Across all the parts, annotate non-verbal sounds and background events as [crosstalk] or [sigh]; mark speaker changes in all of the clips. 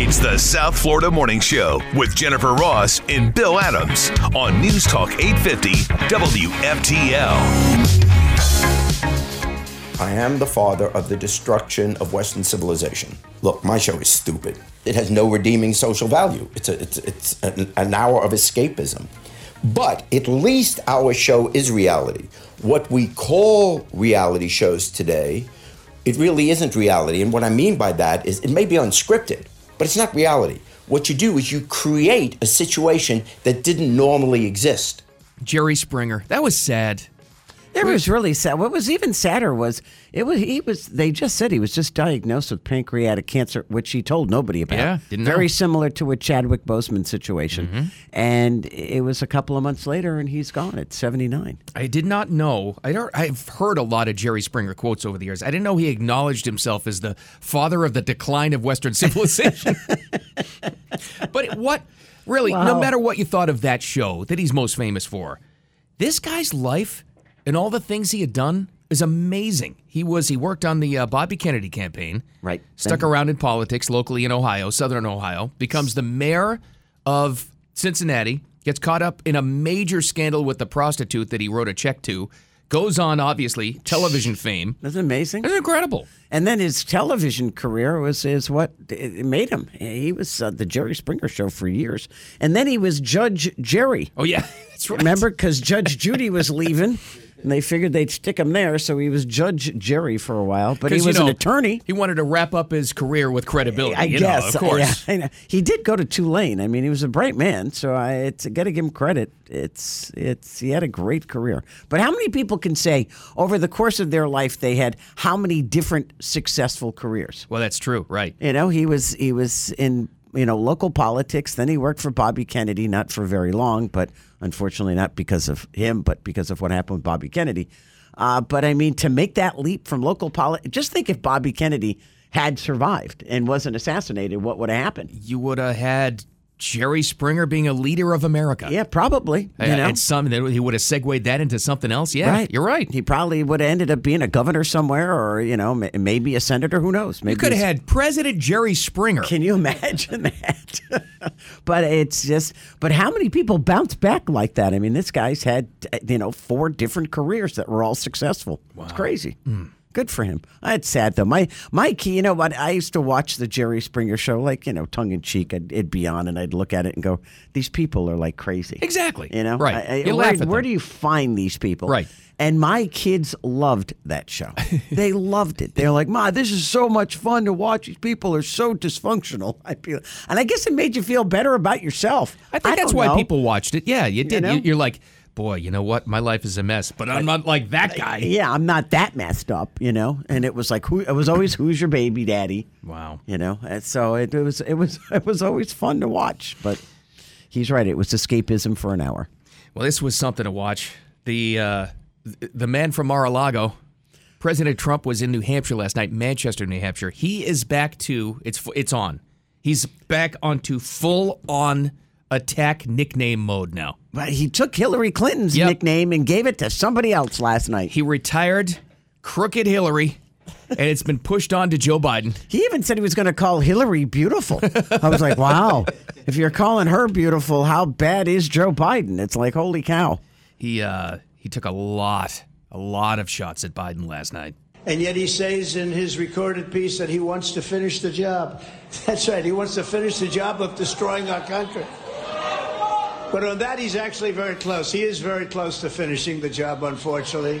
Speaker 1: It's the South Florida Morning Show with Jennifer Ross and Bill Adams on News Talk 850 WFTL.
Speaker 2: I am the father of the destruction of Western civilization. Look, my show is stupid. It has no redeeming social value. It's a, it's it's an, an hour of escapism. But at least our show is reality. What we call reality shows today, it really isn't reality. And what I mean by that is it may be unscripted, but it's not reality. What you do is you create a situation that didn't normally exist.
Speaker 3: Jerry Springer. That was sad.
Speaker 4: It was really sad. What was even sadder was it was he was they just said he was just diagnosed with pancreatic cancer, which he told nobody about.
Speaker 3: Yeah, didn't know. Mm-hmm.
Speaker 4: Very similar to a Chadwick Boseman situation, and it was a couple of months later, and he's gone at seventy nine.
Speaker 3: I did not know. I don't. I've heard a lot of Jerry Springer quotes over the years. I didn't know he acknowledged himself as the father of the decline of Western [laughs] civilization. but what really, no
Speaker 4: Wow.
Speaker 3: matter what you thought of that show that he's most famous for, this guy's life and all the things he had done is amazing. He was he worked on the uh, Bobby Kennedy campaign,
Speaker 4: Right.
Speaker 3: Stuck around in politics locally in Ohio, Southern Ohio, becomes the mayor of Cincinnati, gets caught up in a major scandal with the prostitute that he wrote a check to, goes on obviously television fame.
Speaker 4: That's amazing.
Speaker 3: It's incredible.
Speaker 4: And then his television career was is what it made him. He was uh, the Jerry Springer show for years, and then he was Judge Jerry.
Speaker 3: Oh yeah, [laughs] that's right.
Speaker 4: Remember, because Judge Judy was leaving, and they figured they'd stick him there, so he was Judge Jerry for a while. But he
Speaker 3: 'Cause,
Speaker 4: was
Speaker 3: you know,
Speaker 4: an attorney.
Speaker 3: He wanted to wrap up his career with credibility.
Speaker 4: I
Speaker 3: you know,
Speaker 4: guess, [laughs]
Speaker 3: of course.
Speaker 4: Yeah, I know. He did go to Tulane. I mean, he was a bright man, so I it's got to give him credit. It's it's he had a great career. But how many people can say over the course of their life they had how many different successful careers?
Speaker 3: Well, that's true, right?
Speaker 4: You know, he was he was in you know local politics. Then he worked for Bobby Kennedy, not for very long, but unfortunately not because of him, but because of what happened with Bobby Kennedy. Uh, but I mean, to make that leap from local politics, just think if Bobby Kennedy had survived and wasn't assassinated, what would have happened?
Speaker 3: You would have had Jerry Springer being a leader of America.
Speaker 4: Yeah, probably. You know,
Speaker 3: At some, then he would have segued that into something else. Yeah,
Speaker 4: right.
Speaker 3: you're right.
Speaker 4: He probably would have ended up being a governor somewhere, or you know, ma- maybe a senator. Who knows? Maybe
Speaker 3: You could have
Speaker 4: he's-
Speaker 3: had President Jerry Springer.
Speaker 4: Can you imagine [laughs] that? but it's just, but how many people bounce back like that? I mean, this guy's had, you know, four different careers that were all successful. It's crazy.
Speaker 3: Hmm.
Speaker 4: Good for him. It's sad though. My my key, you know what? I used to watch the Jerry Springer show, like you know, tongue in cheek. I'd, it'd be on, and I'd look at it and go, "These people are like crazy."
Speaker 3: Exactly.
Speaker 4: You know,
Speaker 3: Right.
Speaker 4: I- I-
Speaker 3: You
Speaker 4: where,
Speaker 3: laugh at
Speaker 4: where
Speaker 3: them.
Speaker 4: do you find these people?
Speaker 3: Right.
Speaker 4: And my kids loved
Speaker 3: [laughs]
Speaker 4: that show. they loved it. They're like, "Ma, this is so much fun to watch. These people are so dysfunctional." [laughs] I feel, and I guess it made you feel better about yourself.
Speaker 3: I think that's
Speaker 4: don't
Speaker 3: why
Speaker 4: know.
Speaker 3: people watched it. Yeah, you did.
Speaker 4: know?
Speaker 3: You are like, boy, you know what? My life is a mess, but I'm not like that guy.
Speaker 4: Yeah, I'm not that messed up, you know. And it was like, who? It was always, "Who's your baby daddy?"
Speaker 3: Wow.
Speaker 4: You know. And so it, it was, it was, [laughs] it was always fun to watch. But he's right. It was escapism for an hour.
Speaker 3: Well, this was something to watch. The uh, th- the man from Mar-a-Lago, President Trump was in New Hampshire last night, Manchester, New Hampshire. He is back to it's fu- it's on. He's back onto full on attack nickname mode now.
Speaker 4: But he took Hillary Clinton's
Speaker 3: Yep.
Speaker 4: nickname and gave it to somebody else last night.
Speaker 3: He retired crooked Hillary, and it's been pushed on to Joe Biden.
Speaker 4: He even said he was going to call Hillary beautiful. I was like, wow, if you're calling her beautiful, how bad is Joe Biden? It's like, holy cow.
Speaker 3: He uh, he took a lot a lot of shots at Biden last night.
Speaker 5: And yet he says in his recorded piece that he wants to finish the job. [laughs] That's right, he wants to finish the job of destroying our country. But on that, he's actually very close. He is very close to finishing the job, unfortunately.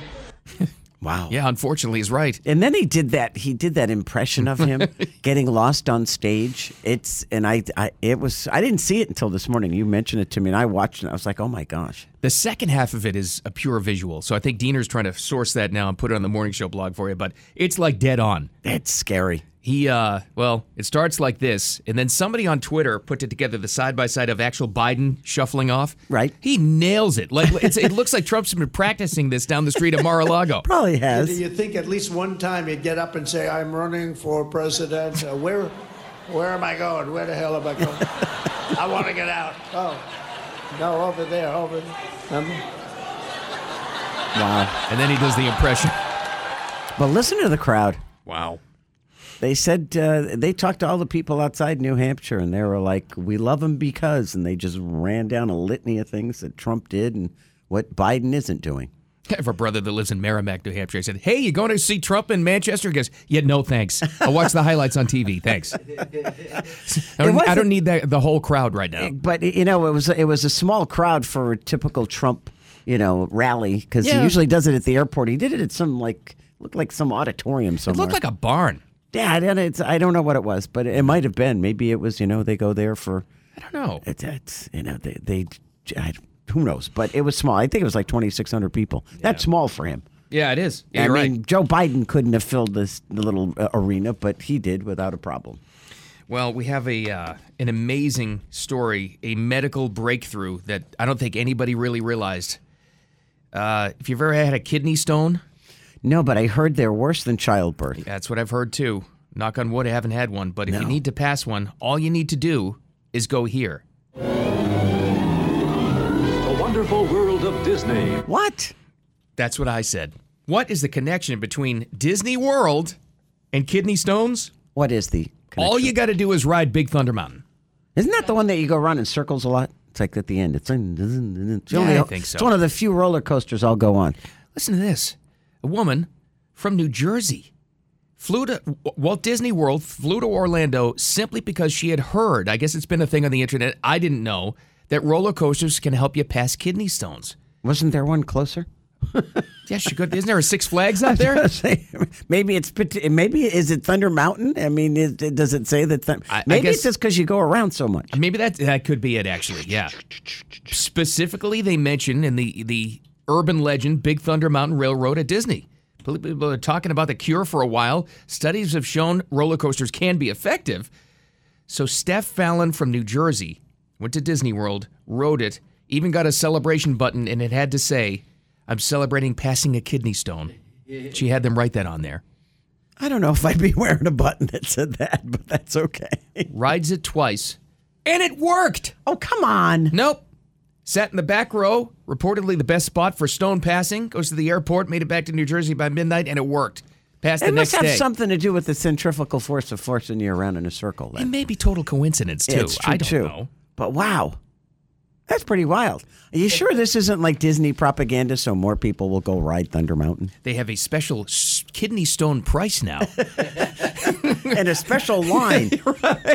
Speaker 4: Wow.
Speaker 3: Yeah, unfortunately, he's right.
Speaker 4: And then he did that. He did that impression of him getting lost on stage. It's and I, I, it was. I didn't see it until this morning. You mentioned it to me, and I watched it. And I was like, oh my gosh.
Speaker 3: The second half of it is a pure visual. So I think Diener's trying to source that now and put it on the morning show blog for you, but it's like dead on.
Speaker 4: That's scary.
Speaker 3: He uh well, it starts like this, and then somebody on Twitter put it together the side by side of actual Biden shuffling off.
Speaker 4: Right.
Speaker 3: He nails it. Like it's, it looks like Trump's been practicing this down the street of Mar-a-Lago.
Speaker 4: Probably has.
Speaker 5: You'd think at least one time he'd get up and say, I'm running for president. Uh, where, where am I going? Where the hell am I going? I want to get out. Oh, no, over there, over there. Um,
Speaker 4: Wow.
Speaker 3: And then he does the impression.
Speaker 4: But listen to the crowd.
Speaker 3: Wow.
Speaker 4: They said uh, they talked to all the people outside New Hampshire, and they were like, "We love him because," and they just ran down a litany of things that Trump did and what Biden isn't doing.
Speaker 3: [laughs] I have a brother that lives in Merrimack, New Hampshire. I said, "Hey, you going to see Trump in Manchester?" He goes, "Yeah, no, thanks. I watch the highlights on TV. Thanks. [laughs] I don't, I don't need that, the whole crowd right now."
Speaker 4: But you know, it was it was a small crowd for a typical Trump, you know, rally because
Speaker 3: Yeah.
Speaker 4: he usually does it at the airport. He did it at some like looked like some auditorium
Speaker 3: It
Speaker 4: somewhere.
Speaker 3: looked like a barn.
Speaker 4: yeah, I don't, it's, I don't know what it was, but it might have been. Maybe it was you know they go there for
Speaker 3: I don't know.
Speaker 4: it's, it's you know they they I, who knows, but it was small. I think it was like twenty six hundred people. That's small for him.
Speaker 3: Yeah, it is. Yeah,
Speaker 4: I
Speaker 3: you're
Speaker 4: mean,
Speaker 3: right.
Speaker 4: Joe Biden couldn't have filled this little uh, arena, but he did without a problem.
Speaker 3: Well, we have a uh, an amazing story, a medical breakthrough that I don't think anybody really realized. Uh, if you've ever had a kidney stone,
Speaker 4: No, but I heard they're worse than childbirth.
Speaker 3: That's what I've heard too. Knock on wood, I haven't had one, but if you need to pass one, all you need to do is go here.
Speaker 6: The wonderful world of Disney.
Speaker 4: What?
Speaker 3: That's what I said. What is the connection between Disney World and kidney stones?
Speaker 4: What is the? Connection?
Speaker 3: All you got to do is ride Big Thunder Mountain.
Speaker 4: Isn't that the one that you go around in circles a lot? It's like at the end. It's, it's
Speaker 3: Yeah,
Speaker 4: only-
Speaker 3: I think so.
Speaker 4: It's one of the few roller coasters I'll go on.
Speaker 3: Listen to this. A woman from New Jersey flew to Walt Disney World, flew to Orlando simply because she had heard, I guess it's been a thing on the internet, I didn't know, that roller coasters can help you pass kidney stones.
Speaker 4: Wasn't there one closer? [laughs]
Speaker 3: Yes, you could. Isn't there a Six Flags out there?
Speaker 4: maybe it's pati- maybe is it Thunder Mountain? I mean, is, does it say that? Thun-
Speaker 3: I- I
Speaker 4: maybe
Speaker 3: guess-
Speaker 4: it's just because you go around so much.
Speaker 3: Maybe that that could be it actually. Yeah. Specifically, they mention in the the urban legend Big Thunder Mountain Railroad at Disney. People are talking about the cure for a while. Studies have shown roller coasters can be effective. So Steph Fallon from New Jersey went to Disney World, rode it, even got a celebration button, and it had to say, "I'm celebrating passing a kidney stone." She had them write that on there.
Speaker 4: I don't know if I'd be [laughs] wearing a button that said that, but that's okay.
Speaker 3: Rides it twice, and it worked.
Speaker 4: Oh come on!
Speaker 3: Nope. Sat in the back row, reportedly the best spot for stone passing. Goes to the airport, made it back to New Jersey by midnight, and it worked. Passed the
Speaker 4: It must
Speaker 3: next
Speaker 4: have
Speaker 3: day.
Speaker 4: something to do with the centrifugal force of forcing you around in a circle.
Speaker 3: it
Speaker 4: Then.
Speaker 3: may be total coincidence too.
Speaker 4: It's true
Speaker 3: I don't
Speaker 4: too.
Speaker 3: know.
Speaker 4: But wow, that's pretty wild. Are you sure this isn't like Disney propaganda? So more people will go ride
Speaker 3: [laughs]
Speaker 4: Thunder Mountain
Speaker 3: They have a special s- kidney stone price
Speaker 7: [laughs]
Speaker 3: now.
Speaker 4: and a
Speaker 3: [laughs]
Speaker 4: special line,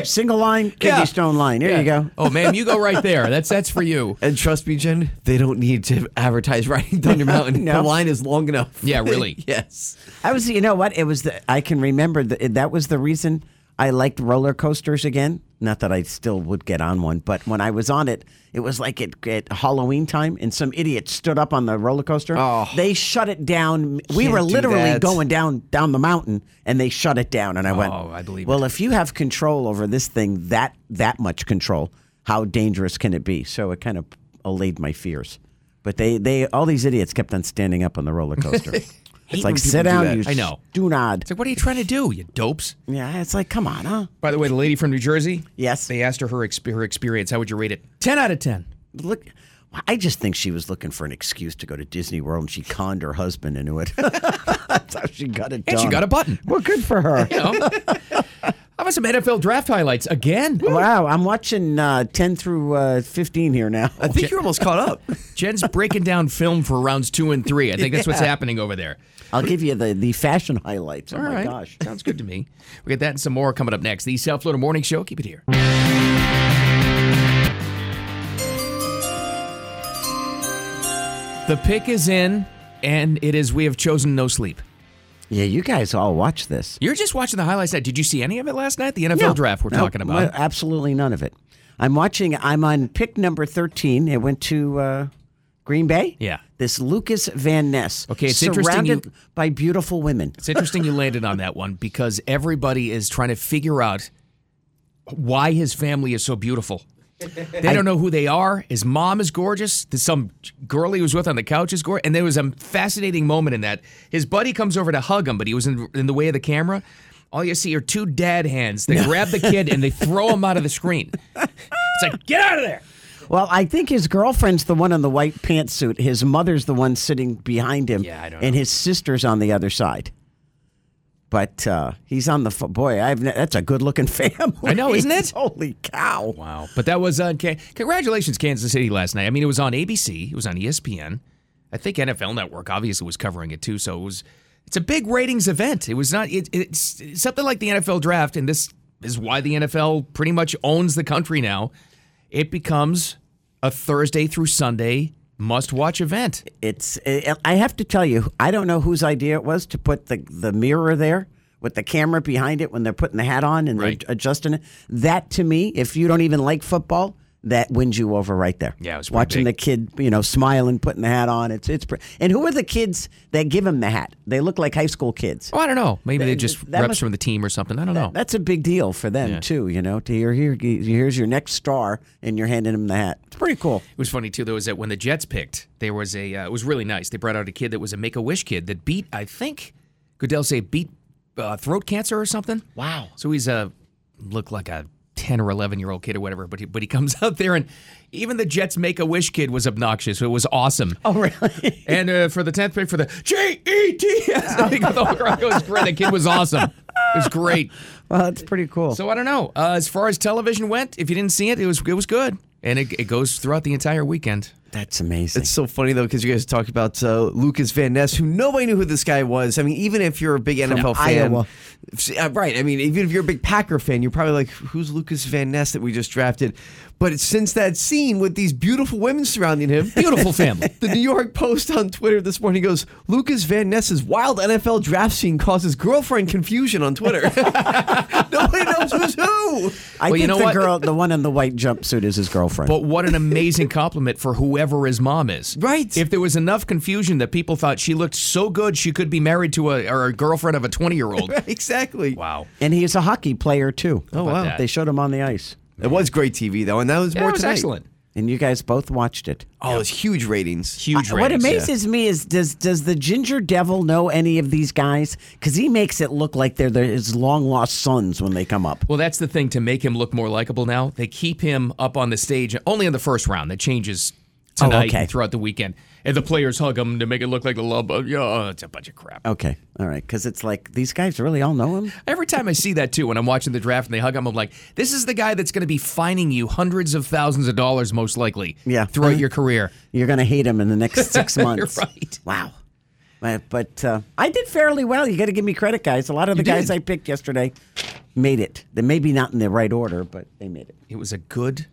Speaker 4: single line, kidney
Speaker 3: Yeah.
Speaker 4: stone line. There you go.
Speaker 3: [laughs] oh, ma'am, you go right there. That's that's for you.
Speaker 7: [laughs] And trust me, Jen, they don't need to advertise [laughs] riding
Speaker 3: [laughs]
Speaker 7: Thunder Mountain.
Speaker 4: No.
Speaker 7: The line is long enough.
Speaker 3: Yeah, really.
Speaker 7: [laughs] yes.
Speaker 4: I was, you know what? It was the I can remember that that was the reason I liked roller coasters again. Not that I still would get on one, but when I was on it, it was like at, at Halloween time, and some idiot stood up on the roller coaster.
Speaker 7: Oh.
Speaker 4: They shut it down. We
Speaker 7: Can't
Speaker 4: were
Speaker 7: do
Speaker 4: literally
Speaker 7: that.
Speaker 4: going down down the mountain, and they shut it down. And I went,
Speaker 7: Oh,
Speaker 3: I believe it.
Speaker 4: Well, if you have control over this thing that that much control, how dangerous can it be? So it kind of allayed my fears. But they, they all these idiots kept on standing up on the roller
Speaker 7: [laughs]
Speaker 4: coaster. it's
Speaker 7: when
Speaker 4: like sit
Speaker 7: people do
Speaker 4: down,
Speaker 7: that.
Speaker 4: you
Speaker 3: I know.
Speaker 4: do not.
Speaker 3: It's like, what are you trying to do, you dopes?
Speaker 4: Yeah, it's like come on, huh?
Speaker 3: By the way, the lady from New Jersey.
Speaker 4: Yes.
Speaker 3: They asked her her, exp- her experience. How would you rate it? Ten out of ten.
Speaker 4: Look, I just think she was looking for an excuse to go to Disney World, and she conned her husband into it. [laughs] That's how she got it done.
Speaker 3: And she got a button.
Speaker 4: Well, good
Speaker 3: [laughs]
Speaker 4: for her.
Speaker 3: You know? How about some NFL draft highlights again?
Speaker 4: Wow, I'm watching uh, 10 through uh, 15 here now.
Speaker 7: I think you're almost caught up.
Speaker 3: Jen's breaking down film for rounds two and three. I think that's what's happening over there.
Speaker 4: [laughs] I'll give you the, the fashion highlights. Oh
Speaker 3: All
Speaker 4: my
Speaker 3: right.
Speaker 4: gosh.
Speaker 3: Sounds good to me. We get that and some more coming up next. The South Florida Morning Show. Keep it here. The pick is in, and it is we have chosen no sleep.
Speaker 4: Yeah, you guys all watch this.
Speaker 3: You're just watching the highlights. Now. Did you see any of it last night? The NFL
Speaker 4: No,
Speaker 3: draft we're
Speaker 4: no,
Speaker 3: talking about.
Speaker 4: no, absolutely none of it. I'm watching. I'm on pick number 13. It went to uh, Green Bay.
Speaker 3: Yeah.
Speaker 4: This Lucas Van Ness.
Speaker 3: Okay, it's
Speaker 4: surrounded
Speaker 3: interesting you-
Speaker 4: by beautiful women.
Speaker 3: It's interesting you landed on that one because everybody is trying to figure out why his family is so beautiful. They don't know who they are. His mom is gorgeous. There's some girl he was with on the couch is gorgeous. And there was a fascinating moment in that. His buddy comes over to hug him, but he was in, in the way of the camera. All you see are two dad hands that grab the kid and they throw him out of the screen. It's like, get out of there.
Speaker 4: Well, I think his girlfriend's the one in the white pantsuit. His mother's the one sitting behind him.
Speaker 3: Yeah, I don't
Speaker 4: And
Speaker 3: know.
Speaker 4: his sister's on the other side. But uh, he's on the fo- boy. I've ne- that's a good looking [laughs] family.
Speaker 3: I know, isn't it?
Speaker 4: Holy cow!
Speaker 3: Wow. But that was on. Can- Congratulations, Kansas City, last night. I mean, it was on ABC. It was on E ESPN. I think NFL Network obviously was covering it too. So it was. It's a big ratings event. It was not. It, it's something like the NFL draft, and this is why the NFL pretty much owns the country now. It becomes a Thursday through Sunday must-watch event.
Speaker 4: It's. eh, I have to tell you, I don't know whose idea it was to put the the mirror there with the camera behind it when they're putting the hat on and
Speaker 3: Right.
Speaker 4: they're adjusting it. That to me, if you don't even like football, that wins you over right there.
Speaker 3: Yeah, it was pretty
Speaker 4: watching
Speaker 3: big.
Speaker 4: the kid, you know, smiling, putting the hat on. It's it's. Pre- and who are the kids that give him the hat? They look like high school kids.
Speaker 3: Oh, I don't know. Maybe they
Speaker 4: That-
Speaker 3: just
Speaker 4: that
Speaker 3: reps
Speaker 4: must-
Speaker 3: from the team or something. I don't know.
Speaker 4: That's a big deal for them too, you know. To hear here, here's your next star, and you're handing him the hat. It's pretty cool.
Speaker 3: It was funny too, though, is that when the Jets picked, there was a. Uh, it was really nice. They brought out a kid that was a Make a Wish kid that beat, I think, Goodell say beat uh, throat cancer or something. Wow. So he's a looked like a ten or eleven year old kid or whatever, but he, but he comes [laughs] out there and even the Jets Make a Wish kid was obnoxious. It was awesome.
Speaker 4: Oh, really?
Speaker 3: [laughs] And uh, for the tenth pick for the J E T S, [laughs] I think the whole crowd goes great. The kid was awesome. It was great.
Speaker 4: well, it's pretty cool.
Speaker 3: So I don't know. Uh, as far as television went, if you didn't see it, it was it was good, and it, it goes throughout the entire weekend.
Speaker 4: that's amazing.
Speaker 7: It's so funny though because you guys talked about uh, Lucas Van Ness, who nobody knew who this guy was. I mean, even if you're a big NFL fan,
Speaker 4: Iowa.
Speaker 7: Uh, right? I mean, even if you're a big Packer fan, you're probably like, "Who's Lucas Van Ness that we just drafted?" But it's since that scene with these beautiful women surrounding him,
Speaker 3: Beautiful family.
Speaker 7: [laughs] The New York Post on Twitter this morning goes, Lucas Van Ness's wild NFL draft scene causes girlfriend confusion on Twitter. [laughs] Nobody knows who's who. [laughs]
Speaker 4: I
Speaker 3: Well,
Speaker 4: think
Speaker 3: you know
Speaker 4: the
Speaker 3: what?
Speaker 4: girl, the one in the white jumpsuit, is his girlfriend.
Speaker 3: But what an amazing compliment for whoever his mom is.
Speaker 7: Right.
Speaker 3: If there was enough confusion that people thought she looked so good she could be married to a or a girlfriend of a 20-year-old.
Speaker 7: exactly.
Speaker 3: Wow.
Speaker 4: and he's a hockey player too.
Speaker 7: Oh, wow.
Speaker 3: that?
Speaker 4: They showed him on the ice,
Speaker 7: It was great TV, though, and that was
Speaker 3: Yeah,
Speaker 7: more
Speaker 3: it was
Speaker 7: tonight.
Speaker 3: excellent.
Speaker 4: and you guys both watched it.
Speaker 7: Oh, it's huge ratings.
Speaker 3: Huge
Speaker 4: Uh, what
Speaker 3: ratings.
Speaker 4: amazes me is does does the ginger devil know any of these guys? Because he makes it look like they're, they're his long lost sons when they come up.
Speaker 3: Well, that's the thing to make him look more likable now. They keep him up on the stage only in the first round. That changes
Speaker 4: Oh,
Speaker 3: tonight
Speaker 4: okay.
Speaker 3: and throughout the weekend. And the players hug him to make it look like the love of, yeah, oh, it's a bunch of crap.
Speaker 4: Okay, all right, because it's like these guys really all know him.
Speaker 3: Every time I see that too, when I'm watching the draft and they hug him, I'm like, this is the guy that's going to be fining you hundreds of thousands of dollars, most likely,
Speaker 4: Yeah.
Speaker 3: throughout
Speaker 4: Uh-huh.
Speaker 3: your career.
Speaker 4: You're going to hate him in the next
Speaker 3: [laughs]
Speaker 4: six months.
Speaker 3: right.
Speaker 4: Wow. Uh, But uh, I did fairly well. You got to give me credit, guys. A lot of the guys
Speaker 3: did.
Speaker 4: I picked yesterday made it. They maybe not in the right order, but they made it.
Speaker 3: It was a good,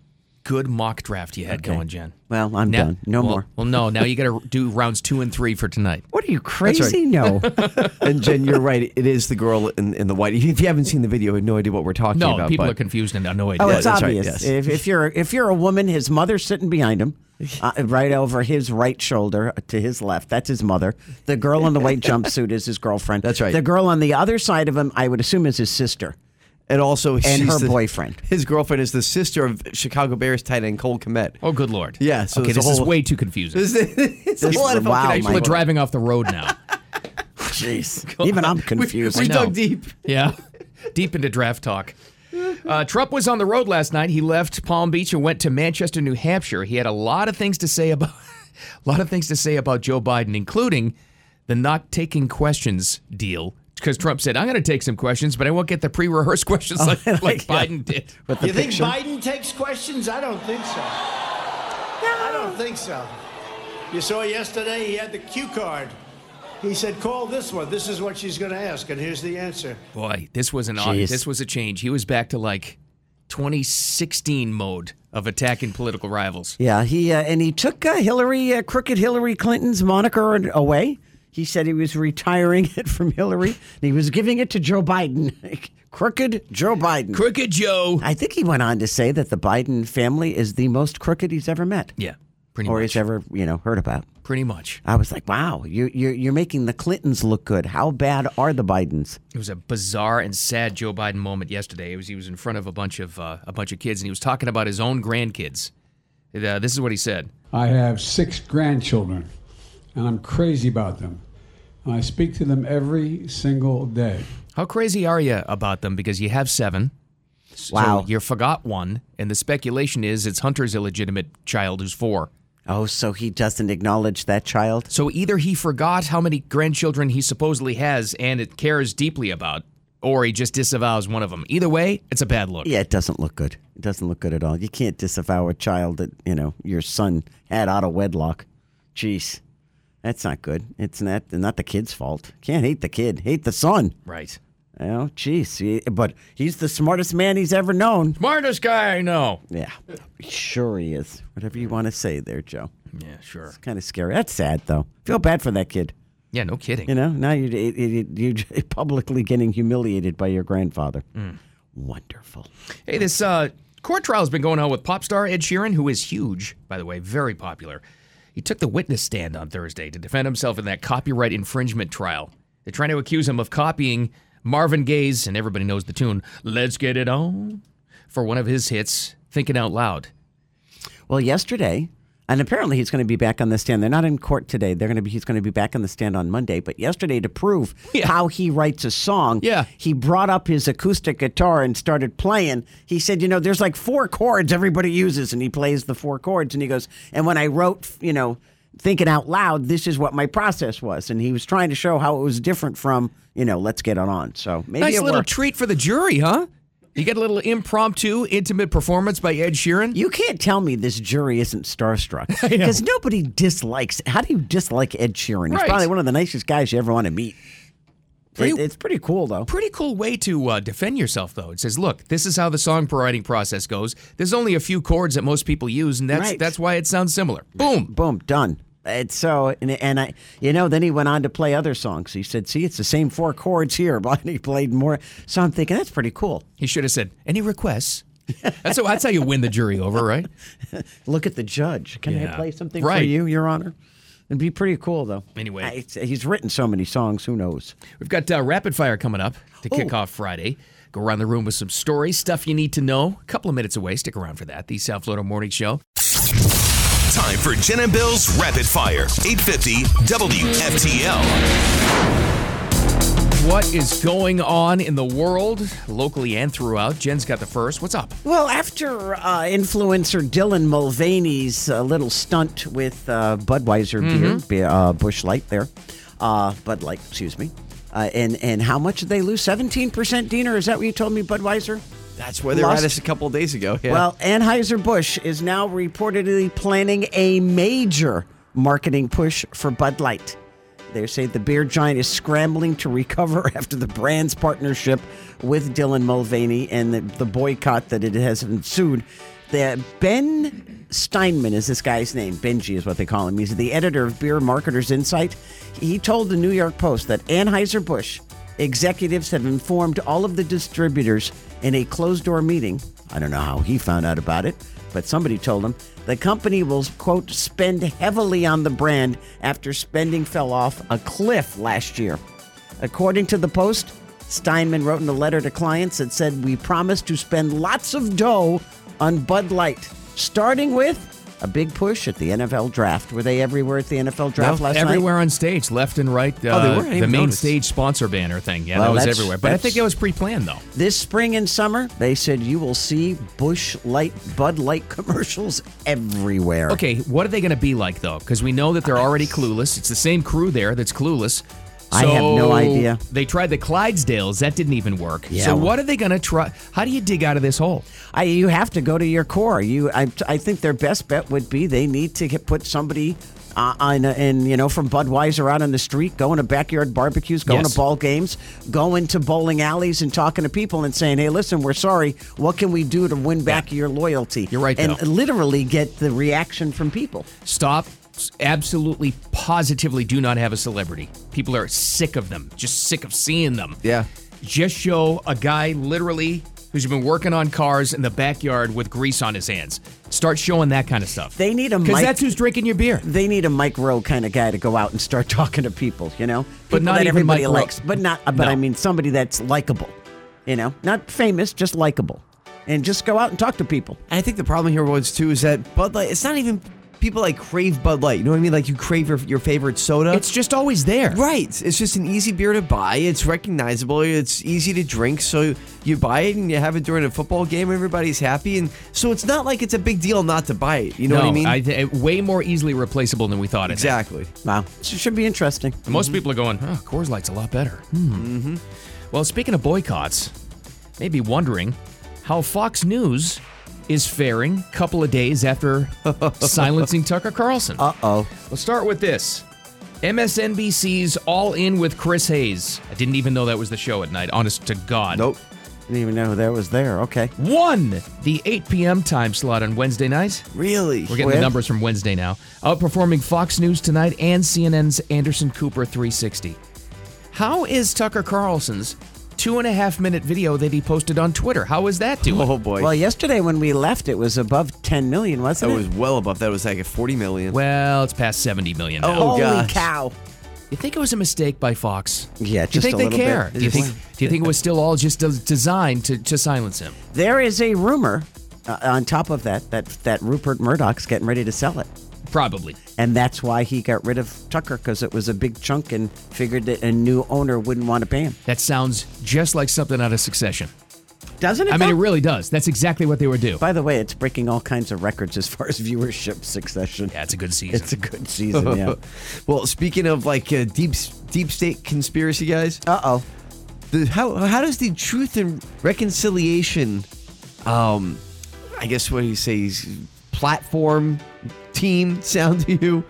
Speaker 3: good mock draft you had going, Jen.
Speaker 4: Well, I'm
Speaker 3: Now-
Speaker 4: done. No
Speaker 3: well-
Speaker 4: more.
Speaker 3: Well, no. Now you got to [laughs] do rounds two and three for tonight.
Speaker 4: What are you crazy?
Speaker 7: [laughs]
Speaker 4: No.
Speaker 7: and Jen, you're right. It is the girl in, in the white. If you haven't seen the video, you have no idea what we're talking
Speaker 3: No,
Speaker 7: about.
Speaker 3: people
Speaker 7: but-
Speaker 3: are confused and annoyed.
Speaker 4: Oh,
Speaker 7: Yeah,
Speaker 4: it's
Speaker 7: that's right,
Speaker 4: obvious.
Speaker 7: yes.
Speaker 4: If, if you're if you're a woman, his mother's sitting behind
Speaker 7: [laughs]
Speaker 4: him, uh, right over his right shoulder uh, to his left. That's his mother. The girl in the white jumpsuit is his girlfriend.
Speaker 7: That's right.
Speaker 4: The girl on the other side of him, I would assume, is his sister.
Speaker 7: And also, she's
Speaker 4: her
Speaker 7: the-
Speaker 4: boyfriend.
Speaker 7: His girlfriend is the sister of Chicago Bears tight end Cole Komet.
Speaker 3: Oh, good lord.
Speaker 7: Yeah, so
Speaker 3: okay,
Speaker 7: it's a
Speaker 3: this is
Speaker 7: whole-
Speaker 3: way too confusing.
Speaker 7: [laughs] It's, it's
Speaker 4: This-
Speaker 7: a lot of
Speaker 3: People
Speaker 4: wow,
Speaker 7: fucking
Speaker 4: my
Speaker 3: are
Speaker 7: actually-
Speaker 4: word.
Speaker 3: driving off the road now.
Speaker 4: Jeez, [laughs] even I'm confused.
Speaker 7: [laughs] We
Speaker 3: No.
Speaker 7: dug deep.
Speaker 3: Yeah, deep into draft talk. Uh, Trump was on the road last night. He left Palm Beach and went to Manchester, New Hampshire. He had a lot of things to say about [laughs] a lot of things to say about Joe Biden, including the not taking questions deal. Because Trump said, "I'm going to take some questions, but I won't get the pre-rehearsed [laughs] questions like, like, Biden did."
Speaker 4: With the
Speaker 5: You think
Speaker 4: picture.
Speaker 5: Biden takes questions? I don't think so. I don't think so. You saw yesterday he had the cue card. He said, call this one. This is what she's going to ask, and here's the answer.
Speaker 3: [laughs] Boy, this was an odd,
Speaker 4: Jeez.
Speaker 3: this was a change. He was back to like 2016 mode of attacking political rivals.
Speaker 4: Yeah, he uh, and he took uh, Hillary, uh, crooked Hillary Clinton's moniker away. He said he was retiring [laughs] it from Hillary, and he was giving it to Joe Biden, [laughs] crooked Joe Biden.
Speaker 3: Crooked Joe.
Speaker 4: I think he went on to say that the Biden family is the most crooked he's ever met,
Speaker 3: Yeah, pretty
Speaker 4: or
Speaker 3: much.
Speaker 4: he's ever you know heard about.
Speaker 3: Pretty much.
Speaker 4: I was like, wow, you you're, you're making the Clintons look good. How bad are the Bidens?
Speaker 3: It was a bizarre and sad Joe Biden moment yesterday. It was he was in front of a bunch of uh, a bunch of kids and he was talking about his own grandkids. And, uh, this is what he said.
Speaker 8: I have six grandchildren, and I'm crazy about them. And I speak to them every single day.
Speaker 3: How crazy are you about them? Because you have seven. So
Speaker 4: Wow.
Speaker 3: you forgot one, and the speculation is it's Hunter's illegitimate child who's four.
Speaker 4: Oh, so he doesn't acknowledge that child?
Speaker 3: So either he forgot how many grandchildren he supposedly has and it cares deeply about, or he just disavows one of them. Either way, it's a bad look.
Speaker 4: Yeah, it doesn't look good. It doesn't look good at all. You can't disavow a child that, you know, your son had out of wedlock. Jeez. That's not good. It's not not the kid's fault. Can't hate the kid. Hate the son.
Speaker 3: Right.
Speaker 4: Oh, jeez. He- But he's the smartest man he's ever known.
Speaker 3: Smartest guy I know.
Speaker 4: Yeah. Sure he is. Whatever you want to say there, Joe.
Speaker 3: Yeah, sure.
Speaker 4: Kind of scary. That's sad though. Feel bad for that kid.
Speaker 3: Yeah, no kidding.
Speaker 4: You know, now you're, it- it- it- you're [laughs] publicly getting humiliated by your grandfather.
Speaker 3: Mm.
Speaker 4: Wonderful.
Speaker 3: Hey, this uh, court trial's been going on with pop star Ed Sheeran, who is huge, by the way, very popular. He took the witness stand on Thursday to defend himself in that copyright infringement trial. They're trying to accuse him of copying Marvin Gaye's, and everybody knows the tune, Let's Get It On, for one of his hits, Thinking Out Loud.
Speaker 4: Well, yesterday, and apparently he's going to be back on the stand. They're not in court today. They're going to be he's going to be back on the stand on Monday. But yesterday, to prove
Speaker 3: Yeah.
Speaker 4: how he writes a song,
Speaker 3: Yeah.
Speaker 4: he brought up his acoustic guitar and started playing. He said, "You know, there's like four chords everybody uses," and he plays the four chords. And he goes, "And when I wrote, you know." Thinking out loud, this is what my process was, and he was trying to show how it was different from, you know, let's get it on. So maybe
Speaker 3: nice
Speaker 4: it
Speaker 3: little
Speaker 4: worked.
Speaker 3: treat for the jury, huh? You get a little impromptu, intimate performance by Ed Sheeran?
Speaker 4: You can't tell me this jury isn't starstruck
Speaker 3: [laughs] know.
Speaker 4: because nobody dislikes. How do you dislike Ed Sheeran? He's
Speaker 3: Right.
Speaker 4: probably one of the nicest guys you ever want to meet.
Speaker 3: Pretty-
Speaker 4: It- it's pretty cool though.
Speaker 3: pretty cool way to uh, defend yourself, though. It says, "Look, this is how the songwriting process goes. There's only a few chords that most people use, and that's
Speaker 4: Right.
Speaker 3: that's why it sounds similar." Boom.
Speaker 4: Boom, done. And so, and, and I, you know, then he went on to play other songs. He said, "See, it's the same four chords here," [laughs] but he played more. So I'm thinking that's pretty cool.
Speaker 3: He should have said, "Any requests?" That's how, that's how you win the jury over, right?
Speaker 4: Look at the judge. Can
Speaker 3: Yeah.
Speaker 4: I play something for
Speaker 3: Right.
Speaker 4: you, Your Honor? It'd be pretty cool though.
Speaker 3: Anyway.
Speaker 4: I- it's- he's written so many songs. Who knows?
Speaker 3: We've got uh, rapid fire coming up to kick off Friday. Go around the room with some stories, stuff you need to know. A couple of minutes away. Stick around for that. The South Florida Morning Show.
Speaker 1: Time for Jen and Bill's Rapid Fire, 850 WFTL.
Speaker 3: What is going on in the world, locally and throughout? Jen's got the first. What's up?
Speaker 4: Well, after uh, influencer Dylan Mulvaney's uh, little stunt with uh, Budweiser beer, be- uh, Bush Light there, uh, Bud Light, excuse me, uh, and and how much did they lose? Seventeen percent, Diener. Is that what you told me, Budweiser?
Speaker 7: That's where they were
Speaker 4: Lust.
Speaker 7: at us a couple of days ago. Yeah.
Speaker 4: Well, Anheuser Busch is now reportedly planning a major marketing push for Bud Light. They say the beer giant is scrambling to recover [laughs] after the brand's partnership with Dylan Mulvaney and the, the boycott that it has ensued. The, ben Steinman is this guy's name. Benji is what they call him. He's the editor of Beer Marketers Insight. He told the New York Post that Anheuser-Busch executives have informed all of the distributors in a closed door meeting. I don't know how he found out about it, but somebody told him the company will, quote, spend heavily on the brand after spending fell off a cliff last year. According to the Post, Steinman wrote in a letter to clients that said, We promise to spend lots of dough on Bud Light, starting with a big push at the NFL draft. Were they everywhere at the NFL draft last night? Oh,
Speaker 3: everywhere on stage, left and right. Uh,
Speaker 7: they were? I didn't
Speaker 3: the
Speaker 7: even
Speaker 3: main
Speaker 7: notice.
Speaker 3: stage sponsor banner thing. Yeah,
Speaker 4: Well,
Speaker 3: that was
Speaker 4: that's-
Speaker 3: everywhere. But I
Speaker 4: that's-
Speaker 3: think it was pre-planned though.
Speaker 4: This spring and summer, they said you will see Bush Light, Bud Light [laughs] commercials everywhere.
Speaker 3: Okay, what are they going to be like though? Because we know that they're already clueless. It's the same crew there that's clueless.
Speaker 4: I have no
Speaker 3: So,
Speaker 4: idea.
Speaker 3: They tried the Clydesdales. That didn't even work.
Speaker 4: Yeah,
Speaker 3: so
Speaker 4: well-
Speaker 3: what are they going to try? How do you dig out of this hole?
Speaker 4: I, you have to go to your core. You, I, I think their best bet would be they need to get, put somebody uh, on, a- and you know, from Budweiser out on the street, going to backyard barbecues, going
Speaker 3: Yes.
Speaker 4: to ball games, going to bowling alleys, and talking to people and saying, "Hey, listen, we're sorry. What can we do to win back your loyalty?"
Speaker 3: You're right,
Speaker 4: and
Speaker 3: though.
Speaker 4: literally get the reaction from people.
Speaker 3: Stop. Absolutely, positively, do not have a celebrity. People are sick of them. Just sick of seeing them.
Speaker 7: yeah.
Speaker 3: just show a guy literally who's been working on cars in the backyard with grease on his hands. Start showing that kind of stuff.
Speaker 4: They need a
Speaker 3: because
Speaker 4: mic-
Speaker 3: that's who's drinking your beer.
Speaker 4: they need a Mike Rowe kind of guy to go out and start [laughs] talking to people, you know?
Speaker 3: But
Speaker 4: People
Speaker 3: not
Speaker 4: that
Speaker 3: even
Speaker 4: everybody
Speaker 3: Mike Rowe.
Speaker 4: likes, but not but
Speaker 3: No.
Speaker 4: I mean somebody that's likable, you know? Not famous, just likable. And just go out and talk to people.
Speaker 7: And I think the problem here was too is that Bud Light. It's not even people like crave Bud Light. You know what I mean? Like you crave your, your favorite soda.
Speaker 3: It's just always there.
Speaker 7: right. It's just an easy beer to buy. It's recognizable. It's easy to drink. So you buy it and you have it during a football game. Everybody's happy, and so it's not like it's a big deal not to buy it. You know
Speaker 3: no,
Speaker 7: what I mean?
Speaker 3: thi- way more easily replaceable than we thought it. is.
Speaker 7: exactly.
Speaker 4: Wow. It should be interesting.
Speaker 3: And Most people are going, oh, Coors Light's a lot better. Hmm. Well, speaking of boycotts, maybe wondering how Fox News is faring couple of days after silencing Tucker Carlson.
Speaker 4: Uh-oh.
Speaker 3: Let's start with this. MSNBC's All In with Chris Hayes. I didn't even know that was the show at night, honest to God.
Speaker 4: Nope. Didn't even know that was there. Okay.
Speaker 3: Won the 8 p.m. time slot on Wednesday night.
Speaker 7: Really?
Speaker 3: We're getting the
Speaker 4: Well-
Speaker 3: numbers from Wednesday now. Outperforming Fox News tonight and CNN's Anderson Cooper 360. How is Tucker Carlson's two and a half minute video that he posted on Twitter? How is that doing?
Speaker 7: Oh boy.
Speaker 4: Well, yesterday when we left, it was above 10 million,
Speaker 7: that
Speaker 4: wasn't it?
Speaker 7: was well above. That was like at forty million.
Speaker 3: Well, it's past 70 million now.
Speaker 7: Oh,
Speaker 4: Holy
Speaker 7: gosh.
Speaker 4: cow.
Speaker 3: You think it was a mistake by Fox?
Speaker 4: Yeah,
Speaker 3: Do you
Speaker 4: just
Speaker 3: think
Speaker 4: a
Speaker 3: they
Speaker 4: little
Speaker 3: care?
Speaker 4: bit.
Speaker 3: Do you
Speaker 4: Just-
Speaker 3: think? Do you think it was still all just des- designed to, to silence him?
Speaker 4: There is a rumor uh, on top of that, that that Rupert Murdoch's getting ready to sell it.
Speaker 3: Probably.
Speaker 4: And that's why he got rid of Tucker because it was a big chunk and figured that a new owner wouldn't want to pay him.
Speaker 3: That sounds just like something out of Succession.
Speaker 4: Doesn't it?
Speaker 3: I mean, it
Speaker 4: though?
Speaker 3: really does. That's exactly what they would do.
Speaker 4: By the way, it's breaking all kinds of records as far as viewership succession.
Speaker 3: Yeah, it's a good season.
Speaker 4: It's a good
Speaker 3: [laughs]
Speaker 4: season, yeah.
Speaker 7: [laughs] well, speaking of like uh, deep deep state conspiracy guys,
Speaker 4: Uh oh.
Speaker 7: the, how how does the truth and reconciliation, um, I guess what do you say, s- platform team [laughs] sound to you?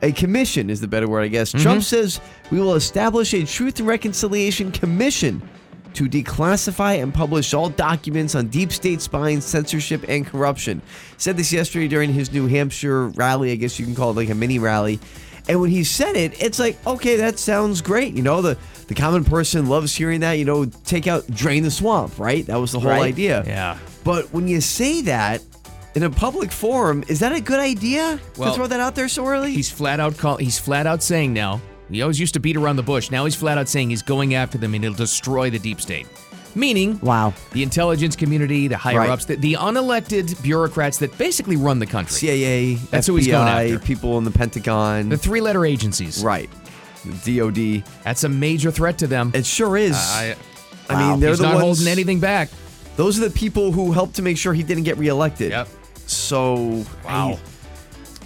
Speaker 7: A commission is the better word, I guess. Trump says we will establish a truth and reconciliation commission to declassify and publish all documents on deep state spying, censorship, and corruption. Said this yesterday during his New Hampshire rally. I guess you can call it like a mini rally. And when he said it, it's like, okay, that sounds great. You know, the, the common person loves hearing that. You know, take out, drain the swamp, right? That was the whole
Speaker 4: Right.
Speaker 7: idea.
Speaker 3: Yeah.
Speaker 7: But when you say that in a public forum, is that a good idea
Speaker 3: Well,
Speaker 7: to throw that out there so early?
Speaker 3: He's flat out call. He's flat out saying now. He always used to beat around the bush. Now he's flat out saying he's going after them and it'll destroy the deep state. Meaning,
Speaker 4: Wow.
Speaker 3: the intelligence community, the higher
Speaker 7: Right.
Speaker 3: ups, the, the unelected bureaucrats that basically run the country,
Speaker 7: CIA,
Speaker 3: That's
Speaker 7: FBI,
Speaker 3: who he's going after.
Speaker 7: people in the Pentagon,
Speaker 3: the three letter agencies.
Speaker 7: right? The DOD.
Speaker 3: That's a major threat to them.
Speaker 7: It sure is.
Speaker 3: I-
Speaker 7: I mean, they're
Speaker 3: he's
Speaker 7: the
Speaker 3: not
Speaker 7: ones.
Speaker 3: holding anything back.
Speaker 7: Those are the people who helped to make sure he didn't get reelected.
Speaker 3: Yep.
Speaker 7: So
Speaker 3: Wow.
Speaker 7: I-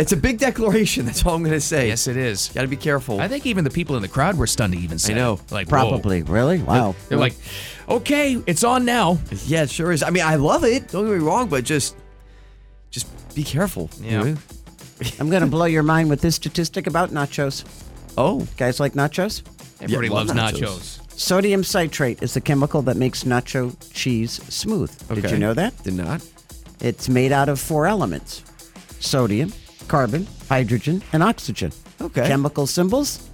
Speaker 7: it's a big declaration. [laughs] That's all I'm going to say.
Speaker 3: Yes, it is.
Speaker 7: Got to be careful.
Speaker 3: I think even the people in the crowd were stunned to even say. it.
Speaker 7: know.
Speaker 3: Like whoa.
Speaker 4: Probably. Really? Wow.
Speaker 3: They're like, okay, it's on now.
Speaker 7: yeah, it sure is. I mean, I love it. Don't get me wrong, but just, just be careful. you
Speaker 3: Yeah.
Speaker 7: know?
Speaker 4: I'm going to blow your mind with this statistic about nachos.
Speaker 7: Oh.
Speaker 4: Guys like nachos?
Speaker 3: Everybody
Speaker 7: love
Speaker 3: loves
Speaker 7: nachos.
Speaker 3: nachos.
Speaker 4: Sodium citrate is the chemical that makes nacho cheese smooth. Did
Speaker 7: Okay.
Speaker 4: you know that?
Speaker 7: Did not.
Speaker 4: It's made out of four elements sodium, carbon, hydrogen, and oxygen.
Speaker 7: Okay.
Speaker 4: Chemical symbols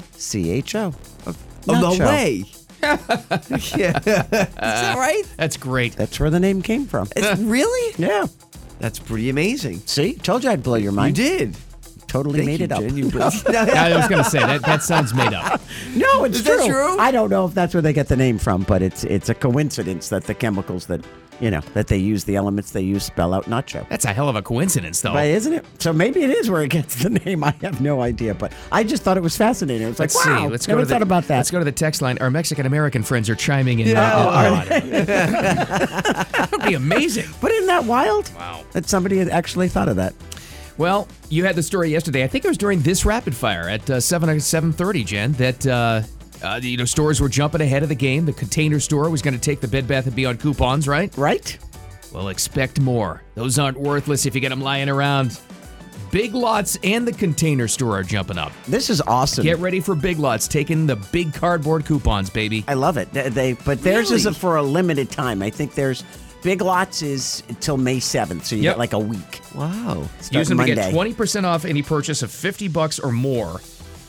Speaker 4: NaCHO.
Speaker 7: Oh, no
Speaker 4: Nacho.
Speaker 7: way. yeah. Is that right?
Speaker 3: That's great.
Speaker 4: That's where the name came from.
Speaker 3: [laughs]
Speaker 7: It's, really?
Speaker 4: yeah.
Speaker 7: That's pretty amazing.
Speaker 4: See, told you I'd blow your
Speaker 7: You
Speaker 4: mind.
Speaker 7: did.
Speaker 4: Totally
Speaker 7: Thank
Speaker 4: made
Speaker 7: you,
Speaker 4: it up. [laughs]
Speaker 7: Jen. You really-
Speaker 3: I was gonna say that. That sounds made up.
Speaker 7: [laughs]
Speaker 4: No, it's
Speaker 7: Is that true?
Speaker 4: I don't know if that's where they get the name from, but it's it's a coincidence that the chemicals that you know that they use, the elements they use, spell out nacho.
Speaker 3: That's a hell of a coincidence, though.
Speaker 4: But isn't it? So maybe it is where it gets the [laughs] name. I have no idea, but I just thought it was fascinating. It was
Speaker 3: Let's
Speaker 4: like, wow,
Speaker 3: see. Let's
Speaker 4: never
Speaker 3: go to the,
Speaker 4: thought about that.
Speaker 3: Let's go to the text line. Our Mexican American friends are chiming in. Yeah,
Speaker 7: [laughs]
Speaker 3: [laughs] that would be amazing.
Speaker 4: But isn't that wild?
Speaker 3: Wow.
Speaker 4: That somebody had actually thought of that.
Speaker 3: Well, you had the story yesterday. I think it was during this rapid fire at uh, seven seven thirty, Jen. That uh, uh, you know stores were jumping ahead of the game. The Container Store was going to take the Bed Bath and Beyond coupons, right?
Speaker 4: Right?
Speaker 3: Well, expect more. Those aren't worthless if you get them lying around. Big Lots and the Container Store are jumping up.
Speaker 4: This is awesome.
Speaker 3: Get ready for Big Lots taking the big cardboard coupons, baby.
Speaker 4: I love it. They, they- but theirs is
Speaker 7: Really?
Speaker 4: a, for a limited time. I think there's Big Lots is till May 7th, so you
Speaker 3: Yep.
Speaker 4: get like a week.
Speaker 7: wow.
Speaker 3: Use
Speaker 4: Starting
Speaker 3: them to
Speaker 4: Monday.
Speaker 3: get 20% off any purchase of 50 bucks or more.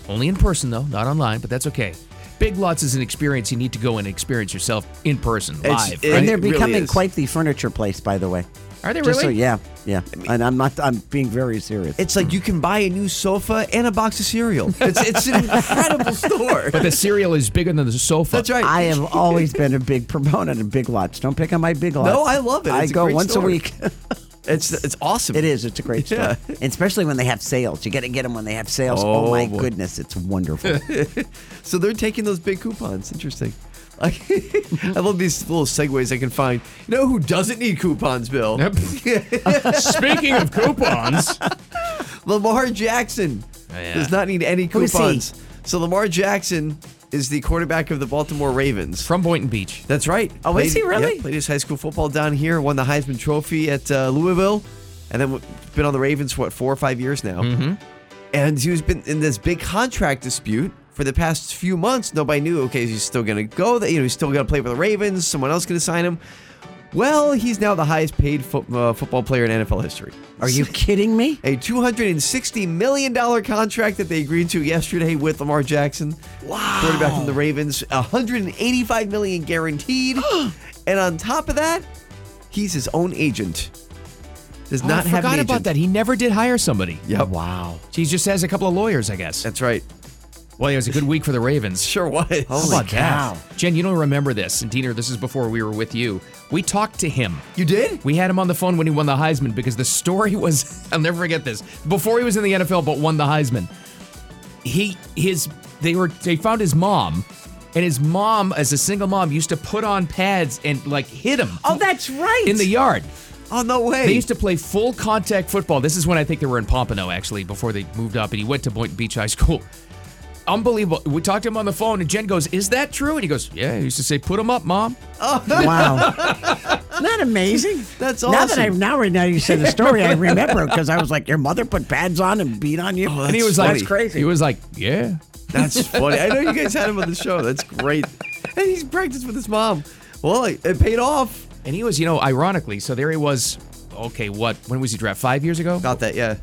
Speaker 3: Only in person, though, not online, but that's okay. Big Lots is an experience you need to go and experience yourself in person,
Speaker 7: It's-
Speaker 3: live.
Speaker 7: it-
Speaker 3: right?
Speaker 4: and they're
Speaker 7: really
Speaker 4: becoming
Speaker 7: is.
Speaker 4: quite the furniture place, by the way.
Speaker 3: Are they
Speaker 4: Just so-
Speaker 3: really?
Speaker 4: yeah, yeah. and I'm not. I'm being very serious.
Speaker 7: It's like you can buy a new sofa and a box of cereal. It's, it's an
Speaker 4: [laughs]
Speaker 7: incredible store.
Speaker 3: but the cereal is bigger than the sofa.
Speaker 7: That's right.
Speaker 4: I have
Speaker 7: [laughs]
Speaker 4: always been a big proponent of Big Lots. Don't pick on my Big Lots.
Speaker 7: No, I love it.
Speaker 4: I
Speaker 7: It's a
Speaker 4: go
Speaker 7: great
Speaker 4: once
Speaker 7: store.
Speaker 4: a week. [laughs]
Speaker 7: It's it's awesome.
Speaker 4: It is. It's a great story.
Speaker 7: [laughs] Yeah.
Speaker 4: And especially when they have sales. You got to get them when they have sales. Oh,
Speaker 7: Oh,
Speaker 4: my
Speaker 7: boy.
Speaker 4: goodness, it's
Speaker 7: [laughs]
Speaker 4: wonderful.
Speaker 7: So they're taking those big coupons. Interesting. [laughs] I, I love these little segues I can find. You know who doesn't need coupons, Bill? [laughs]
Speaker 3: Speaking of coupons,
Speaker 7: Lamar Jackson
Speaker 3: Yeah.
Speaker 7: does not need any
Speaker 4: Who is he?
Speaker 7: coupons. So Lamar Jackson is the quarterback of the Baltimore Ravens.
Speaker 3: from Boynton Beach.
Speaker 7: That's right.
Speaker 4: Oh, is he really?
Speaker 7: yeah, played his high school football down here, won the Heisman Trophy at uh, Louisville, and then w- been on the Ravens for what four or five years now. Mm-hmm. And he's been in this big contract dispute for the past few months. Nobody knew. Okay, he's still going to go. That you know, he's still going to play for the Ravens. Someone else going to sign him. Well, he's now the highest paid fo- uh, football player in NFL history.
Speaker 4: Are you kidding me?
Speaker 7: A $260 million contract that they agreed to yesterday with Lamar Jackson. Wow. Quarterback from the Ravens. $185 million
Speaker 3: [gasps]
Speaker 7: guaranteed. and on top of that, he's his own agent. Does not
Speaker 3: Oh, I
Speaker 7: have an
Speaker 3: forgot
Speaker 7: agent.
Speaker 3: about that. He never did hire somebody.
Speaker 7: Yep.
Speaker 4: Wow.
Speaker 3: He just has a couple of lawyers, I guess.
Speaker 7: That's right.
Speaker 3: Well, it was a good week for the Ravens.
Speaker 7: Sure was.
Speaker 3: How about
Speaker 4: cow.
Speaker 3: that? Jen, you don't remember this. And Diener, this is before we were with you. We talked to him.
Speaker 7: You did?
Speaker 3: We had him on the phone when he won the Heisman because the story [laughs] was I'll never forget this. Before he was in the NFL but won the Heisman. He his they were they found his mom and his mom as a single mom used to put on pads and like hit him
Speaker 4: Oh, that's right.
Speaker 3: in the yard.
Speaker 7: Oh, no way.
Speaker 3: They used to play full contact football. This is when I think they were in Pompano, actually, before they moved up, and he went to Boynton Beach High School. [laughs] Unbelievable. We talked to him on the phone, and Jen goes, Is that true? And he goes, Yeah. He used to say, Put him up, mom.
Speaker 4: [laughs] wow. Isn't that amazing?
Speaker 7: [laughs] That's
Speaker 4: Now that I
Speaker 7: awesome.
Speaker 4: now right now you say the story, I remember because I was like, your mother put pads on and beat on you.
Speaker 7: Oh,
Speaker 3: and he was
Speaker 7: funny.
Speaker 3: like,
Speaker 4: That's crazy.
Speaker 3: He was like, Yeah. [laughs]
Speaker 7: That's funny. I know you guys had him on the show. That's great. And he's practiced with his mom. Well, it it paid off.
Speaker 3: And he was, you know, ironically, so there he was. Okay, what? When was he drafted? Five years ago?
Speaker 7: Got that, yeah.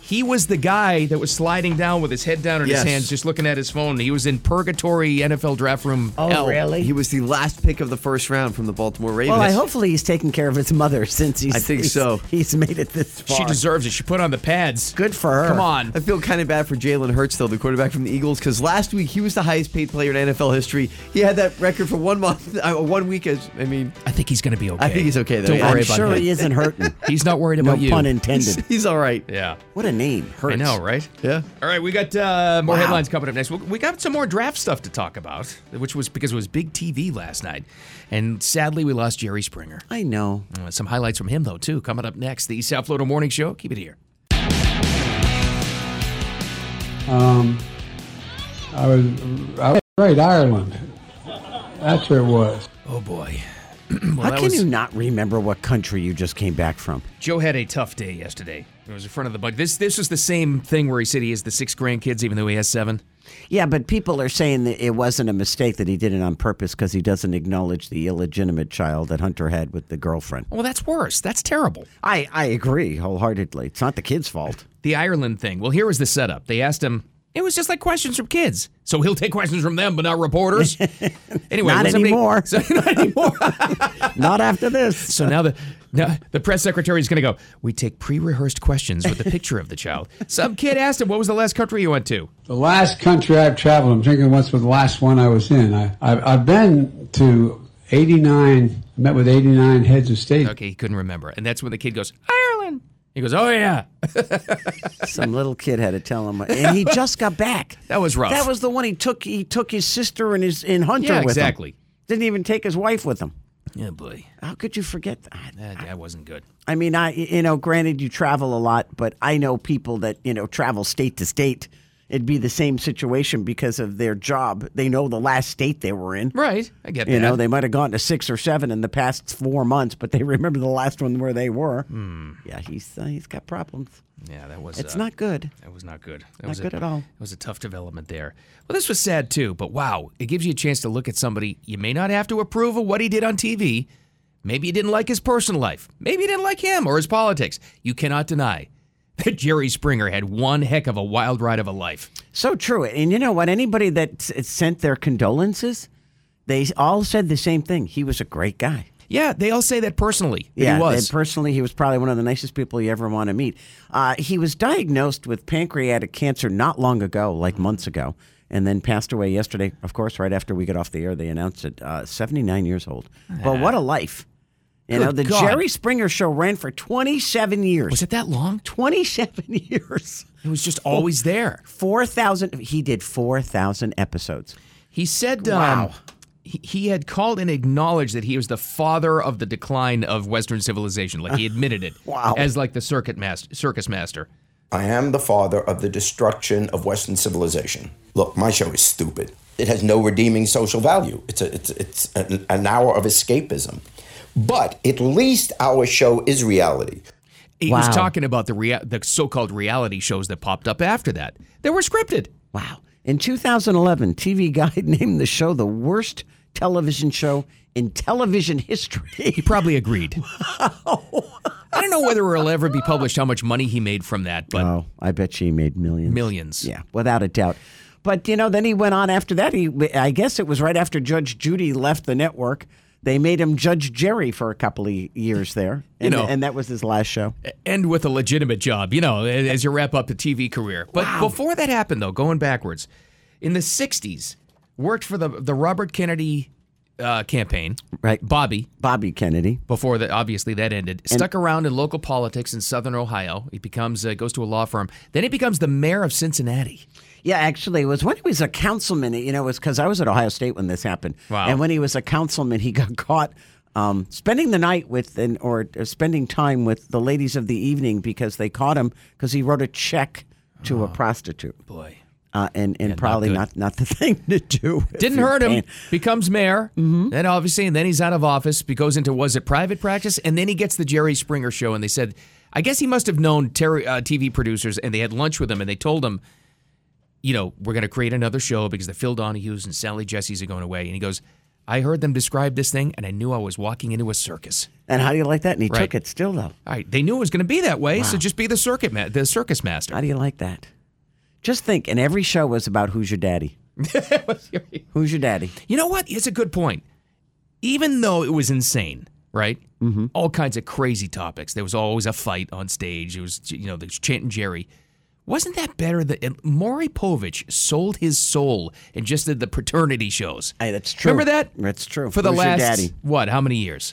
Speaker 3: He was the guy that was sliding down with his head down and
Speaker 7: Yes.
Speaker 3: his hands, just looking at his phone. He was in purgatory NFL draft room.
Speaker 4: oh,
Speaker 3: hell.
Speaker 4: really?
Speaker 7: He was the last pick of the first round from the Baltimore Ravens.
Speaker 4: well, I hopefully he's taking care of his mother since he's.
Speaker 7: I think
Speaker 4: he's-
Speaker 7: so.
Speaker 4: He's made it this far.
Speaker 3: She deserves it. She put on the pads.
Speaker 4: Good for her.
Speaker 3: Come on.
Speaker 7: I feel kind of bad for Jalen Hurts, though, the quarterback from the Eagles, because last week he was the highest paid player in NFL history. He had that record for one month, [laughs] uh, one week. As, I mean, [laughs]
Speaker 3: I think he's going to be okay.
Speaker 7: I think he's okay, though.
Speaker 3: Don't
Speaker 7: Yeah,
Speaker 3: worry
Speaker 4: I'm
Speaker 3: about
Speaker 4: sure
Speaker 3: him.
Speaker 4: he isn't hurting.
Speaker 3: [laughs] He's not worried
Speaker 4: no
Speaker 3: about you.
Speaker 4: pun
Speaker 7: he's,
Speaker 4: intended.
Speaker 7: he's all right.
Speaker 3: Yeah.
Speaker 4: What a name. Hurts.
Speaker 3: I know, right?
Speaker 7: Yeah.
Speaker 3: All right, we got uh, more
Speaker 4: Wow.
Speaker 3: headlines coming up next. We- We got some more draft stuff to talk about, which was because it was big TV last night. And sadly, we lost Jerry Springer.
Speaker 4: I know.
Speaker 3: Uh, Some highlights from him, though, too, coming up next. The South Florida Morning Show. Keep it here.
Speaker 8: I was, I was right, Ireland. That's where it was.
Speaker 3: Oh, boy. [clears throat] well,
Speaker 4: How
Speaker 3: that
Speaker 4: can
Speaker 3: was,
Speaker 4: you not remember what country you just came back from?
Speaker 3: Joe had a tough day yesterday. It was in front of the bug. This this was the same thing where he said he has the six grandkids, even though he has seven.
Speaker 4: Yeah, but people are saying that it wasn't a mistake that he did it on purpose because he doesn't acknowledge the illegitimate child that Hunter had with the girlfriend.
Speaker 3: Well, that's worse. That's terrible.
Speaker 4: I, I agree wholeheartedly. It's not the kid's fault. [laughs]
Speaker 3: the Ireland thing. Well, here was the setup. They asked him. It was just like questions from kids. So he'll take questions from them, but not
Speaker 4: [laughs]
Speaker 3: reporters. Anyway,
Speaker 4: Not
Speaker 3: when somebody-
Speaker 4: anymore.
Speaker 3: [laughs] So, not anymore.
Speaker 4: Not after this.
Speaker 3: so now the now the press secretary is going to go. We take pre-rehearsed questions with a picture of the child. Some kid asked him, "What was the last country you went to?"
Speaker 8: The last country I've traveled, I'm drinking once with the last one I was in. I, I've, I've been to 89, met with 89 heads of state.
Speaker 3: Okay, he couldn't remember, and that's when the kid goes, "Ireland." He goes, "Oh yeah."
Speaker 4: Some little kid had to tell him, and he just got back.
Speaker 3: [laughs] That was rough.
Speaker 4: That was the one he took. He took his sister and his and Hunter
Speaker 3: Yeah,
Speaker 4: with him.
Speaker 3: exactly.
Speaker 4: Didn't even take his wife with him.
Speaker 3: Yeah, boy,
Speaker 4: How could you forget that?
Speaker 3: that, that wasn't good.
Speaker 4: I mean, I you know, granted you travel a lot, but I know people that you know travel state to state. It'd be the same situation because of their job. They know the last state they were in.
Speaker 3: Right, I get that.
Speaker 4: You know, they might have gone to six or seven in the past four months, but they [laughs] remember the last one where they were. Yeah, he's uh, he's got problems.
Speaker 3: yeah, that was.
Speaker 4: It's
Speaker 3: Hmm. uh,
Speaker 4: not good.
Speaker 3: That was not good. That
Speaker 4: Not
Speaker 3: was a-
Speaker 4: good at all.
Speaker 3: It was a tough development there. Well, this was sad too, but wow, it gives you a chance to look at somebody. You may not have to approve of what he did on TV. Maybe you didn't like his personal life. Maybe you didn't like him or his politics. You cannot deny [laughs] that Jerry Springer had one heck of a wild ride of a life.
Speaker 4: So true. And you know what? Anybody that s- sent their condolences, they all said the same thing. He was a great guy.
Speaker 3: Yeah, they all say that personally. that
Speaker 4: yeah,
Speaker 3: he
Speaker 4: and
Speaker 3: was.
Speaker 4: personally, he was probably one of the nicest people you ever want to meet. Uh, he was diagnosed with pancreatic cancer not long ago, like months ago, and then passed away yesterday. Of course, right after we got off the air, they announced it. Uh, Seventy-nine years old. But what a life! You know,
Speaker 3: Good
Speaker 4: the
Speaker 3: God.
Speaker 4: Jerry Springer show ran for 27 years.
Speaker 3: Was it that long?
Speaker 4: 27 [laughs] years.
Speaker 3: It was just always there.
Speaker 4: 4,000. He did 4,000 episodes.
Speaker 3: He said, um,
Speaker 4: Wow.
Speaker 3: he, he had called and acknowledged that he was the father of the decline of Western civilization. Like he admitted it.
Speaker 4: [laughs] Wow.
Speaker 3: As like the circuit master, circus master.
Speaker 2: I am the father of the destruction of Western civilization. Look, my show is stupid. It has no redeeming social value. It's a, it's it's an, an hour of escapism. But at least our show is reality.
Speaker 3: He was
Speaker 4: Wow.
Speaker 3: talking about the rea- the so-called reality shows that popped up after that. They were scripted.
Speaker 4: Wow. In 2011, TV Guide [laughs] named the show the worst television show in television
Speaker 3: He
Speaker 4: history. [laughs]
Speaker 3: probably agreed. I don't know whether it'll ever be published how much money he made from that, but
Speaker 4: Oh, I bet she made millions.
Speaker 3: millions.
Speaker 4: Yeah, without a doubt. But you know, then he went on after that. He, I guess it was right after Judge Judy left the network. They made him Judge Jerry for a couple of years there, and,
Speaker 3: know. eh,
Speaker 4: and that was his last show.
Speaker 3: end with a legitimate job, you know, as you wrap up the TV career. But before that happened, though, going backwards, in the '60s, worked for the the Robert Kennedy uh, campaign,
Speaker 4: Right.
Speaker 3: Bobby.
Speaker 4: Bobby Kennedy.
Speaker 3: Before that, obviously that ended. Stuck around in local politics in Southern Ohio. He becomes uh, goes to a law firm. Then he becomes the mayor of Cincinnati.
Speaker 4: Yeah, actually, it was when he was a councilman. You know, it was because I was at Ohio State when this happened.
Speaker 3: Wow.
Speaker 4: And when he was a councilman, he got [laughs] caught um, spending the night with, an, or uh, spending time with the ladies of the evening because they caught him because he wrote a check to a prostitute.
Speaker 3: Oh. Boy,
Speaker 4: Uh, and and probably not, not the [laughs] thing to do. if
Speaker 3: didn't
Speaker 4: you're
Speaker 3: hurt him.
Speaker 4: paying-
Speaker 3: Becomes mayor. Mm-hmm. Then obviously, and then he's out of office. Be- Goes into was it private practice, and then he gets the Jerry Springer show. And they said, I guess he must have known ter- uh, TV producers, and they had lunch with him, and they told him, you know, we're going to create another show because the Phil Donahue's and Sally Jesse's are going away. And he goes, I heard them describe this thing, and I knew I was walking into a circus.
Speaker 4: And how do you like that? And he
Speaker 3: Right.
Speaker 4: took it still though.
Speaker 3: All right, they knew it was going to be that way, so just be the circuit ma- the circus master.
Speaker 4: How do you like that? Just think, and every show was about who's
Speaker 3: [laughs]
Speaker 4: your daddy. Who's your daddy?
Speaker 3: You know what? It's a good point. Even though it was insane, right? Mm-hmm. All kinds of crazy topics. There was always a fight on stage. It was, you know, there's Chant and Jerry. Wasn't that better that and Maury Povich sold his soul and just did the paternity shows?
Speaker 4: Hey, that's true.
Speaker 3: Remember that?
Speaker 4: That's true.
Speaker 3: For the
Speaker 4: Who's your
Speaker 3: last,
Speaker 4: daddy?
Speaker 3: what, how many years?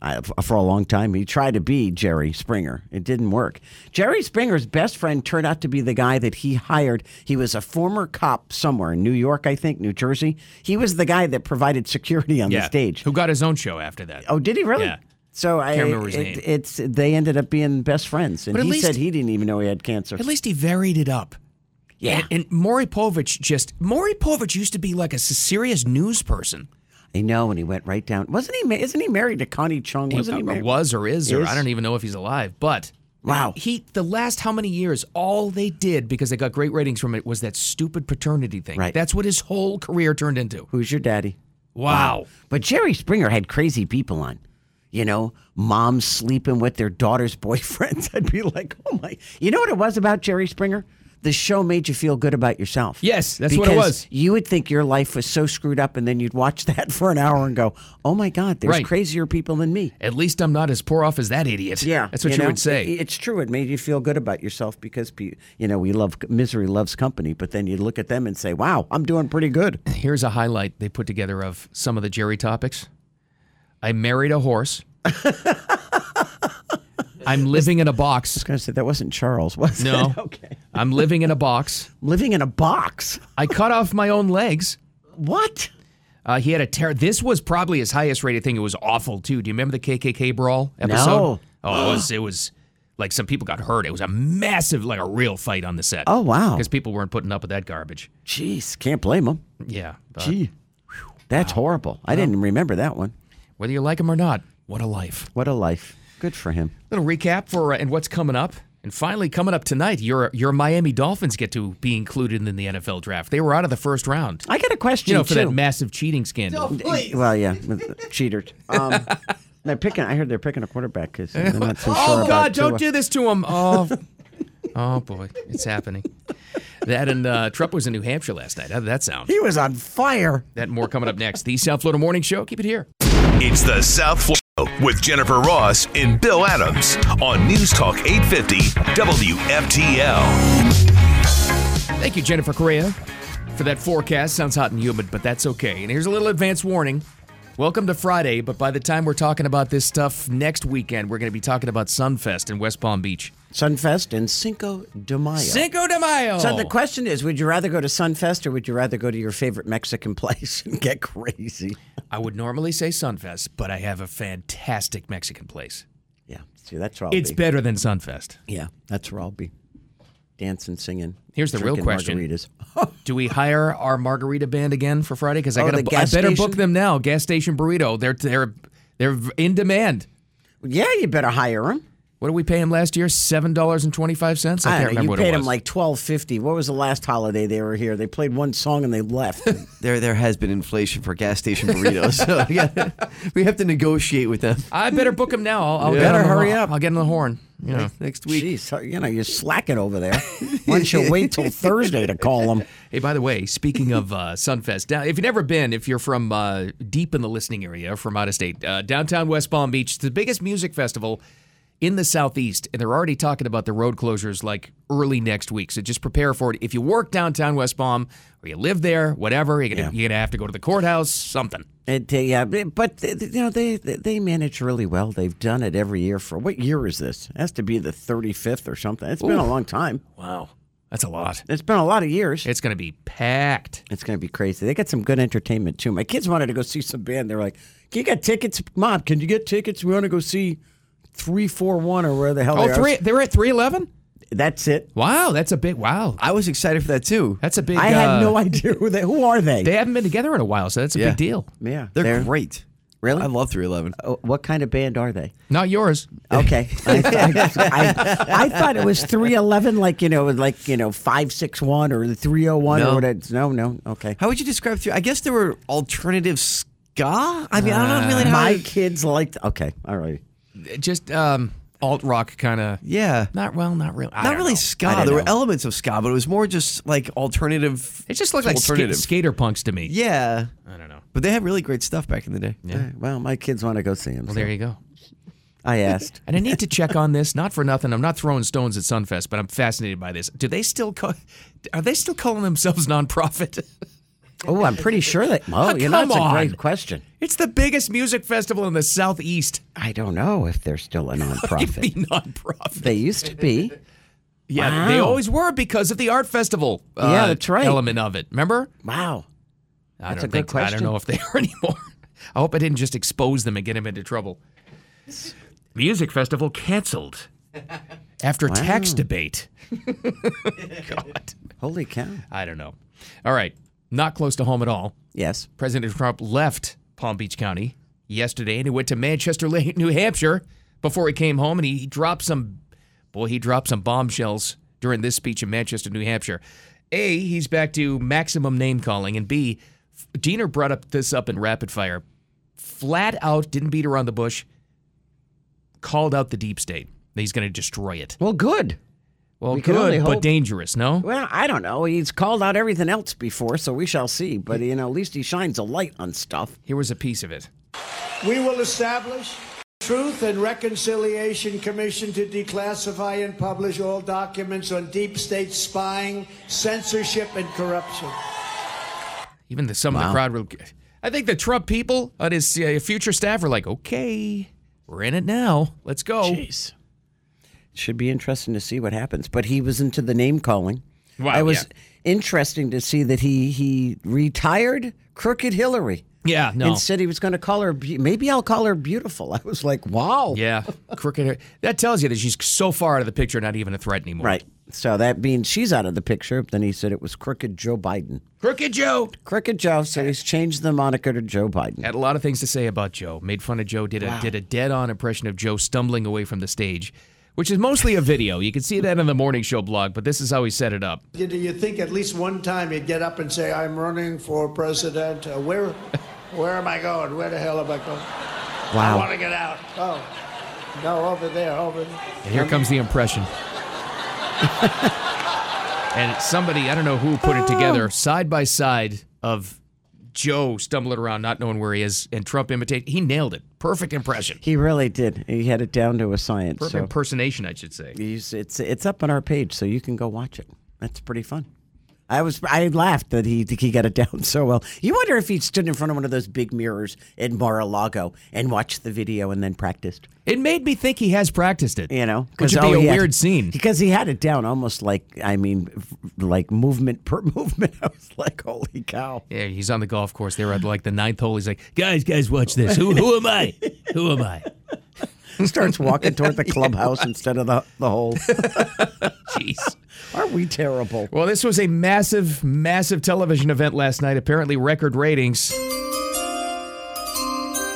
Speaker 4: I, for a long time. He tried to be Jerry Springer. It didn't work. Jerry Springer's best friend turned out to be the guy that he hired. He was a former cop somewhere in New York, I think, New Jersey. He was the guy that provided security on the stage.
Speaker 3: Who got his own show after that?
Speaker 4: Oh, did he really?
Speaker 3: Yeah.
Speaker 4: So I,
Speaker 3: remember his
Speaker 4: it-
Speaker 3: name.
Speaker 4: it's they ended up being best friends, and
Speaker 3: But at
Speaker 4: he
Speaker 3: least-
Speaker 4: said he didn't even know he had cancer.
Speaker 3: At least he varied it up.
Speaker 4: Yeah.
Speaker 3: And, and Maury Povich just, Maury Povich used to be like a serious news person.
Speaker 4: I know, and he went right down. Wasn't he? ma- Isn't he married to Connie Chung? Wasn't he
Speaker 3: or
Speaker 4: married?
Speaker 3: was or is, or
Speaker 4: Is?
Speaker 3: I don't even know if he's alive. But
Speaker 4: Wow.
Speaker 3: he the last how many years? All they did because they got great ratings from it was that stupid paternity thing.
Speaker 4: Right.
Speaker 3: That's what his whole career turned into.
Speaker 4: Who's your daddy?
Speaker 3: Wow.
Speaker 4: But Jerry Springer had crazy people on. You know, moms sleeping with their daughter's [laughs] boyfriends. I'd be like, oh my. You know what it was about Jerry Springer? The show made you feel good about yourself.
Speaker 3: Yes, that's what it
Speaker 4: Because
Speaker 3: was.
Speaker 4: You would think your life was so screwed up, and then you'd watch [laughs] that for an hour and go, oh my God, there's
Speaker 3: Right.
Speaker 4: crazier people than me.
Speaker 3: At least I'm not as poor off as that idiot. That's what you,
Speaker 4: know?
Speaker 3: would say.
Speaker 4: It- It's true. It made you feel good about yourself because, pe- you know, we love misery loves company, but then you look at them and say, wow, I'm doing pretty good.
Speaker 3: Here's a highlight they put together of some of the Jerry topics. I married a
Speaker 4: [laughs]
Speaker 3: horse. I'm living in a box.
Speaker 4: I said, that wasn't Charles, [laughs] was
Speaker 3: No.
Speaker 4: it? Okay.
Speaker 3: I'm living in a box.
Speaker 4: Living in a box.
Speaker 3: I cut off my own legs.
Speaker 4: What?
Speaker 3: Uh, he had a tear. This was probably his highest rated thing. It was awful too. Do you remember the KKK brawl episode?
Speaker 4: No.
Speaker 3: Oh, it was. It was like some people got hurt. It was a massive, like a real fight on the set.
Speaker 4: Oh, wow.
Speaker 3: Because people weren't putting up with that garbage.
Speaker 4: Jeez, can't blame him.
Speaker 3: Yeah. but
Speaker 4: Gee, that's horrible. I didn't remember that one.
Speaker 3: whether you like him or not, what a life.
Speaker 4: What a life. Good for him.
Speaker 3: Little recap for uh, and what's coming up. And finally, coming up tonight, your your Miami Dolphins get to be included in the NFL draft. They were out of the first round.
Speaker 4: I got a question
Speaker 3: You know, for
Speaker 4: too.
Speaker 3: that massive cheating scandal.
Speaker 4: well, yeah, with the cheaters. Um, they're picking. I heard they're picking a quarterback because they're not so sure
Speaker 3: Oh
Speaker 4: about
Speaker 3: God! Don't
Speaker 4: Tua.
Speaker 3: do this to him. [laughs] Oh, oh boy, it's happening. That and uh, Trump was in New Hampshire last night. How did that sound?
Speaker 4: He was on fire.
Speaker 3: That and more coming up next. The South Florida Morning Show. Keep it here.
Speaker 1: It's the South Florida Show with Jennifer Ross and Bill Adams on News Talk 850 WFTL.
Speaker 3: Thank you, Jennifer Correa, for that forecast. Sounds hot and humid, but that's okay. And here's a little advance warning. Welcome to Friday, but by the time we're talking about this stuff next weekend, we're going to be talking about Sunfest in West Palm Beach.
Speaker 4: Sunfest and Cinco de Mayo.
Speaker 3: Cinco de Mayo.
Speaker 4: So the question is, would you rather go to Sunfest or would you rather go to your favorite Mexican [laughs] place and get crazy?
Speaker 3: I would normally say Sunfest, but I have a fantastic Mexican place.
Speaker 4: Yeah. See, that's where I'll
Speaker 3: It's
Speaker 4: be.
Speaker 3: better than Sunfest.
Speaker 4: yeah, that's where I'll be. Dancing, singing.
Speaker 3: Here's the real
Speaker 4: drinking
Speaker 3: question.
Speaker 4: Margaritas.
Speaker 3: Do we hire our margarita band again for Friday? Because I
Speaker 4: Oh,
Speaker 3: got
Speaker 4: the
Speaker 3: I
Speaker 4: gas
Speaker 3: better book
Speaker 4: station?
Speaker 3: them now. Gas station burrito. They're they're they're in demand.
Speaker 4: yeah, you better hire him.
Speaker 3: What did we pay him last year? Seven dollars and twenty five cents. I
Speaker 4: I,
Speaker 3: can't
Speaker 4: don't
Speaker 3: remember
Speaker 4: know. Uh, You
Speaker 3: what
Speaker 4: paid
Speaker 3: it was.
Speaker 4: them like twelve fifty. What was the last holiday they were here? They played one song and they left.
Speaker 7: There, there has been inflation for gas station burritos. so [laughs] yeah, we have to negotiate with them
Speaker 3: I better book them now. I'll, I'll
Speaker 7: Yeah.
Speaker 3: get on
Speaker 7: Better
Speaker 3: the-
Speaker 4: hurry up.
Speaker 3: I'll get on the horn. You know,
Speaker 7: next week.
Speaker 4: Jeez, so, you know you're slacking over there. Why don't you wait till Thursday to call them?
Speaker 3: Hey, by the way, speaking of uh, Sunfest, down, if you've never been, if you're from uh, deep in the listening area, from out of state, uh, downtown West Palm Beach, it's the biggest music festival in the southeast, and they're already talking about the road closures like early next week. So just prepare for it. If you work downtown West Palm or you live there, whatever, you're gonna you're gonna have to go to the courthouse, something.
Speaker 4: It, they, yeah, they- but they- they- you know they they they manage really well. They've done it every year for what year is this? It has to be the thirty fifth or something. It's been a long time.
Speaker 3: Wow, that's a lot.
Speaker 4: It's been a lot of years.
Speaker 3: It's gonna be packed.
Speaker 4: It's going to be crazy. They got some good entertainment too. My kids wanted to go see some band. They're like, "Can you get tickets, mom? Can you get tickets? We want to go see three four one or where the hell?"
Speaker 3: Oh,
Speaker 4: they are."
Speaker 3: three. They're at three eleven.
Speaker 4: That's it.
Speaker 3: Wow, that's a big. Wow,
Speaker 7: I was excited for that too.
Speaker 3: that's a big.
Speaker 4: I had
Speaker 3: uh,
Speaker 4: no [laughs] idea who they. Who are they?
Speaker 3: They haven't been together in a while, so that's a
Speaker 7: Yeah.
Speaker 3: big deal.
Speaker 4: yeah,
Speaker 7: They're, great.
Speaker 4: Really?
Speaker 7: I love 311.
Speaker 4: Oh, What kind of band are they?
Speaker 3: Not yours.
Speaker 4: Okay, [laughs] I, I, I, I thought it was three eleven, like you know, like you know, five six one or three oh one
Speaker 7: No.
Speaker 4: or whatever. No, no, okay.
Speaker 7: How would you describe three? I guess there were alternative ska. I mean, I don't really know. how
Speaker 4: My
Speaker 7: to-
Speaker 4: kids liked. Okay, all right.
Speaker 3: just um alt rock kind of
Speaker 7: yeah.
Speaker 3: not well not real
Speaker 7: Not really ska. There were elements of ska, but it was more just like alternative.
Speaker 3: it just looked like ska-
Speaker 7: alternative.
Speaker 3: skater punks to me
Speaker 7: Yeah,
Speaker 3: i don't know
Speaker 7: but they had really great stuff back in the day.
Speaker 4: All right, Well, my kids want to go see him.
Speaker 3: well
Speaker 4: so
Speaker 3: there you go
Speaker 4: I asked.
Speaker 3: and i need to check on this not for nothing i'm not throwing stones at sunfest but i'm fascinated by this do they still call are they still calling themselves nonprofit [laughs]
Speaker 4: Oh, I'm pretty sure that. Oh, you know,
Speaker 3: come
Speaker 4: that's a
Speaker 3: on.
Speaker 4: great question.
Speaker 3: it's the biggest music festival in the southeast
Speaker 4: I don't know if they're still
Speaker 3: [laughs]
Speaker 4: a
Speaker 3: be
Speaker 4: nonprofit.
Speaker 3: nonprofit
Speaker 4: they used to be.
Speaker 3: yeah they
Speaker 4: Wow.
Speaker 3: always were because of the art festival uh,
Speaker 4: Yeah, that's right.
Speaker 3: element of it remember
Speaker 4: Wow.
Speaker 3: i
Speaker 4: That's
Speaker 3: don't
Speaker 4: a good
Speaker 3: think i don't
Speaker 4: question.
Speaker 3: know if they are [laughs] anymore i hope i didn't just expose them and get them into trouble music festival canceled after tax
Speaker 4: [laughs]
Speaker 3: debate. God,
Speaker 4: Holy cow.
Speaker 3: I don't know. All right, not close to home at all.
Speaker 4: Yes.
Speaker 3: President Trump left Palm Beach County yesterday and he went to Manchester, [laughs] La- New Hampshire before he came home and he dropped some boy, he dropped some bombshells during this speech in Manchester, New Hampshire. A, he's back to maximum name calling and B, F- Diener brought up this up in rapid fire. Flat out didn't beat around the bush. Called out the deep state. He's going to destroy it.
Speaker 4: Well, good.
Speaker 3: Well,
Speaker 4: We can only
Speaker 3: good, but
Speaker 4: hope-
Speaker 3: dangerous, no?
Speaker 4: Well, I don't know. He's called out everything else before, so we shall see. But, you know, at least he shines a light on stuff.
Speaker 3: Here was a piece of it.
Speaker 5: We will establish Truth and Reconciliation Commission to declassify and publish all documents on deep state spying, censorship, and corruption.
Speaker 3: Even the, some of the crowd were. I think the Trump people on his uh, future staff were like, okay, we're in it now. Let's go.
Speaker 4: Jeez. Should be interesting to see what happens. But he was into the name calling.
Speaker 3: Wow,
Speaker 4: I was
Speaker 3: yeah.
Speaker 4: interesting to see that he he retired Crooked Hillary
Speaker 3: Yeah, no.
Speaker 4: and said he was going to call her. Be- Maybe I'll call her beautiful. [laughs] I was like, wow.
Speaker 3: yeah, crooked. That tells you that she's so far out of the picture, not even a threat anymore.
Speaker 4: Right. So that means she's out of the picture. Then he said it was crooked Joe Biden.
Speaker 3: Crooked Joe
Speaker 4: Crooked Joe. So he's changed the moniker to Joe Biden.
Speaker 3: had a lot of things to say about Joe. Made fun of Joe. Did a did a dead on impression of Joe stumbling away from the stage, which is mostly a video. You can see that on the morning show blog. But this is how he set it up.
Speaker 5: You know, you'd think at least one time he'd get up and say, I'm running for president. Uh, where, where am I going? Where the hell am I going? I want
Speaker 4: Wow.
Speaker 5: to get out. Oh, no, over there, over there.
Speaker 3: And here comes the impression. [laughs] and somebody, I don't know who put it
Speaker 4: Oh.
Speaker 3: together, side by side of Joe stumbling around, not knowing where he is, and Trump imitate. He nailed it. Perfect impression.
Speaker 4: He really did. He had it down to a science.
Speaker 3: Perfect
Speaker 4: so.
Speaker 3: impersonation, I should say.
Speaker 4: He's- it's it's up on our page, so you can go watch it. That's pretty fun. I was I laughed that he he got it [laughs] down so well. You wonder if he stood in front of one of those big mirrors in Mar-a-Lago and watched the video and then practiced.
Speaker 3: It made me think he has practiced it.
Speaker 4: You know,
Speaker 3: which would
Speaker 4: oh,
Speaker 3: be a
Speaker 4: he had-
Speaker 3: weird
Speaker 4: [laughs]
Speaker 3: scene.
Speaker 4: because he had it down almost like I mean, f- like movement per [laughs] movement. I was like, holy cow!
Speaker 3: Yeah, he's on the golf course there at like the ninth hole. He's like, guys, guys, watch this. Who, who am I? Who am
Speaker 4: [laughs]
Speaker 3: I?
Speaker 4: Starts walking
Speaker 3: [laughs]
Speaker 4: toward the clubhouse instead of the the hole.
Speaker 3: Jeez.
Speaker 4: Are we terrible?
Speaker 3: Well, this was a massive, massive television event last night. Apparently, record ratings.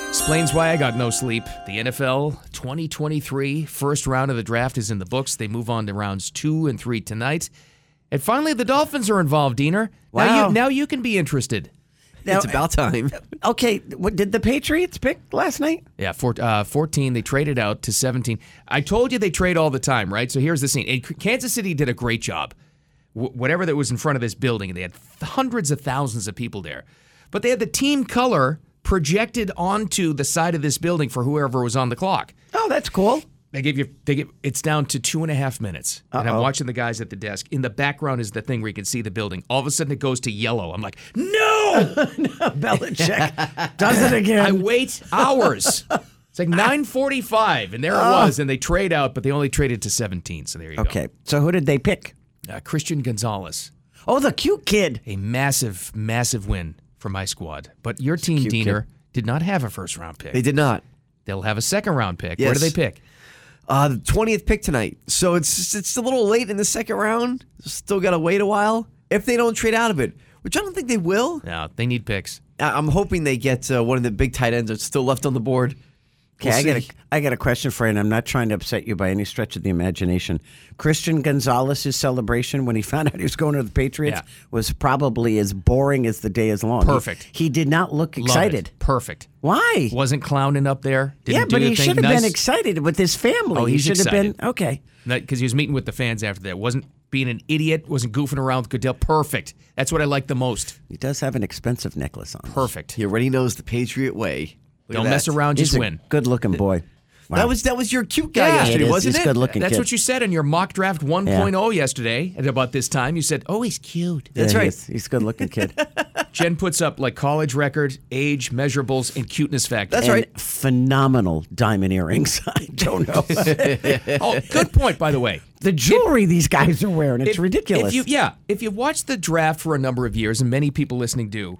Speaker 3: Explains why I got no sleep. The NFL 2023 first round of the draft is in the books. They move on to rounds two and three tonight. And finally, the Dolphins are involved, Diener. Now,
Speaker 4: Wow.
Speaker 3: you, now you can be interested.
Speaker 4: Now,
Speaker 7: it's about time.
Speaker 4: okay, what, did the Patriots pick last night?
Speaker 3: Yeah, four, uh, 14. They traded out to 17. I told you they trade all the time, right? So here's the scene. And K- Kansas City did a great job. W- whatever that was in front of this building, they had th- hundreds of thousands of people there. But they had the team color projected onto the side of this building for whoever was on the clock.
Speaker 4: Oh, that's cool.
Speaker 3: They give you they give it's down to two and a half minutes. And I'm watching the guys at the desk. In the background is the thing where you can see the building. All of a sudden it goes to yellow. I'm like, no!
Speaker 4: Belichick does it again.
Speaker 3: I wait hours. It's
Speaker 4: [laughs]
Speaker 3: like 9:45, and there it was, and they trade out, but they only traded to 17. So there you
Speaker 4: Oh. okay, so who did they pick?
Speaker 3: go. Uh, Christian Gonzalez,
Speaker 4: Oh, the cute kid.
Speaker 3: a massive, massive win for my squad. But your team, Diener, did not have a first round pick.
Speaker 7: They did not.
Speaker 3: They'll have a second round pick. Where do they
Speaker 7: Yes.
Speaker 3: pick?
Speaker 7: Uh, the twentieth pick tonight, so it's it's a little late in the second round. Still got to wait a while if they don't trade out of it, which I don't think they will.
Speaker 3: No, they need picks.
Speaker 7: I- I'm hoping they get uh, one of the big tight ends that's still left on the board.
Speaker 4: Okay,
Speaker 7: We'll
Speaker 4: I got
Speaker 7: see.
Speaker 4: a, I got a question for you, and I'm not trying to upset you by any stretch of the imagination. Christian Gonzalez's celebration when he [laughs] found out he was going to the Patriots
Speaker 3: Yeah.
Speaker 4: was probably as boring as the day is long. He-
Speaker 3: Perfect.
Speaker 4: He, did not look
Speaker 3: Love
Speaker 4: excited.
Speaker 3: it. Perfect.
Speaker 4: Why?
Speaker 3: Wasn't clowning up there. Didn't
Speaker 4: yeah,
Speaker 3: do
Speaker 4: but
Speaker 3: the
Speaker 4: he
Speaker 3: thing.
Speaker 4: should have
Speaker 3: nice,
Speaker 4: been excited with his family.
Speaker 3: Oh,
Speaker 4: he
Speaker 3: he's
Speaker 4: should have been
Speaker 3: excited.
Speaker 4: okay.
Speaker 3: because he was meeting with the fans after that. Wasn't being an idiot. Wasn't goofing around with Goodell. Perfect. That's what I like the most.
Speaker 4: He does have an expensive necklace on.
Speaker 3: Perfect.
Speaker 7: He already knows the Patriot way. Look at
Speaker 3: Don't
Speaker 7: that.
Speaker 3: mess around. Just
Speaker 4: He's a
Speaker 3: win.
Speaker 4: good-looking boy. Wow.
Speaker 7: That was that was your cute guy
Speaker 3: Yeah,
Speaker 7: yesterday,
Speaker 4: it is.
Speaker 7: wasn't
Speaker 4: He's
Speaker 7: it?
Speaker 4: good-looking.
Speaker 3: That's
Speaker 4: kid.
Speaker 3: what you said in your mock draft 1.0 yesterday at about this time. You said, "Oh, he's cute."
Speaker 7: That's
Speaker 4: Yeah, he
Speaker 7: right.
Speaker 4: is. He's a
Speaker 3: [laughs]
Speaker 4: good-looking kid.
Speaker 3: Jen puts up like college record, age, measurables, and cuteness factor.
Speaker 7: That's
Speaker 4: And
Speaker 7: right.
Speaker 4: Phenomenal diamond earrings. I don't know.
Speaker 3: oh, good point, by the way.
Speaker 4: [laughs] the jewelry these guys are wearing, [laughs] it's
Speaker 3: If-
Speaker 4: ridiculous.
Speaker 3: If you, yeah, if you've watched the draft for a number of years, and many people listening do,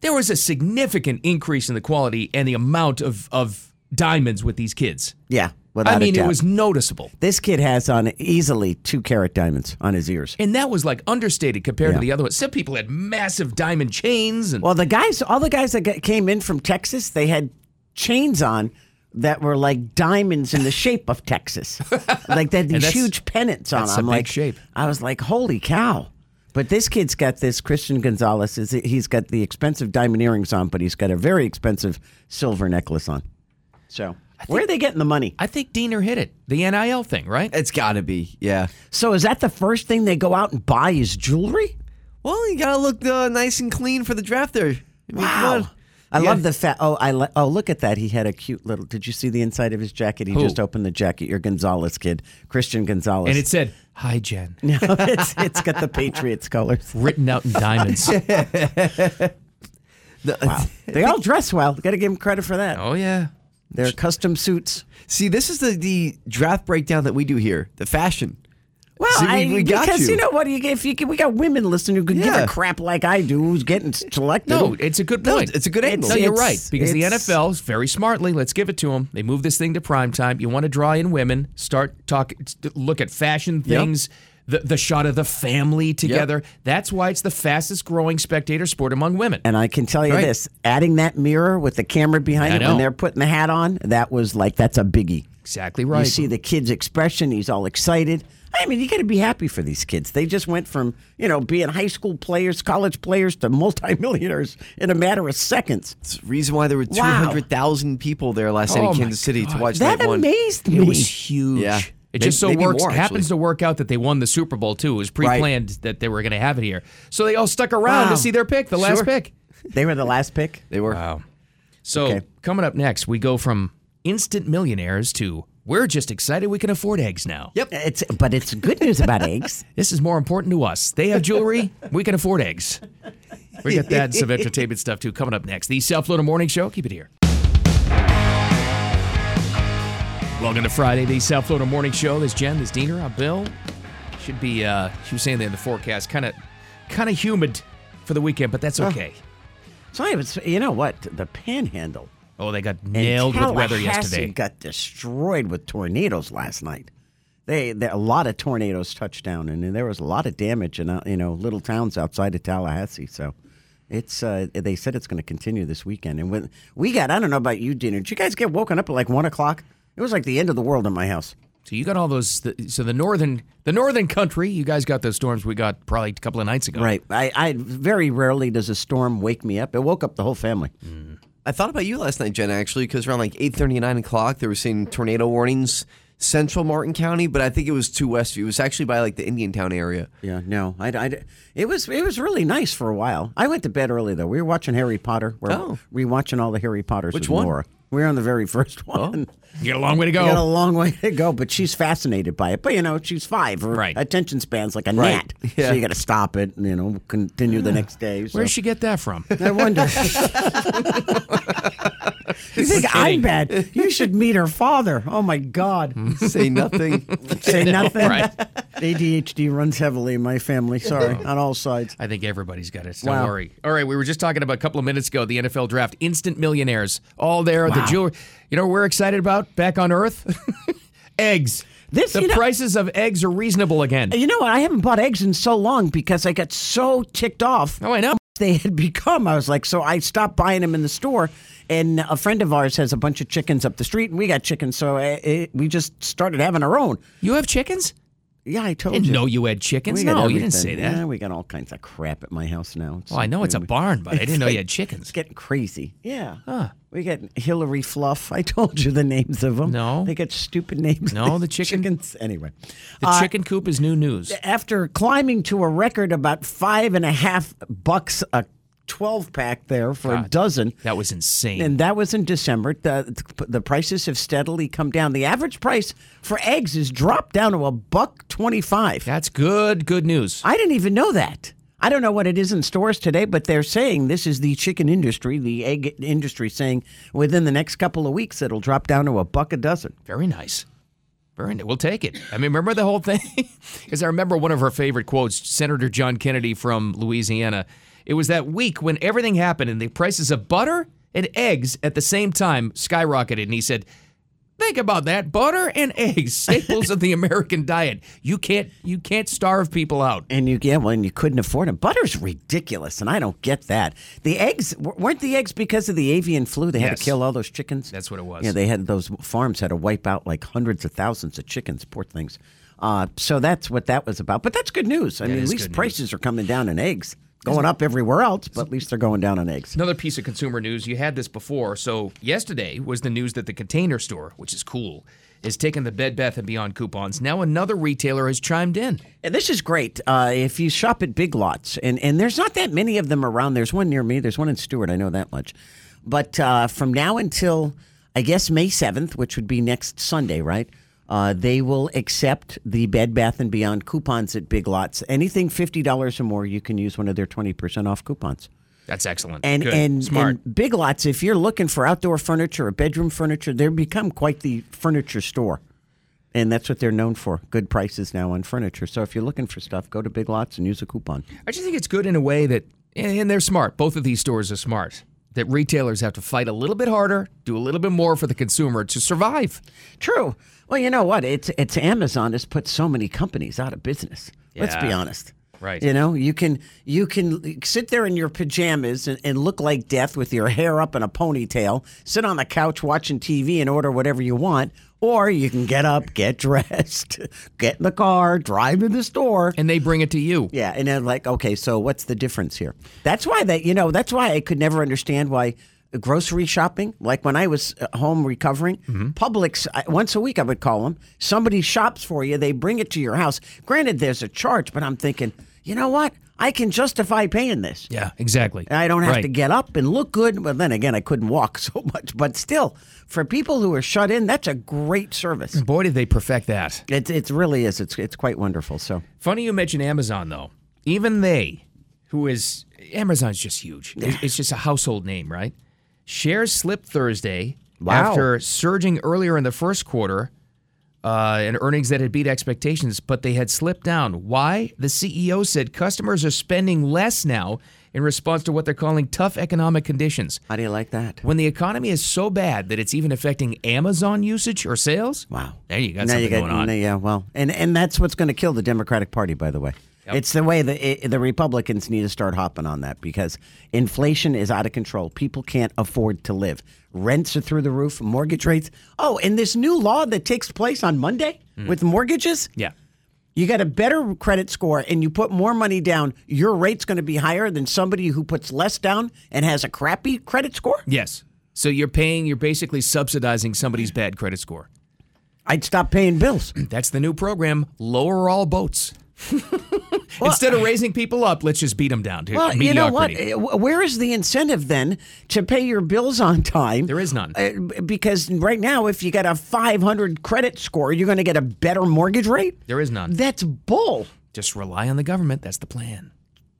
Speaker 3: there was a significant increase in the quality and the amount of of diamonds with these kids.
Speaker 4: yeah, without
Speaker 3: I mean,
Speaker 4: a doubt.
Speaker 3: it was noticeable,
Speaker 4: This kid has on easily two carat diamonds on his ears.
Speaker 3: and that was like understated compared to
Speaker 4: Yeah.
Speaker 3: the other ones. Some people had massive diamond chains, and
Speaker 4: Well, the guys, all the guys that got, came in from Texas, they had chains on that were like diamonds in the shape
Speaker 3: [laughs]
Speaker 4: of Texas. like they had these
Speaker 3: that's-
Speaker 4: huge pennants on.
Speaker 3: that's a
Speaker 4: I'm
Speaker 3: big
Speaker 4: like,
Speaker 3: shape.
Speaker 4: I was like, holy cow. But this kid's got this Christian Gonzalez. Is he's got the expensive diamond earrings on, but he's got a very expensive silver necklace on. So where are they getting the money?
Speaker 3: I think Diener hit it. The NIL thing, right?
Speaker 7: It's got to be. Yeah.
Speaker 4: So is that the first thing they go out and buy is jewelry?
Speaker 7: Well, you got to look uh, nice and clean for the draft there. I mean, come on.
Speaker 4: I
Speaker 7: Yeah.
Speaker 4: love the fact. Oh, I li- oh look at that. He had a cute little. Did you see the inside of his jacket? He
Speaker 3: Who?
Speaker 4: just opened the jacket. Your Gonzalez kid, Christian Gonzalez.
Speaker 3: And it said, "Hi, Jen."
Speaker 4: [laughs] No, it's, it's got the Patriots colors. [laughs]
Speaker 3: written out in
Speaker 7: [laughs]
Speaker 3: diamonds.
Speaker 7: The-
Speaker 4: They all dress well. Got to give them credit for that.
Speaker 3: oh yeah.
Speaker 4: They're custom suits.
Speaker 7: See, this is the, the draft breakdown that we do here. The fashion.
Speaker 4: Well,
Speaker 7: See, we-
Speaker 4: I,
Speaker 7: we got
Speaker 4: because you.
Speaker 7: you.
Speaker 4: know what? You, if you can- we got women listening who could give
Speaker 7: Yeah.
Speaker 4: a crap like I do, who's getting selected.
Speaker 3: No, it's a good
Speaker 7: No,
Speaker 3: point.
Speaker 7: it's a good angle.
Speaker 3: No, you're
Speaker 4: It's-
Speaker 3: right because the
Speaker 4: it's-
Speaker 3: NFL is very smartly. Let's give it to them. They move this thing to prime time. You want to draw in women. Start talk. Look at fashion things. The the shot of the family together. That's why it's the fastest growing spectator sport among women.
Speaker 4: And I can tell you
Speaker 7: Right.
Speaker 4: this: adding that mirror with the camera behind
Speaker 3: I
Speaker 4: it
Speaker 3: know.
Speaker 4: when they're putting the hat on, that was like that's a biggie.
Speaker 3: exactly right.
Speaker 4: You see the kid's expression. He's all excited. I mean, you got to be happy for these kids. They just went from, you know, being high school players, college players to multimillionaires in a matter of seconds.
Speaker 7: It's the reason why there were
Speaker 4: Wow.
Speaker 7: 200,000 people there last night
Speaker 3: Oh,
Speaker 7: in
Speaker 3: my
Speaker 7: Kansas City to
Speaker 3: God.
Speaker 7: watch
Speaker 4: That
Speaker 7: night one.
Speaker 4: amazed
Speaker 3: it
Speaker 4: me.
Speaker 3: was huge.
Speaker 7: Yeah.
Speaker 3: It
Speaker 7: May-
Speaker 3: just so
Speaker 7: maybe
Speaker 3: works
Speaker 7: more,
Speaker 3: happens
Speaker 7: actually.
Speaker 3: to work out that they won the Super Bowl too. It was pre-planned that they were going to have it here, so they all stuck around
Speaker 4: Wow.
Speaker 3: to see their pick, the last
Speaker 7: Sure.
Speaker 3: pick.
Speaker 4: They were the last pick.
Speaker 7: They were.
Speaker 3: So
Speaker 4: Okay.
Speaker 3: coming up next, we go from instant millionaires to we're just excited we can afford eggs now.
Speaker 7: Yep.
Speaker 4: It's but it's good news about eggs. [laughs]
Speaker 3: This is more important to us. They have jewelry. we can afford eggs. We got that and
Speaker 4: [laughs]
Speaker 3: some entertainment stuff too coming up next. The South Florida Morning Show. Keep it here. Welcome to Friday, the South Florida Morning Show. This is Jen, this is Diener, I'm Bill. Should be, uh, she was saying there in the forecast, kind of, kind of humid for the weekend, but that's okay.
Speaker 4: So I was, you know what? The Panhandle
Speaker 3: Oh, they got
Speaker 4: and
Speaker 3: nailed with weather
Speaker 4: Tallahassee
Speaker 3: yesterday.
Speaker 4: Got destroyed with tornadoes last night. They, they a lot of tornadoes touched down, and there was a lot of damage in uh, you know little towns outside of Tallahassee. So. It's uh, they said it's going to continue this weekend, and when we got, I don't know about you, Dina. Did you guys get woken up at like one o'clock? It was like the end of the world in my house.
Speaker 3: So you got all those. The, so the northern, the northern country, you guys got those storms we got probably a couple of nights ago.
Speaker 4: Right. I, I very rarely does a storm wake me up. It woke up the whole family.
Speaker 7: I thought about you last night, Jen, actually, because around like 8.30, 9 o'clock, they were seeing tornado warnings central Martin County, but I think it was too west of you. It was actually by like the Indian Town area.
Speaker 4: Yeah, no, I, I, it was it was really nice for a while. I went to bed early though. We were watching Harry Potter. We're
Speaker 7: Oh.
Speaker 4: rewatching all the Harry Potters.
Speaker 7: Which
Speaker 4: with
Speaker 7: one? Oh.
Speaker 4: Laura. We We're on the very first [laughs] one.
Speaker 3: You got a long way to go.
Speaker 4: We got a long way to go, but she's fascinated by it. But you know, she's five. Her
Speaker 3: Right.
Speaker 4: attention span's like a
Speaker 7: Right.
Speaker 4: gnat.
Speaker 7: Yeah.
Speaker 4: So you got to stop it. And, you know, continue the next day. So.
Speaker 3: Where'd she get that from?
Speaker 4: I
Speaker 7: [laughs]
Speaker 4: wonder. you think I'm
Speaker 3: kidding.
Speaker 4: bad? You should meet her father. Oh my God. [laughs]
Speaker 7: Say nothing. [laughs]
Speaker 4: Say nothing. [laughs]
Speaker 3: right.
Speaker 4: ADHD runs heavily in my family. Sorry,
Speaker 7: Oh.
Speaker 4: on all sides.
Speaker 3: I think everybody's got it. so Don't
Speaker 4: Wow.
Speaker 3: worry. All right, we were just talking about a couple of minutes ago the NFL draft, instant millionaires, all there. The jewelry. You know, what we're excited about back on Earth. [laughs] eggs.
Speaker 4: This-
Speaker 3: the
Speaker 4: you know-
Speaker 3: prices of eggs are reasonable again.
Speaker 4: You know what? I haven't bought eggs in so long because I got so ticked off.
Speaker 3: Oh, I know.
Speaker 4: They had [laughs] become. I was like, so I stopped buying them in the store. And a friend of ours has a bunch of chickens up the street, and we got chickens, so eh, eh, we just started having our own.
Speaker 3: You have chickens?
Speaker 4: Yeah, I told
Speaker 3: I didn't
Speaker 4: you.
Speaker 3: know you had chickens.
Speaker 4: We got
Speaker 3: No, you didn't say
Speaker 4: everything.
Speaker 3: that.
Speaker 4: Yeah, we got all kinds of crap at my house now. It's
Speaker 3: Well, I know it's a
Speaker 4: really-
Speaker 3: barn, but I didn't know you had
Speaker 4: It's
Speaker 3: chickens.
Speaker 4: getting crazy. Yeah. We got Hillary Fluff. I told you the names of them.
Speaker 3: No.
Speaker 4: They got stupid names.
Speaker 3: No, the chicken-
Speaker 4: [laughs] Chickens. Anyway.
Speaker 3: The
Speaker 4: [laughs] Uh,
Speaker 3: chicken coop is new news.
Speaker 4: After climbing to a record about five and a half bucks a 12 pack there for a dozen.
Speaker 3: That was insane.
Speaker 4: And that was in December. The, the prices have steadily come down. The average price for eggs has dropped down to a buck 25.
Speaker 3: That's good, good news.
Speaker 4: I didn't even know that. I don't know what it is in stores today, but they're saying this is the chicken industry, the egg industry, saying within the next couple of weeks it'll drop down to a buck a dozen.
Speaker 3: Very nice. Very nice. We'll take it. I mean, remember the whole thing? [laughs] Because I remember one of her favorite quotes, Senator John Kennedy from Louisiana. It was that week when everything happened and the prices of butter and eggs at the same time skyrocketed. And he said, Think about that. Butter and eggs, staples of the American diet. You can't you can't starve people out.
Speaker 4: And you yeah, well, and you couldn't afford them. Butter's ridiculous, and I don't get that. The eggs w- weren't the eggs because of the avian flu. They had
Speaker 3: Yes.
Speaker 4: to kill all those chickens.
Speaker 3: That's what it was.
Speaker 4: Yeah, they had those farms had to wipe out like hundreds of thousands of chickens. Poor things. Uh, so that's what that was about. But that's good news. I mean, at
Speaker 3: is
Speaker 4: least
Speaker 3: good
Speaker 4: prices are coming down in eggs. Going up everywhere else, but at least they're going down on eggs.
Speaker 3: Another piece of consumer news. You had this before. So yesterday was the news that the Container Store, which is cool, is taking the Bed Bath and Beyond coupons. Now another retailer has chimed in.
Speaker 4: And this is great. Uh, if you shop at Big Lots, and, and there's not that many of them around. There's one near me. There's one in Stewart. I know that much. But uh, from now until I guess May seventh, which would be next Sunday, right? Uh, they will accept the Bed Bath and Beyond coupons at Big Lots. Anything fifty dollars or more, you can use one of their twenty percent off coupons.
Speaker 3: That's excellent.
Speaker 4: And
Speaker 3: Good.
Speaker 4: and
Speaker 3: smart.
Speaker 4: and Big Lots, if you're looking for outdoor furniture or bedroom furniture, they've become quite the furniture store. And that's what they're known for. Good prices now on furniture. So if you're looking for stuff, go to Big Lots and use a coupon.
Speaker 3: I just think it's good in a way that, and and they're smart. Both of these stores are smart. That retailers have to fight a little bit harder, do a little bit more for the consumer to survive.
Speaker 4: True. Well, you know what? It's it's Amazon has put so many companies out of business. Let's be
Speaker 3: Yeah.
Speaker 4: honest.
Speaker 3: Right.
Speaker 4: You know, you can you can sit there in your pajamas and, and look like death with your hair up in a ponytail, sit on the couch watching TV and order whatever you want, or you can get up, get [laughs] dressed, get in the car, drive to the store.
Speaker 3: And they bring it to you.
Speaker 4: Yeah, and then like, okay, so what's the difference here? That's why that you know, that's why I could never understand why grocery shopping, like when I was at home recovering,
Speaker 3: Mm-hmm.
Speaker 4: Publix I, once a week I would call them. Somebody shops for you, they bring it to your house. Granted, there's a charge, but I'm thinking. you know what? I can justify paying this.
Speaker 3: Yeah, exactly.
Speaker 4: I don't have
Speaker 3: Right.
Speaker 4: to get up and look good. Well, then again, I couldn't walk [laughs] so much. But still, for people who are shut in, that's a great service.
Speaker 3: Boy, did they perfect that.
Speaker 4: It, it really is. It's, it's quite wonderful. So,
Speaker 3: Funny you mention Amazon though. Even they, who is Amazon's just huge. It's it's just a household name, right? Shares slipped Thursday after surging earlier in the first quarter, uh, and earnings that had beat expectations, but they had slipped down. Why? The CEO said customers are spending less now in response to what they're calling tough economic conditions.
Speaker 4: how do you like that?
Speaker 3: When the economy is so bad that it's even affecting Amazon usage or sales?
Speaker 4: Wow.
Speaker 3: There you got
Speaker 4: now
Speaker 3: something
Speaker 4: you got,
Speaker 3: going on.
Speaker 4: now- yeah, well, and, and that's what's going to kill the Democratic Party, by the way. It's the way that it, the Republicans need to start hopping on that because inflation is out of control. People can't afford to live. Rents are through the roof, mortgage rates. Oh, and this new law that takes place on Monday with mortgages,
Speaker 3: Hmm. Yeah.
Speaker 4: you got a better credit score and you put more money down, your rate's going to be higher than somebody who puts less down and has a crappy credit score?
Speaker 3: Yes. So you're paying, you're basically subsidizing somebody's bad credit score. [clears throat]
Speaker 4: I'd stop paying bills.
Speaker 3: That's the new program. Lower all
Speaker 4: [laughs]
Speaker 3: boats. Instead of raising people up, let's just beat them down to
Speaker 4: Well, you know what?
Speaker 3: mediocrity.
Speaker 4: Uh, wh- Where is the incentive then to pay your bills on time?
Speaker 3: There is none.
Speaker 4: Uh, b- Because right now, if you got a 500 credit score, you're going to get a better mortgage rate?
Speaker 3: There is none.
Speaker 4: That's bull.
Speaker 3: Just rely on the government. That's the plan.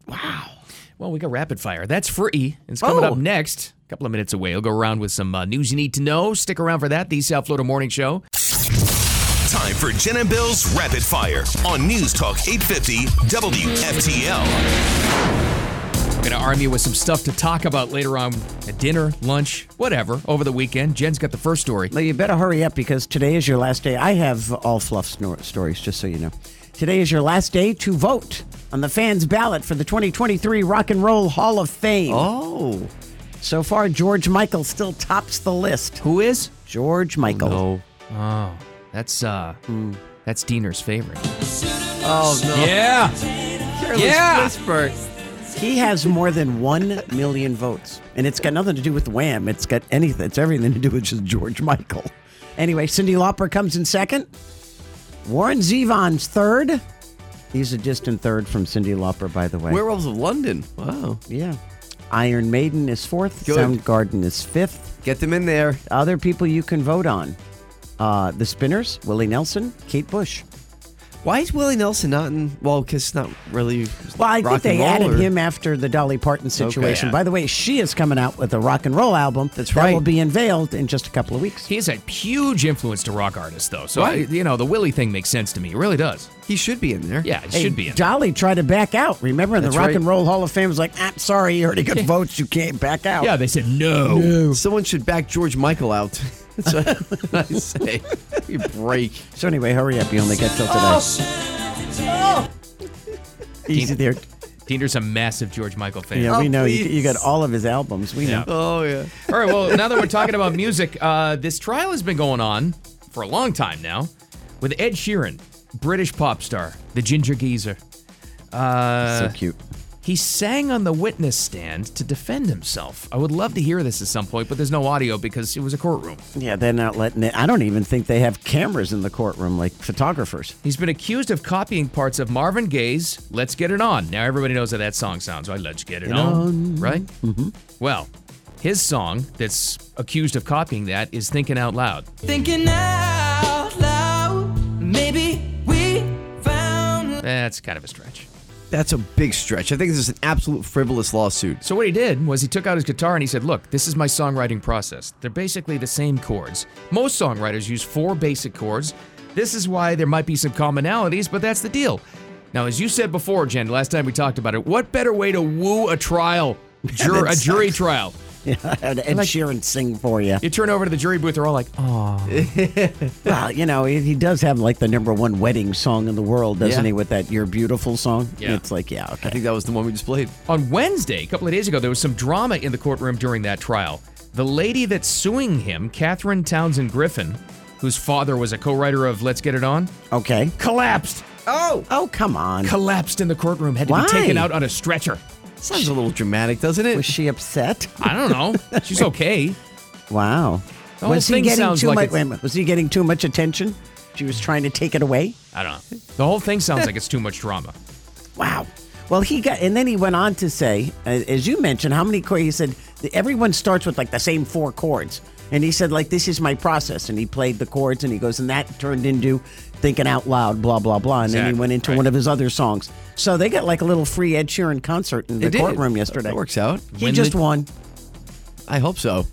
Speaker 3: Wow. Well, we got rapid fire. That's free. It's coming
Speaker 4: Oh.
Speaker 3: up next. A couple of minutes away. I'll go around with some uh, news you need to know. Stick around for that. The South Florida Morning Show.
Speaker 1: Time for Jen and Bill's Rapid Fire on News Talk 850 WFTL.
Speaker 3: Going to arm you with some stuff to talk about later on at dinner, lunch, whatever, over the weekend. Jen's got the first story.
Speaker 4: Well, you better hurry up because today is your last day. I have all fluff snor- stories, just so you know. Today is your last day to vote on the fans' ballot for the 2023 Rock and Roll Hall of Fame.
Speaker 7: Oh,
Speaker 4: So far, George Michael still tops the list.
Speaker 3: Who is? Oh,
Speaker 4: George Michael.
Speaker 7: no.
Speaker 3: That's uh, that's Diener's favorite.
Speaker 7: Oh, no.
Speaker 3: Yeah.
Speaker 7: Careless
Speaker 3: Yeah.
Speaker 7: Whisper.
Speaker 4: He has more than one million votes, and it's got nothing to do with Wham. It's got anything. It's everything to do with just George Michael. Anyway, Cindy Lauper comes in second. Warren Zevon's third. He's a distant third from Cindy Lauper, by the way.
Speaker 7: Werewolves of London. Wow.
Speaker 4: yeah. Iron Maiden is fourth.
Speaker 7: Good.
Speaker 4: Soundgarden is fifth.
Speaker 7: Get them in there.
Speaker 4: Other people you can vote on: uh, the Spinners, Willie Nelson, Kate Bush.
Speaker 7: Why is Willie Nelson not in? Well, because it's not really.
Speaker 4: Well, I
Speaker 7: rock
Speaker 4: think they
Speaker 7: and roll,
Speaker 4: added
Speaker 7: or-
Speaker 4: him after the Dolly Parton situation. By the way, she is coming out with a rock and roll album.
Speaker 7: That's
Speaker 4: That
Speaker 7: right.
Speaker 4: will be unveiled in just a couple of weeks.
Speaker 3: He's a huge influence to rock artists, though. So,
Speaker 7: Right.
Speaker 3: I- you know, the Willie thing makes sense to me. It really does.
Speaker 7: He should be in there.
Speaker 3: Yeah, it
Speaker 4: Hey,
Speaker 3: should be. In.
Speaker 4: Dolly tried to back out. Remember, and the
Speaker 7: That's
Speaker 4: Rock
Speaker 7: right.
Speaker 4: and Roll Hall of Fame was like, "Ah, sorry, you already
Speaker 7: [laughs]
Speaker 4: got votes. You can't back out."
Speaker 3: Yeah, they said no.
Speaker 7: Someone should back George Michael [laughs] out. That's what I say. You break.
Speaker 4: So anyway, hurry up. You only got till today.
Speaker 7: Oh.
Speaker 4: [laughs] Easy there.
Speaker 3: Diener's a massive George Michael fan.
Speaker 4: Yeah, we
Speaker 7: Oh,
Speaker 4: know you, you
Speaker 7: please.
Speaker 4: got all of his albums. We know.
Speaker 7: Oh yeah.
Speaker 3: All right. Well, now that we're talking about music, uh, this trial has been going on for a long time now with Ed Sheeran, British pop star, the Ginger Geezer.
Speaker 7: Uh,
Speaker 4: so cute.
Speaker 3: He sang on the witness stand to defend himself. I would love to hear this at some point, but there's no audio because it was a courtroom.
Speaker 4: Yeah, they're not letting it. I don't even think they have cameras in the courtroom like photographers. [laughs]
Speaker 3: He's been accused of copying parts of Marvin Gaye's Let's Get It On. Now, everybody knows how that song sounds, right? Let's Get It, on. Right? Mm-hmm. Well, his song that's accused of copying that is Thinking Out Loud.
Speaker 9: Thinking out loud, maybe we found.
Speaker 3: That's kind of a stretch.
Speaker 7: That's a big stretch. I think this is an absolute frivolous lawsuit.
Speaker 3: So, what he did was he took out his guitar and he said, Look, this is my songwriting process. They're basically the same chords. Most songwriters use four basic chords. This is why there might be some commonalities, but that's the deal. Now, as you said before, Jen, last time we talked about it, what better way to woo a trial, jur- a jury trial?
Speaker 4: Yeah, Ed Sheeran sing for you.
Speaker 3: You turn over to the jury booth, they're all like, "Oh,
Speaker 4: Well, you know, he, he does have like the number one wedding song in the world, doesn't
Speaker 7: Yeah.
Speaker 4: he? With that "You're Beautiful" song.
Speaker 3: Yeah.
Speaker 4: It's like, yeah, okay.
Speaker 7: I think that was the one we just played.
Speaker 3: On Wednesday, a couple of days ago, there was some drama in the courtroom during that trial. The lady that's suing him, Catherine Townsend Griffin, whose father was a co-writer of Let's Get It On,
Speaker 4: okay.
Speaker 3: collapsed.
Speaker 4: Oh, oh, come on.
Speaker 3: Collapsed in the courtroom, had to
Speaker 4: Why?
Speaker 3: be taken out on a stretcher.
Speaker 7: Sounds a little dramatic, doesn't
Speaker 4: Was
Speaker 7: it?
Speaker 4: she upset?
Speaker 3: I don't know. She's okay.
Speaker 4: Wow.
Speaker 3: The whole
Speaker 4: was he
Speaker 3: thing
Speaker 4: getting
Speaker 3: sounds
Speaker 4: too
Speaker 3: like
Speaker 4: much?
Speaker 3: it's-
Speaker 4: wait a minute, Was he getting too much attention? She was trying to take it away.
Speaker 3: I don't know. The whole thing sounds like it's too much drama.
Speaker 4: Wow. Well, he got, and then he went on to say, uh, as you mentioned, how many chords? He said that everyone starts with like the same four chords, and he said like this is my process, and he played the chords, and he goes, and that turned into thinking out loud, blah blah blah, and then he
Speaker 3: Exactly,
Speaker 4: went into
Speaker 3: right.
Speaker 4: one of his other songs. So they got like a little free Ed Sheeran concert in the
Speaker 7: They did.
Speaker 4: courtroom yesterday.
Speaker 7: That works out.
Speaker 4: He
Speaker 3: Win
Speaker 4: just
Speaker 3: the-
Speaker 4: won.
Speaker 7: I hope so.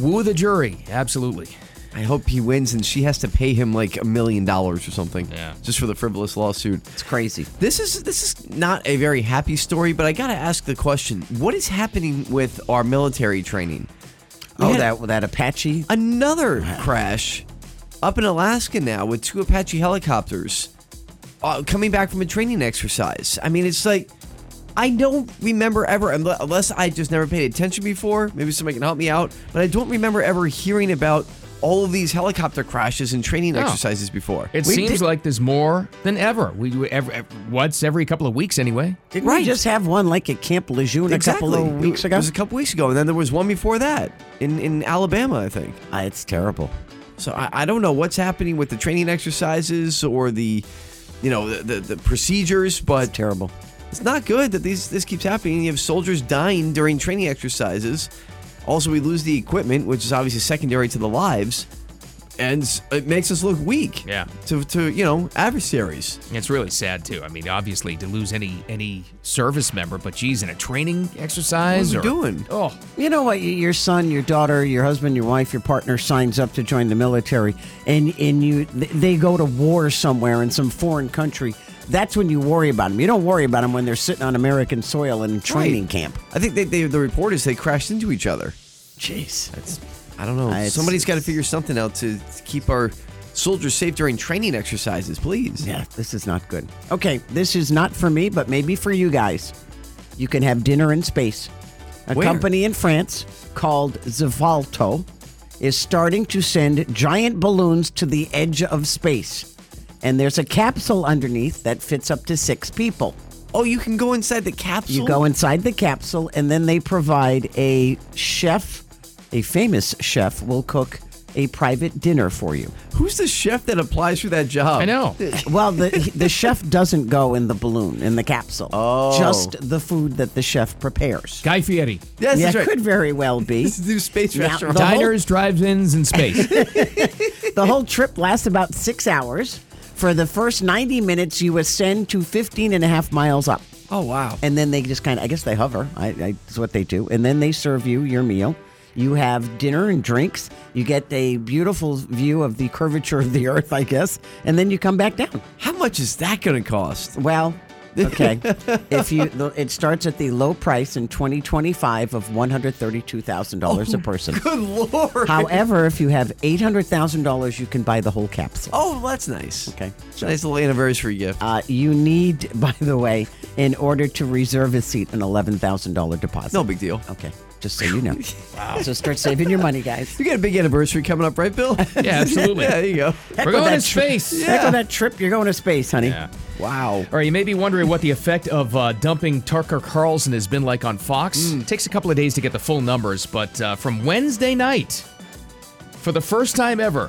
Speaker 3: Woo the jury. Absolutely.
Speaker 7: I hope he wins and she has to pay him like a million dollars or something. Yeah. Just for the frivolous lawsuit.
Speaker 4: It's crazy.
Speaker 7: This is this is not a very happy story, but I gotta ask the question: What is happening with our military training? We
Speaker 4: Oh,
Speaker 7: had
Speaker 4: that that Apache.
Speaker 7: another crash up in Alaska now with two Apache helicopters uh, coming back from a training exercise. I mean, it's like I don't remember ever, unle- unless I just never paid attention before. Maybe somebody can help me out, but I don't remember ever hearing about all of these helicopter crashes and training
Speaker 3: No.
Speaker 7: exercises before.
Speaker 3: It
Speaker 4: We
Speaker 3: seems
Speaker 4: did-
Speaker 3: like there's more than ever. We do every, every once every couple of weeks anyway.
Speaker 4: Didn't we just have one like at Camp Lejeune a couple of weeks ago?
Speaker 7: It was a couple weeks ago, and then there was one before that in in Alabama, I think.
Speaker 4: Ah, it's terrible.
Speaker 7: So I, I don't know what's happening with the training exercises or the, you know, the, the, the procedures, but
Speaker 4: Terrible.
Speaker 7: it's not good that these this keeps happening. You have soldiers dying during training exercises. Also, we lose the equipment, which is obviously secondary to the lives, and s- it makes us look weak.
Speaker 3: Yeah.
Speaker 7: To to you know adversaries.
Speaker 3: It's really sad too. I mean, obviously to lose any any service member, but geez, in a training exercise
Speaker 7: What are we
Speaker 3: or-
Speaker 7: doing?
Speaker 3: Oh,
Speaker 4: You know what? y- Your son, your daughter, your husband, your wife, your partner signs up to join the military, and and you th- they go to war somewhere in some foreign country. That's when you worry about them. You don't worry about them when they're sitting on American soil in a training
Speaker 7: Right.
Speaker 4: camp.
Speaker 7: I think they, they the report is they crashed into each other.
Speaker 4: Jeez,
Speaker 7: It's, I don't know.
Speaker 4: Uh, it's-
Speaker 7: Somebody's got to figure something out to, to keep our soldiers safe during training exercises, please.
Speaker 4: yeah, this is not good. Okay, this is not for me, but maybe for you guys. You can have dinner in space. A
Speaker 7: Where?
Speaker 4: company in France called Zvalto is starting to send giant balloons to the edge of space. And there's a capsule underneath that fits up to six people.
Speaker 7: Oh, you can go inside the capsule.
Speaker 4: You go inside the capsule, and then they provide a chef, a famous chef, will cook a private dinner for you.
Speaker 7: Who's the chef that applies for that job?
Speaker 3: I know.
Speaker 4: Well, the the chef doesn't go in the balloon in the capsule. Oh, just the food that the chef prepares.
Speaker 3: Guy Fieri,
Speaker 7: Yes,
Speaker 4: yeah,
Speaker 7: that's right.
Speaker 4: could very well be.
Speaker 7: This is new space
Speaker 4: Now,
Speaker 7: restaurant.
Speaker 4: the whole-
Speaker 3: diners, drive-ins, and space.
Speaker 4: The whole trip lasts about six hours. For the first 90 minutes, you ascend to 15 and a half miles up.
Speaker 7: Oh wow.
Speaker 4: And then they just kind of, I guess they hover. I, I, is what they do. And then they serve you your meal. You have dinner and drinks. You get a beautiful view of the curvature of the earth, I guess. And then you come back down.
Speaker 7: How much is that going to cost?
Speaker 4: Well, [laughs] okay. if you, the- it starts at the low price in 2025 of $132,000 a person.
Speaker 7: Good lord.
Speaker 4: However, if you have $800,000, you can buy the whole capsule.
Speaker 7: Oh, that's nice.
Speaker 4: Okay.
Speaker 7: It's a nice little anniversary gift.
Speaker 4: Uh, you need, [laughs] by the way, in order to reserve a seat, an eleven thousand dollar deposit.
Speaker 7: no big deal.
Speaker 4: Okay, just so you
Speaker 3: [laughs]
Speaker 4: know. wow. So start saving your money, guys.
Speaker 7: You got a big anniversary coming up, right, Bill?
Speaker 3: Yeah, [laughs] absolutely.
Speaker 7: yeah, there you go.
Speaker 3: We're
Speaker 4: with
Speaker 3: going
Speaker 4: that
Speaker 3: to
Speaker 4: tri-
Speaker 3: space.
Speaker 4: Heck with that trip. You're going to space, honey.
Speaker 3: Yeah.
Speaker 7: Wow.
Speaker 3: All right, you may be wondering what the effect of uh, dumping Tucker Carlson has been like on Fox.
Speaker 4: Hmm.
Speaker 3: It takes a couple of days to get the full numbers, but uh, from Wednesday night, for the first time ever,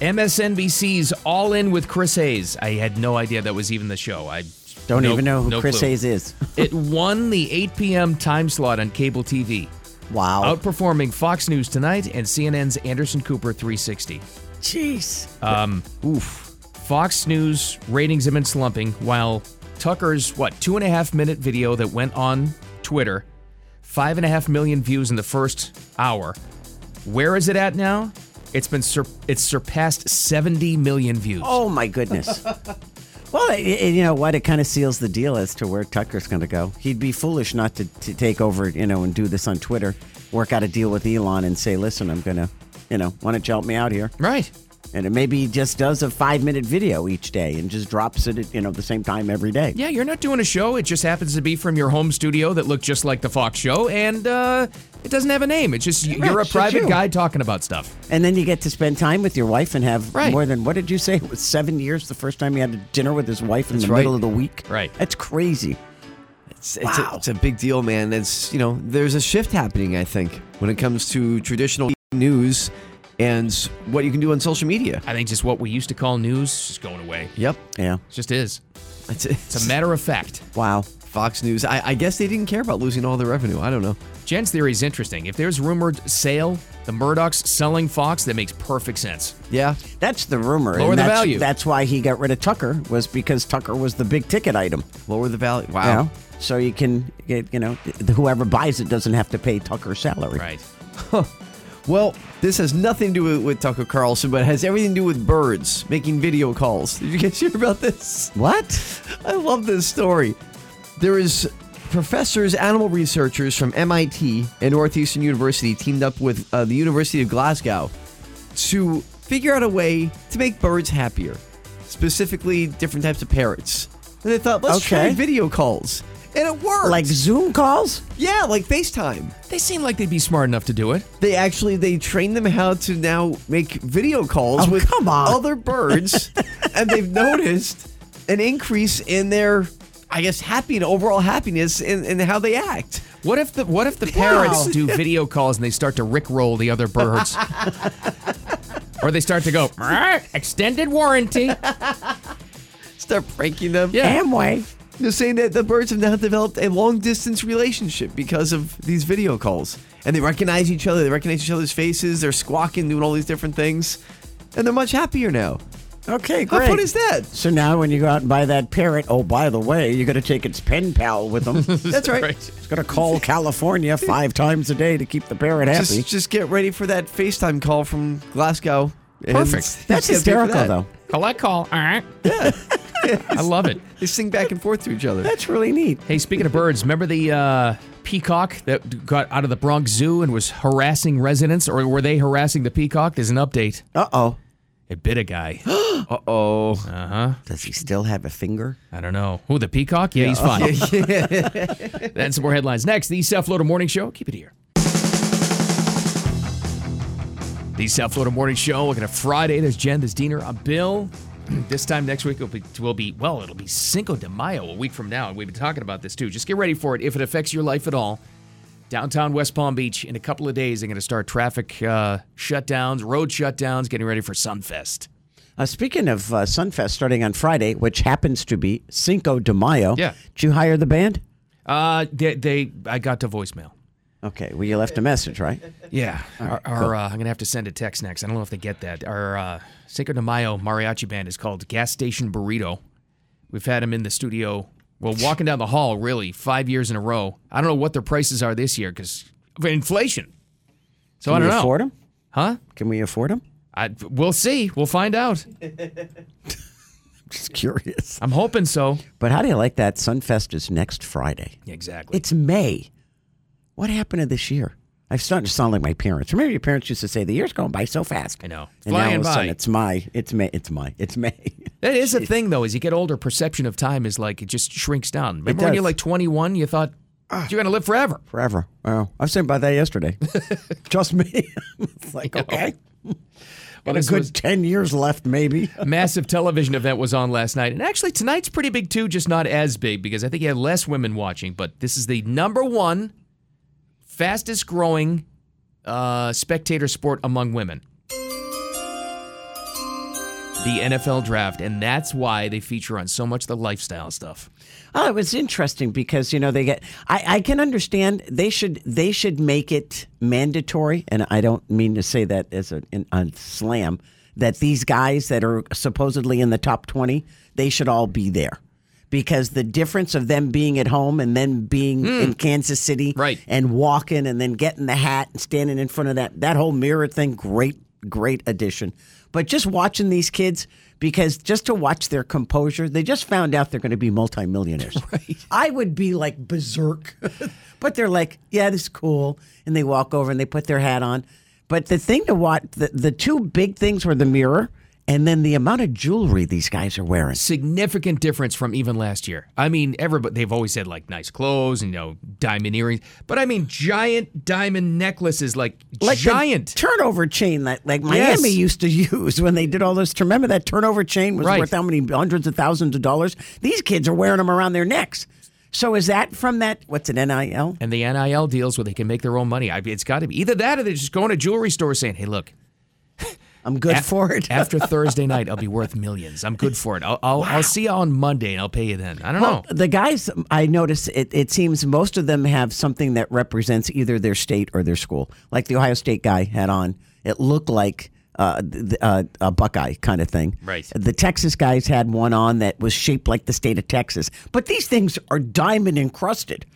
Speaker 3: MSNBC's All In with Chris Hayes. I had no idea that was even the show. I
Speaker 4: Don't
Speaker 3: no-
Speaker 4: even know who
Speaker 3: no
Speaker 4: Chris
Speaker 3: clue.
Speaker 4: Hayes is. [laughs]
Speaker 3: It won the 8 p.m. time slot on cable TV,
Speaker 4: Wow.
Speaker 3: Oh, outperforming Fox News Tonight and CNN's Anderson Cooper 360.
Speaker 4: Jeez.
Speaker 3: Fox News ratings have been slumping, while Tucker's, what, two and a half minute video that went on Twitter, five and a half million views in the first hour. Where is it at now? It's been sur- it's surpassed 70 million views.
Speaker 4: Oh my goodness. well, it, it- you know what? It kind of seals the deal as to where Tucker's going to go. He'd be foolish not to, to take over, you know, and do this on Twitter. Work out a deal with Elon and say, "Listen, I'm going to, you know, why don't you help me out here?"
Speaker 3: Right.
Speaker 4: And it maybe he just does a five minute video each day and just drops it at you know the same time every day.
Speaker 3: Yeah, you're not doing a show. It just happens to be from your home studio that looked just like the Fox show, and uh, it doesn't have a name. It's just
Speaker 4: Right,
Speaker 3: you're a
Speaker 4: it's just
Speaker 3: private
Speaker 4: you.
Speaker 3: guy talking about stuff.
Speaker 4: And then you get to spend time with your wife and have
Speaker 3: Right.
Speaker 4: more than what did you say? It was seven years the first time he had a dinner with his wife in the
Speaker 7: right.
Speaker 4: middle of the week.
Speaker 3: Right.
Speaker 4: That's crazy.
Speaker 7: It's, it's, a, it's a big deal, man. It's, you know, there's a shift happening, I think, when it comes to traditional news and what you can do on social media.
Speaker 3: I think just what we used to call news is going away.
Speaker 7: Yep.
Speaker 4: Yeah.
Speaker 3: It just is.
Speaker 7: It's,
Speaker 3: It's a matter of fact.
Speaker 4: Wow.
Speaker 7: Fox News. I, I guess they didn't care about losing all their revenue. I don't know.
Speaker 3: Jen's theory is interesting. If there's rumored sale, the Murdochs selling Fox, that makes perfect sense.
Speaker 7: Yeah.
Speaker 4: That's the rumor. and
Speaker 3: Lower the
Speaker 4: that's,
Speaker 3: value.
Speaker 4: That's why he got rid of Tucker was because Tucker was the big ticket item.
Speaker 7: Lower the value. Wow.
Speaker 4: you know? So you can, get, you know, whoever buys it doesn't have to pay Tucker's salary.
Speaker 3: Right.
Speaker 7: Well, this has nothing to do with Tucker Carlson, but has everything to do with birds making video calls. Did you guys [laughs] hear about this?
Speaker 4: What?
Speaker 7: I love this story. There is professors, animal researchers from MIT and Northeastern University teamed up with uh, the University of Glasgow to figure out a way to make birds happier, specifically different types of parrots. And they thought, let's try
Speaker 4: Okay.
Speaker 7: video calls, and it worked.
Speaker 4: Like Zoom calls?
Speaker 7: yeah, like FaceTime.
Speaker 3: They seem like they'd be smart enough to do it.
Speaker 7: They actually they train them how to now make video calls
Speaker 4: Oh,
Speaker 7: with
Speaker 4: come on. [laughs]
Speaker 7: other birds, and they've noticed an increase in their, I guess, happy and overall happiness in, in how they act.
Speaker 3: What if the what if the parrots
Speaker 4: [laughs]
Speaker 3: do video calls and they start to rickroll the other birds? or they start to go, "Meow, extended warranty.
Speaker 7: Start pranking them.
Speaker 3: Yeah.
Speaker 4: Amway.
Speaker 7: they're saying that the birds have now developed a long distance relationship because of these video calls, and they recognize each other. They recognize each other's faces. They're squawking, doing all these different things, and they're much happier now.
Speaker 4: Okay,
Speaker 7: How
Speaker 4: great.
Speaker 7: fun is that?
Speaker 4: So now when you go out and buy that parrot, oh, by the way, you're going to take its pen pal with
Speaker 7: [laughs]
Speaker 4: them. it's
Speaker 7: That's right.
Speaker 4: going to
Speaker 7: [laughs]
Speaker 4: call California five times a day to keep the parrot happy.
Speaker 7: Just, just get ready for that FaceTime call from Glasgow. and
Speaker 3: Perfect.
Speaker 4: That's
Speaker 7: just get ready for
Speaker 4: hysterical,
Speaker 7: that.
Speaker 4: though.
Speaker 3: Collect call. Meow. I love it.
Speaker 7: They sing back and forth to each other.
Speaker 4: That's really neat.
Speaker 3: Hey, speaking of birds, remember the uh, peacock that got out of the Bronx Zoo and was harassing residents, or were they harassing the peacock? There's an update.
Speaker 4: Uh oh.
Speaker 3: It bit a guy.
Speaker 4: Does he still have a finger?
Speaker 3: I don't know. Who, the peacock? Yeah, he's fine. [laughs] and some more headlines next. The South Florida Morning Show. Keep it here. The South Florida Morning Show. Looking at Friday. There's Jen. There's Diener. I'm Bill. [clears throat] This time next week will be, will be well, it'll be Cinco de Mayo a week from now, and we've been talking about this too. Just get ready for it if it affects your life at all. Downtown West Palm Beach in a couple of days, they're going to start traffic uh, shutdowns, road shutdowns, getting ready for Sunfest.
Speaker 4: Uh, speaking of uh, Sunfest starting on Friday, which happens to be Cinco de Mayo.
Speaker 3: Yeah.
Speaker 4: Did you hire the band?
Speaker 3: Uh, they, they, I got to voicemail.
Speaker 4: Okay. Well, you left a message, right?
Speaker 3: Yeah, our, our, uh, I'm gonna have to send a text next. I don't know if they get that. Our uh, Cinco de Mayo mariachi band is called Gas Station Burrito. We've had them in the studio, well, walking down the hall, really, five years in a row. I don't know what their prices are this year because of inflation. So I
Speaker 4: Can
Speaker 3: don't
Speaker 4: we
Speaker 3: know.
Speaker 4: afford them?
Speaker 3: Huh?
Speaker 4: Can we afford them?
Speaker 3: I, we'll see. We'll find out.
Speaker 4: Just curious.
Speaker 3: I'm hoping so.
Speaker 4: But how do you like that? Sunfest is next Friday.
Speaker 3: Exactly.
Speaker 4: It's May. What happened to this year? I'm starting to sound like my parents. Remember, your parents used to say the year's going by so fast.
Speaker 3: I know.
Speaker 4: And now all
Speaker 3: Flying
Speaker 4: of a sudden,
Speaker 3: by.
Speaker 4: it's my, it's May, it's my, it's May. [laughs]
Speaker 3: That is a thing, though. As you get older, perception of time is like it just shrinks down. Remember when
Speaker 4: does. Ah.
Speaker 3: you're like 21, you thought you're gonna live forever.
Speaker 4: Forever. Wow. I was saying about
Speaker 3: [laughs]
Speaker 4: that yesterday. Trust me. [laughs] it's like, okay. Got a
Speaker 3: this
Speaker 4: good
Speaker 3: was-
Speaker 4: 10 years left, maybe.
Speaker 3: massive television event was on last night. And actually, tonight's pretty big too, just not as big because I think you had less women watching. But this is the number one fastest growing uh, spectator sport among women the NFL draft. And that's why they feature on so much of the lifestyle stuff.
Speaker 4: Oh, it was interesting because you know they get. I, I can understand they should they should make it mandatory, and I don't mean to say that as a, in, a slam that these guys that are supposedly in the top twenty they should all be there because the difference of them being at home and then being in Kansas City
Speaker 3: Right.
Speaker 4: and walking and then getting the hat and standing in front of that that whole mirror thing great great addition but just watching these kids because just to watch their composure they just found out they're going to be multimillionaires right. i would be like berserk [laughs] but they're like yeah this is cool and they walk over and they put their hat on but the thing to watch the, the two big things were the mirror and then the amount of jewelry these guys are wearing
Speaker 3: Significant difference from even last year. I mean, everybody, they've always said like nice clothes and, you know, diamond earrings. But I mean, giant diamond necklaces, like,
Speaker 4: like the
Speaker 3: giant.
Speaker 4: turnover chain that like Miami used to [laughs] use when they did all those. Remember that turnover chain was
Speaker 3: Right.
Speaker 4: worth how many hundreds of thousands of dollars? These kids are wearing them around their necks. So is that from that? What's an NIL?
Speaker 3: and the NIL deals where they can make their own money. I, it's got to be either that or they're just going to jewelry stores saying, "Hey, look,
Speaker 4: I'm good
Speaker 3: A-
Speaker 4: for it. [laughs]
Speaker 3: after Thursday night, I'll be worth millions. I'm good for it. I'll I'll, I'll see you on Monday and I'll pay you then. I don't
Speaker 4: Well,
Speaker 3: know.
Speaker 4: the guys I notice it, it seems most of them have something that represents either their state or their school. Like the Ohio State guy had on, it looked like uh, th- uh, a Buckeye kind of thing.
Speaker 3: Right.
Speaker 4: The Texas guys had one on that was shaped like the state of Texas. But these things are diamond encrusted.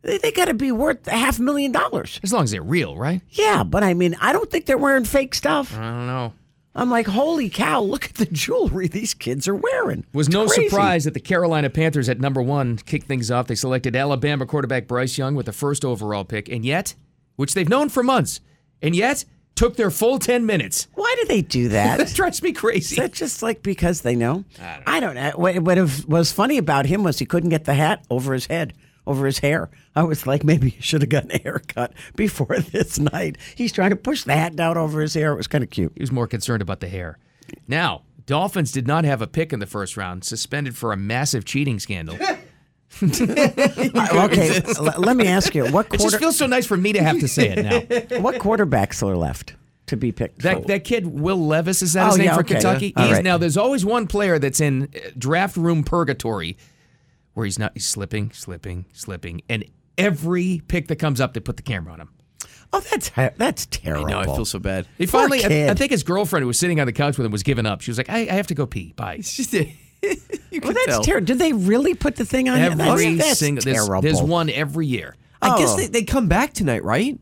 Speaker 4: They, they got to be worth a half million dollars.
Speaker 3: As long as they're real, right?
Speaker 4: Yeah, but I mean, I don't think they're wearing fake stuff.
Speaker 3: I don't know.
Speaker 4: I'm like, holy cow! Look at the jewelry these kids are wearing.
Speaker 3: Was
Speaker 4: It's
Speaker 3: no
Speaker 4: crazy.
Speaker 3: surprise that the Carolina Panthers at number one kicked things off. They selected Alabama quarterback Bryce Young with the first overall pick, and yet, which they've known for months, and yet took their full 10 minutes.
Speaker 4: Why do they do
Speaker 3: [laughs]
Speaker 4: that?
Speaker 3: That drives me crazy.
Speaker 4: Is that just like because they know? I don't know. What, what if- was funny about him was he couldn't get the hat over his head, over his hair. I was like, maybe he should have gotten a haircut before this night. He's trying to push the hat down over his hair. It was kind of cute.
Speaker 3: [laughs] He was more concerned about the hair. Now, Dolphins did not have a pick in the first round, suspended for a massive cheating
Speaker 4: [laughs]
Speaker 3: scandal. It
Speaker 4: Uh, okay, l- let me ask you what
Speaker 3: just
Speaker 4: quarter,
Speaker 3: feels so nice for me to have to say it now.
Speaker 4: [laughs] what quarterbacks are left to be picked?
Speaker 3: That,
Speaker 4: for?
Speaker 3: that kid Will Levis is that
Speaker 4: Oh,
Speaker 3: his name
Speaker 4: yeah,
Speaker 3: for
Speaker 4: okay.
Speaker 3: Kentucky?
Speaker 4: All
Speaker 3: He's,
Speaker 4: right.
Speaker 3: Now there's always one player that's in uh, draft room purgatory, where he's not he's slipping, slipping, slipping, and every pick that comes up, they put the camera on him.
Speaker 4: oh, that's ter- that's terrible.
Speaker 7: No, I feel so [laughs] bad.
Speaker 3: He
Speaker 4: Poor
Speaker 3: finally, I, I
Speaker 4: kid.
Speaker 3: think his girlfriend who was sitting on the couch with him was giving up. She was like, "I, I have to go pee. Bye."
Speaker 7: It's just a, you
Speaker 4: Well,
Speaker 7: can
Speaker 4: that's
Speaker 7: tell.
Speaker 4: terrible. Did they really put the thing on him?
Speaker 3: Every
Speaker 4: That's, that's
Speaker 3: single there's,
Speaker 4: terrible.
Speaker 3: there's one every year.
Speaker 7: I guess
Speaker 4: Oh.
Speaker 7: they, they come back tonight, right?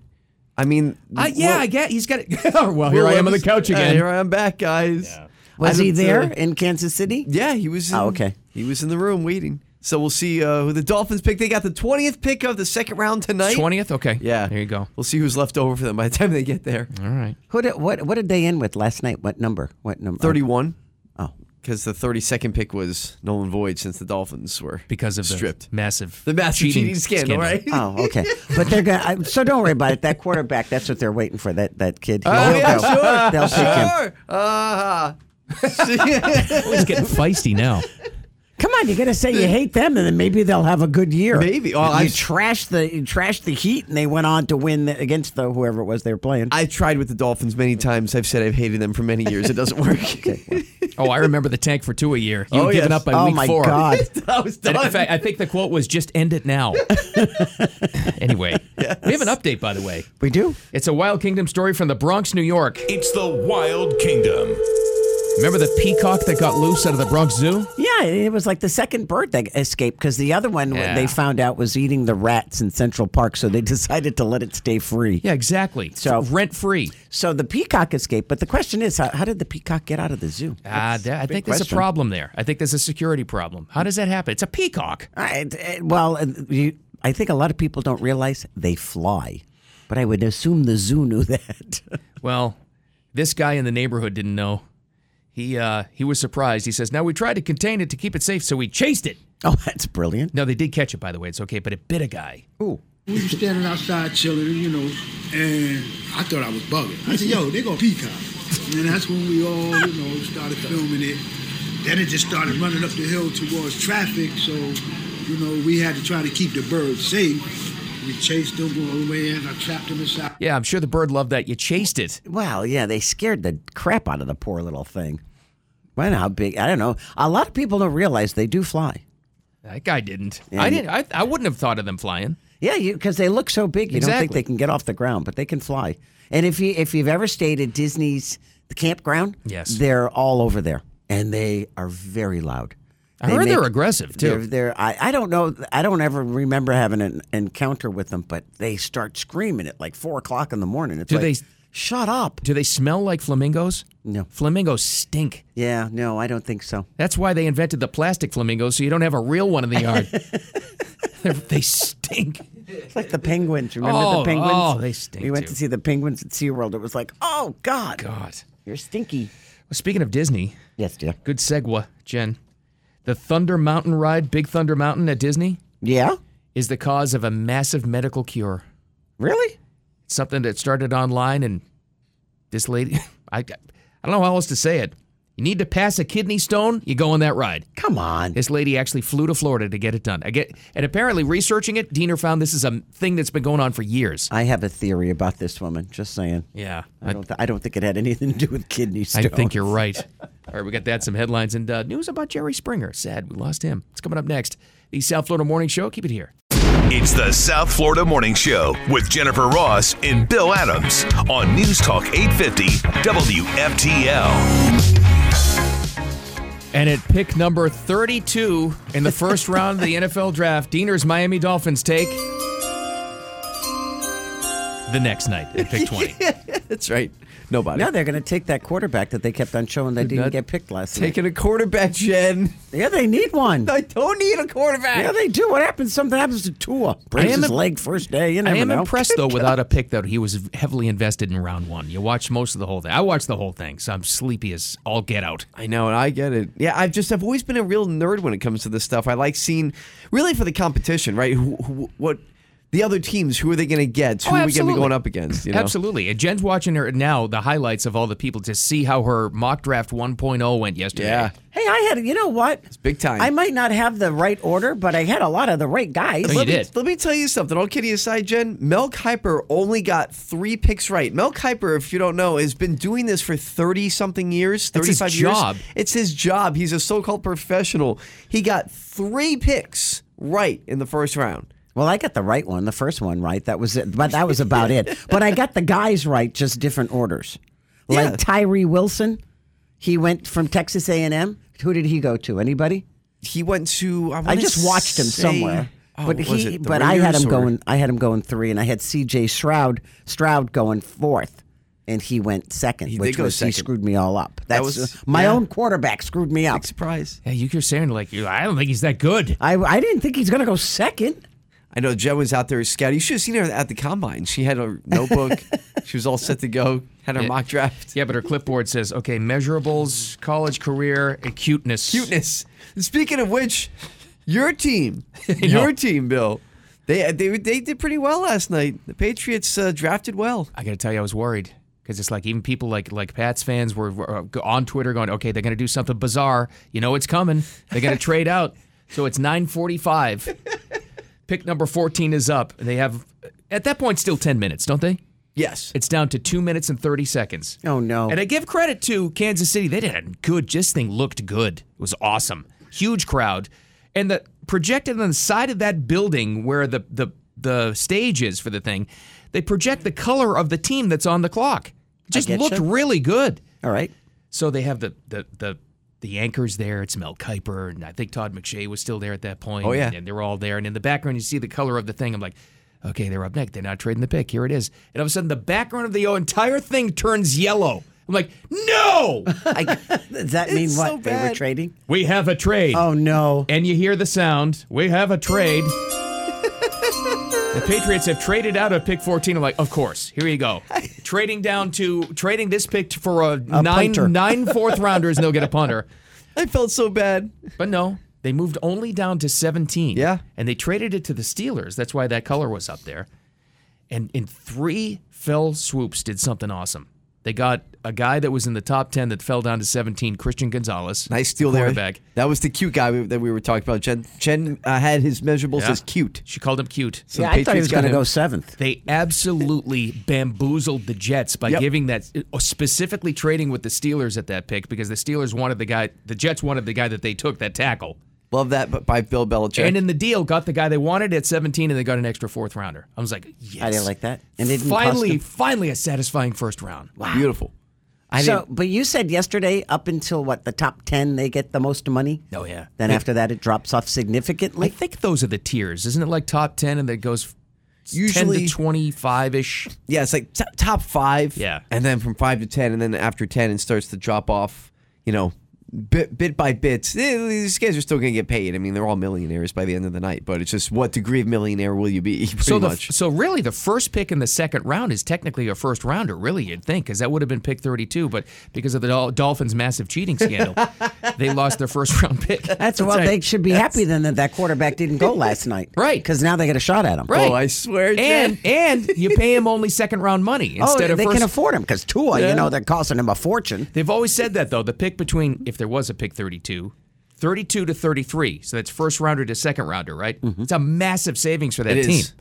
Speaker 7: I mean,
Speaker 3: Uh, yeah, I get. He's got. It. well, here I am on the couch
Speaker 7: Uh,
Speaker 3: again.
Speaker 7: here I am back, guys.
Speaker 4: Was
Speaker 7: I
Speaker 4: he
Speaker 7: don't,
Speaker 4: there
Speaker 7: uh,
Speaker 4: in Kansas City?
Speaker 7: yeah, he was. In,
Speaker 4: Oh, okay.
Speaker 7: He was in the room waiting. So we'll see uh, who the Dolphins pick. They got the twentieth pick of the second round tonight.
Speaker 3: Twentieth. Okay.
Speaker 7: Yeah,
Speaker 3: There you go.
Speaker 7: We'll see who's left over for them by the [laughs] time they get there.
Speaker 3: All right.
Speaker 4: Who did, what what did they end with last night? What number? What number?
Speaker 7: Thirty-one.
Speaker 4: Oh.
Speaker 7: because the thirty-second pick was null and void since the Dolphins were
Speaker 3: Because of the
Speaker 7: stripped
Speaker 3: massive
Speaker 7: the massive cheating, scandal, right?
Speaker 4: Oh, [laughs] okay. But they're gonna. I- So don't worry about it. That quarterback. That's what they're waiting for. That that kid. He'll,
Speaker 7: Oh,
Speaker 4: he'll
Speaker 7: yeah,
Speaker 4: go.
Speaker 7: sure.
Speaker 4: They'll pick him.
Speaker 7: sure. Uh,
Speaker 3: He's getting feisty now.
Speaker 4: Come on, you're gonna say you hate them, and then maybe they'll have a good year.
Speaker 7: Maybe. Oh,
Speaker 4: you
Speaker 7: I've-
Speaker 4: trashed the you trashed the Heat, and they went on to win the, against the whoever it was they were playing.
Speaker 7: [laughs] I've tried with the Dolphins many times. I've said I've hated them for many years. It doesn't [laughs] work.
Speaker 3: [laughs] Oh, I remember the tank for two a year. You
Speaker 7: Oh,
Speaker 3: were given
Speaker 7: yes.
Speaker 3: up by
Speaker 4: oh
Speaker 3: week
Speaker 4: my
Speaker 3: four.
Speaker 4: God.
Speaker 7: I was
Speaker 3: [laughs] And
Speaker 7: done.
Speaker 3: in fact, I think the quote was just end it now. anyway, we have an update, by the way.
Speaker 4: [laughs] We do.
Speaker 3: It's a Wild Kingdom story from the Bronx, New York.
Speaker 1: It's the Wild Kingdom.
Speaker 3: Remember the peacock that got loose out of the Bronx Zoo?
Speaker 4: Yeah, it was like the second bird that escaped because the other one
Speaker 3: Yeah.
Speaker 4: they found out was eating the rats in Central Park, so they [laughs] decided to let it stay free.
Speaker 3: Yeah, exactly.
Speaker 4: So-
Speaker 3: rent free.
Speaker 4: So the peacock escaped, but the question is, how, how did the peacock get out of the zoo?
Speaker 3: Ah, there- I think there's a
Speaker 4: question.
Speaker 3: problem there. I think there's a security problem. How does that happen? It's a peacock.
Speaker 4: I, I- well, uh, you, I think a lot of people don't realize they fly, but I would assume the zoo knew [laughs] that.
Speaker 3: Well, this guy in the neighborhood didn't know. He uh, he was surprised. He says, "Now we tried to contain it to keep it safe, so we chased it."
Speaker 4: oh, that's brilliant.
Speaker 3: No, they did catch it, by the way. It's okay, but it bit a guy.
Speaker 10: We were standing outside chilling, you know, and I thought I was bugging. I said, yo, they gonna peacock. And that's when we all, you know, started filming it. Then it just started running up the hill towards traffic, so, you know, we had to try to keep the birds safe. We chased them all the way in, I trapped them inside.
Speaker 3: Yeah, I'm sure the bird loved that. You chased it.
Speaker 4: Well, yeah, they scared the crap out of the poor little thing. Well, how big? I don't know. A lot of people don't realize they do fly.
Speaker 3: That guy didn't. I didn't. I, I wouldn't have thought of them flying.
Speaker 4: Yeah, because they look so big, you don't think
Speaker 3: Exactly.
Speaker 4: they can get off the ground, but they can fly. And if you if you've ever stayed at Disney's campground,
Speaker 3: Yes.
Speaker 4: they're all over there, and they are very loud.
Speaker 3: I heard they're aggressive, too.
Speaker 4: They're, they're- I, I don't know. I don't ever remember having an encounter with them, but they start screaming at like four o'clock in the morning. It's
Speaker 3: Do
Speaker 4: like,
Speaker 3: they-
Speaker 4: shut up?
Speaker 3: Do they smell like flamingos?
Speaker 4: No.
Speaker 3: Flamingos stink.
Speaker 4: Yeah, no, I don't think so.
Speaker 3: That's why they invented the plastic flamingos, so you don't have a real one in the yard. They're- they stink.
Speaker 4: It's like the penguins. Remember
Speaker 3: Oh,
Speaker 4: the penguins?
Speaker 3: oh, they stink,
Speaker 4: We went
Speaker 3: too.
Speaker 4: to see the penguins at SeaWorld. It was like, oh God,
Speaker 3: God.
Speaker 4: you're stinky.
Speaker 3: Speaking of Disney,
Speaker 4: Yes, dear.
Speaker 3: good segue, Jen. The Thunder Mountain ride, Big Thunder Mountain at Disney,
Speaker 4: Yeah,
Speaker 3: is the cause of a massive medical cure.
Speaker 4: really?
Speaker 3: It's [laughs] something that started online, and this lady, I, I don't know how else to say it. You need to pass a kidney stone, you go on that ride.
Speaker 4: Come on.
Speaker 3: This lady actually flew to Florida to get it done. I get, and apparently, researching it, Diener found this is a thing that's been going on for years.
Speaker 4: I have a theory about this woman. Just saying.
Speaker 3: Yeah.
Speaker 4: I don't. Th- I don't think it had anything to do with kidney
Speaker 3: I
Speaker 4: stones.
Speaker 3: think you're right. [laughs] All right, we got that, some headlines, and uh, news about Jerry Springer. Sad we lost him. It's coming up next. The South Florida Morning Show. Keep it here.
Speaker 1: It's the South Florida Morning Show with Jennifer Ross and Bill Adams on News Talk 850 WFTL.
Speaker 3: And at pick number 32 in the first round of the NFL draft, Diener's Miami Dolphins take the next night at pick 20.
Speaker 7: That's right. Nobody.
Speaker 4: Now they're going to take that quarterback that they kept on showing that didn't
Speaker 7: not
Speaker 4: get picked last night.
Speaker 7: Taking a quarterback, Jen. [laughs]
Speaker 4: Yeah, they need one.
Speaker 7: I don't need a quarterback.
Speaker 4: Yeah, they do. What happens? Something happens to Tua. Breaks
Speaker 3: am
Speaker 4: his
Speaker 3: im-
Speaker 4: leg first day. You
Speaker 3: I
Speaker 4: never
Speaker 3: am
Speaker 4: know.
Speaker 3: impressed, though, without a pick, though, he was heavily invested in round one. You watched most of the whole thing. I watched the whole thing, so I'm sleepy as all get out.
Speaker 7: I know, and I get it. Yeah, I've just I've always been a real nerd when it comes to this stuff. I like seeing really for the competition, right? Who, who what the other teams? Who are they going to get? Who
Speaker 3: Oh,
Speaker 7: are we going to
Speaker 3: absolutely.
Speaker 7: be going up against? You know?
Speaker 3: Absolutely. And Jen's watching her now, the highlights of all the people to see how her mock draft 1.0 went yesterday.
Speaker 7: Yeah,
Speaker 4: Hey, I had. You know what? It's
Speaker 7: big time.
Speaker 4: I might not have the right order, but I had a lot of the right guys.
Speaker 3: you
Speaker 7: Let me-
Speaker 3: did.
Speaker 7: Let me tell you something. All kidding aside, Jen, Mel Kiper only got three picks right. Mel Kiper, if you don't know, has been doing this for 30 something years,
Speaker 3: That's his
Speaker 7: 35 years.
Speaker 3: job.
Speaker 7: It's his job. He's a so called professional. He got three picks right in the first round.
Speaker 4: Well, I got the right one, the first one right. That was it, but that was about
Speaker 7: [laughs]
Speaker 4: it. But I got the guys right, just different orders.
Speaker 7: Yeah.
Speaker 4: Like Tyree Wilson, he went from Texas A and M. Who did he go to? Anybody?
Speaker 7: He went to. I,
Speaker 4: I
Speaker 7: wanna
Speaker 4: just watched him
Speaker 7: say-
Speaker 4: somewhere.
Speaker 7: Oh,
Speaker 4: but
Speaker 7: was
Speaker 4: he,
Speaker 7: it the
Speaker 4: but I had
Speaker 7: Raiders
Speaker 4: him
Speaker 7: or-
Speaker 4: going. I had him going three, and I had C.J. Stroud, Stroud going fourth, and he went second,
Speaker 7: He did
Speaker 4: which
Speaker 7: go
Speaker 4: was he
Speaker 7: second.
Speaker 4: screwed me all up. That's
Speaker 7: was-
Speaker 4: my
Speaker 7: yeah.
Speaker 4: own quarterback screwed me up.
Speaker 7: Surprise.
Speaker 3: Hey, you keep saying, like, you- I don't think he's that good.
Speaker 4: I I didn't think he's going to go second.
Speaker 7: I know Jen was out there scouting. You should have seen her at the combine. She had her
Speaker 4: [laughs]
Speaker 7: notebook. she was all set to go. Had her mock draft.
Speaker 3: Yeah, but her clipboard says, okay, measurables, college career, acuteness.
Speaker 7: cuteness. Speaking of which, your [laughs] team,
Speaker 3: know.
Speaker 7: your team, Bill, they they they did pretty well last night. The Patriots uh, drafted well.
Speaker 3: I got to tell you, I was worried because it's like even people like like Pats fans were, were uh, on Twitter going, okay, they're going to do something bizarre. You know, it's coming. They're going to trade out. So it's 9:45. Pick number 14 is up. They have at that point still 10 minutes, don't they?
Speaker 7: Yes,
Speaker 3: It's down to two minutes and 30 seconds.
Speaker 4: Oh, no.
Speaker 3: And I give credit to Kansas City. They did a good, this thing looked good. It was awesome. Huge crowd. And the projected on the side of that building where the, the, the stage is for the thing, they project the color of the team that's on the clock. It just
Speaker 4: get
Speaker 3: looked
Speaker 4: you.
Speaker 3: really good.
Speaker 4: All
Speaker 7: [laughs]
Speaker 4: right.
Speaker 3: So they have the, the, the, the anchors there. It's Mel Kiper, and I think Todd McShay was still there at that point.
Speaker 7: Oh, yeah.
Speaker 3: And they're all there. And in the background, you see the color of the thing. I'm like, okay, they're up next. They're not trading the pick. Here it is. And all of a sudden, the background of the entire thing turns yellow. I'm like, no,
Speaker 4: I, does that mean
Speaker 7: It's
Speaker 4: what
Speaker 7: so
Speaker 4: they were
Speaker 7: bad.
Speaker 4: trading?
Speaker 3: we have a trade.
Speaker 4: Oh no!
Speaker 3: And you hear the sound. We have a trade. the Patriots have traded out of pick 14. I'm like, of course. Here you go. Trading down to trading this pick for a, nine
Speaker 4: punter.
Speaker 3: nine fourth rounders, and they'll get a punter.
Speaker 7: I felt so bad.
Speaker 3: But no, they moved only down to 17.
Speaker 7: Yeah.
Speaker 3: And they traded it to the Steelers. That's why that color was up there. And in three fell swoops, did something awesome. They got a guy that was in the top 10 that fell down to 17, Christian Gonzalez.
Speaker 7: Nice steal there.
Speaker 3: quarterback.
Speaker 7: That was the cute guy we- that we were talking about. Jen Jen uh, had his measurables
Speaker 3: Yeah.
Speaker 7: as cute.
Speaker 3: She called him cute.
Speaker 7: So
Speaker 4: Yeah, I
Speaker 7: the
Speaker 4: thought he
Speaker 7: Patriots
Speaker 4: was
Speaker 7: got
Speaker 4: going to
Speaker 7: him.
Speaker 4: go seventh.
Speaker 3: They absolutely bamboozled the Jets by
Speaker 7: Yep.
Speaker 3: giving that uh, specifically trading with the Steelers at that pick because the Steelers wanted the guy, the Jets wanted the guy that they took that tackle.
Speaker 7: Love that but by Bill Belichick.
Speaker 3: And in the deal, got the guy they wanted at 17 and they got an extra fourth rounder. I was like, yes.
Speaker 4: I didn't like that. And it didn't cost
Speaker 3: finally,
Speaker 4: him-
Speaker 3: finally a satisfying first round.
Speaker 7: beautiful. I
Speaker 4: so,
Speaker 7: didn't.
Speaker 4: but you said yesterday, up until what the top ten, they get the most money.
Speaker 3: Oh, yeah.
Speaker 4: Then
Speaker 3: Yeah.
Speaker 4: after that, it drops off
Speaker 3: I
Speaker 4: significantly.
Speaker 3: think those are the tiers. Isn't it like top 10 and that goes
Speaker 7: Usually-
Speaker 3: 10 to 25 ish?
Speaker 7: Yeah, it's like t- top five.
Speaker 3: Yeah.
Speaker 7: and then from five to ten, and then after ten, it starts to drop off. You know, bit, bit by bit, eh, these guys are still going to get paid. I mean, they're all millionaires by the end of the night, but it's just what degree of millionaire will you be? [laughs] Pretty
Speaker 3: So the,
Speaker 7: much.
Speaker 3: so really, the first pick in the second round is technically a first rounder. Really, you'd think because that would have been pick 32, but because of the Dol- Dolphins' massive cheating
Speaker 4: [laughs]
Speaker 3: scandal, they lost their first round pick.
Speaker 4: That's well, they should be happy then that that quarterback didn't go last night, [laughs] right? Because now they get a shot at him.
Speaker 3: Right.
Speaker 7: swear.
Speaker 3: And and you pay him only second round money
Speaker 4: Oh,
Speaker 3: instead of
Speaker 4: they
Speaker 3: first.
Speaker 4: can afford him because Tua,
Speaker 3: Yeah.
Speaker 4: you know, they're costing him a fortune.
Speaker 3: They've always said that though. The pick between if there was a pick 32, 32 to 33, so that's first rounder to second rounder, right? It's a massive savings for that
Speaker 4: It
Speaker 3: team.
Speaker 4: is.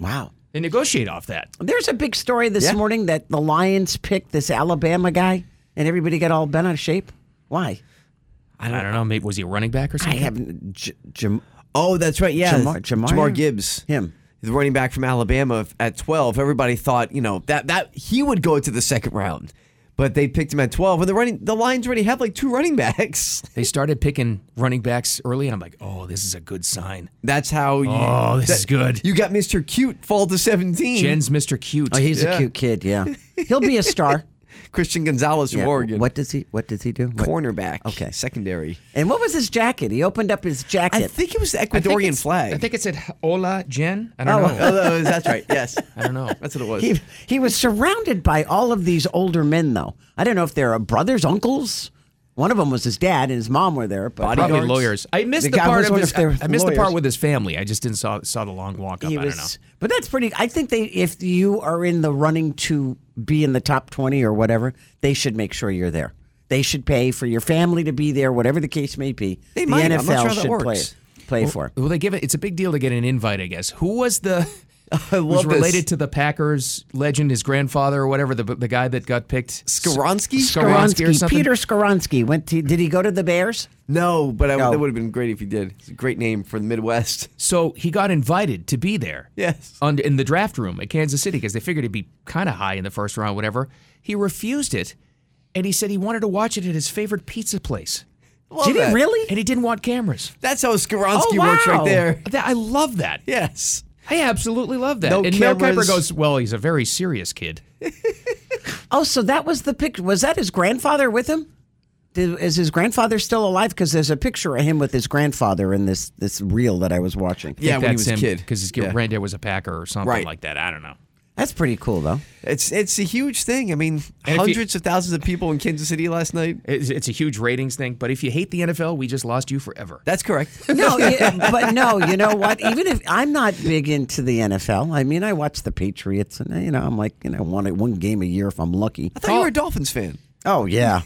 Speaker 4: Wow.
Speaker 3: They negotiate off that.
Speaker 4: There's a big story this morning that the Lions picked this Alabama guy, and everybody got all bent out of shape. Why?
Speaker 3: I don't, know. Maybe was he a running back or
Speaker 4: I
Speaker 3: something?
Speaker 4: haven't. J- Jam-
Speaker 7: Oh, that's right. Yeah,
Speaker 4: Jamar- Jamar?
Speaker 7: Gibbs,
Speaker 4: Him.
Speaker 7: the running back from Alabama f- at twelve. Everybody thought you know that that he would go to the second round, but they picked him at twelve. And the running the Lions already have like two running backs. [laughs]
Speaker 3: They started picking running backs early, and I'm like, oh, this is a good sign.
Speaker 7: That's how. You,
Speaker 3: Oh, this
Speaker 7: is
Speaker 3: is good.
Speaker 7: You got Mister Cute fall to seventeen.
Speaker 3: Jen's Mr. Cute.
Speaker 4: Oh, he's
Speaker 7: Yeah.
Speaker 4: a cute kid. Yeah, he'll be a [laughs] star.
Speaker 7: Christian Gonzalez from
Speaker 4: Yeah.
Speaker 7: Oregon.
Speaker 4: What does he? What does he do? What-
Speaker 7: cornerback?
Speaker 4: Okay.
Speaker 7: secondary.
Speaker 4: And what was his jacket? He opened up his jacket.
Speaker 7: I think it was the
Speaker 3: I think
Speaker 7: Ecuadorian
Speaker 3: it's-
Speaker 7: flag.
Speaker 3: I think it said "Hola, Jen." I don't know.
Speaker 7: Oh, that- that's right. Yes,
Speaker 3: [laughs] I don't know.
Speaker 7: that's what it was.
Speaker 4: he he was surrounded by all of these older men, though. I don't know if they're brothers, uncles. One of them was his dad, and his mom were there. But
Speaker 3: Probably lawyers. I missed
Speaker 4: The
Speaker 3: the,
Speaker 4: guy
Speaker 3: part
Speaker 4: was
Speaker 3: of
Speaker 4: one
Speaker 3: his.
Speaker 4: if they were
Speaker 3: I missed the part
Speaker 4: lawyers.
Speaker 3: with his family. I just didn't saw saw the long walk up.
Speaker 4: He
Speaker 3: I don't know.
Speaker 4: was, but that's pretty. I think they, if you are in the running to be in the top twenty or whatever, they should make sure you're there. They should pay for your family to be there, whatever the case may be.
Speaker 7: They
Speaker 4: the
Speaker 7: might. I'm not
Speaker 4: NFL
Speaker 7: sure how that
Speaker 4: should play
Speaker 7: works.
Speaker 4: play for him.
Speaker 3: Well, they give it. It's a big deal to get an invite, I guess. Who was [laughs] the?
Speaker 7: [laughs] I
Speaker 3: Was
Speaker 7: love this.
Speaker 3: related to the Packers legend, his grandfather or whatever, the the guy that got picked.
Speaker 7: Skoronsky?
Speaker 3: Skoronsky or something.
Speaker 4: Peter Skoronsky went. To, did he go to the Bears?
Speaker 7: No, but I,
Speaker 4: No.
Speaker 7: that would have been great if he did. It's a great name for
Speaker 3: [laughs]
Speaker 7: the Midwest.
Speaker 3: So he got invited to be there.
Speaker 7: Yes.
Speaker 3: On, in the draft room at Kansas City because they figured he'd be kind of high in the first round, whatever. He refused it, and he said he wanted to watch it at his favorite pizza place,
Speaker 7: Love
Speaker 4: did
Speaker 7: that.
Speaker 4: he really?
Speaker 3: and he didn't want cameras.
Speaker 7: That's how Skoronsky
Speaker 4: Oh,
Speaker 7: works right
Speaker 4: wow.
Speaker 7: there.
Speaker 3: That- I love that.
Speaker 7: Yes.
Speaker 3: I absolutely love that.
Speaker 7: No
Speaker 3: and Mel
Speaker 7: cameras.
Speaker 3: Kiper goes, "Well, he's a very serious kid."
Speaker 4: Oh, so that was the picture. Was that his grandfather with him? Did, is his grandfather still alive? Because there's a picture of him with his grandfather in this this reel that I was watching.
Speaker 7: Yeah, when he was a kid.
Speaker 3: because his
Speaker 7: Yeah.
Speaker 3: granddad was a Packer or something
Speaker 7: Right.
Speaker 3: like that. I don't know.
Speaker 4: That's pretty cool, though.
Speaker 7: It's it's a huge thing. I mean,
Speaker 3: And if you-
Speaker 7: hundreds of thousands of people in Kansas City last night.
Speaker 3: It's, it's a huge ratings thing, but if you hate the NFL, we just lost you forever. [laughs]
Speaker 7: That's correct.
Speaker 4: No, yeah, but no, you know what? Even if I'm not big into the NFL, I mean, I watch the Patriots, and you know, I'm like, you know, one one game a year if I'm lucky.
Speaker 7: I thought you were a Dolphins fan.
Speaker 4: Oh yeah,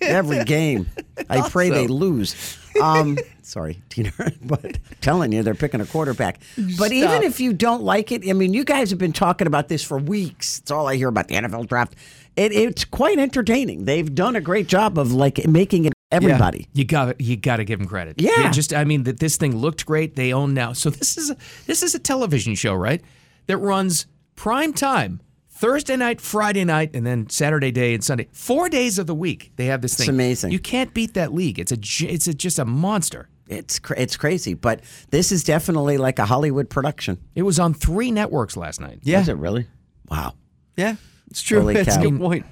Speaker 4: every game. I pray they lose. Um, sorry, Tina, [laughs] but I'm telling you they're picking a quarterback. But even if you don't like it, I mean, you guys have been talking about this for weeks. It's all I hear about the NFL draft. It, it's quite entertaining. They've done a great job of like making it everybody.
Speaker 3: You got you got to give them credit.
Speaker 4: Yeah.
Speaker 3: They just I mean that this thing looked great. They own now. So this is a, this is a television show, right? That runs prime time Thursday night, Friday night, and then Saturday day and Sunday. Four days of the week they have this thing.
Speaker 4: amazing.
Speaker 3: You can't beat that league. It's a j- it's a, just a monster.
Speaker 4: It's cra- it's crazy, but this is definitely like a Hollywood production.
Speaker 3: It was on three networks last night.
Speaker 7: Yeah.
Speaker 4: Is it really? Wow.
Speaker 7: Yeah, it's true.
Speaker 4: Holy
Speaker 7: [laughs] That's
Speaker 4: cow.
Speaker 7: a good point.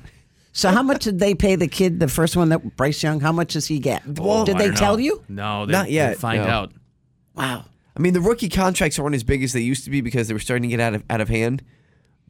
Speaker 4: So how much did they pay the kid, the first one that Bryce Young? How much does he get?
Speaker 3: Oh,
Speaker 4: did
Speaker 3: I
Speaker 4: they
Speaker 3: don't
Speaker 4: tell
Speaker 3: know.
Speaker 4: you?
Speaker 3: No, they,
Speaker 7: Not
Speaker 3: they
Speaker 7: yet,
Speaker 3: Find
Speaker 7: no.
Speaker 3: out.
Speaker 4: Wow.
Speaker 7: I mean, the rookie contracts aren't as big as they used to be because they were starting to get out of out of hand,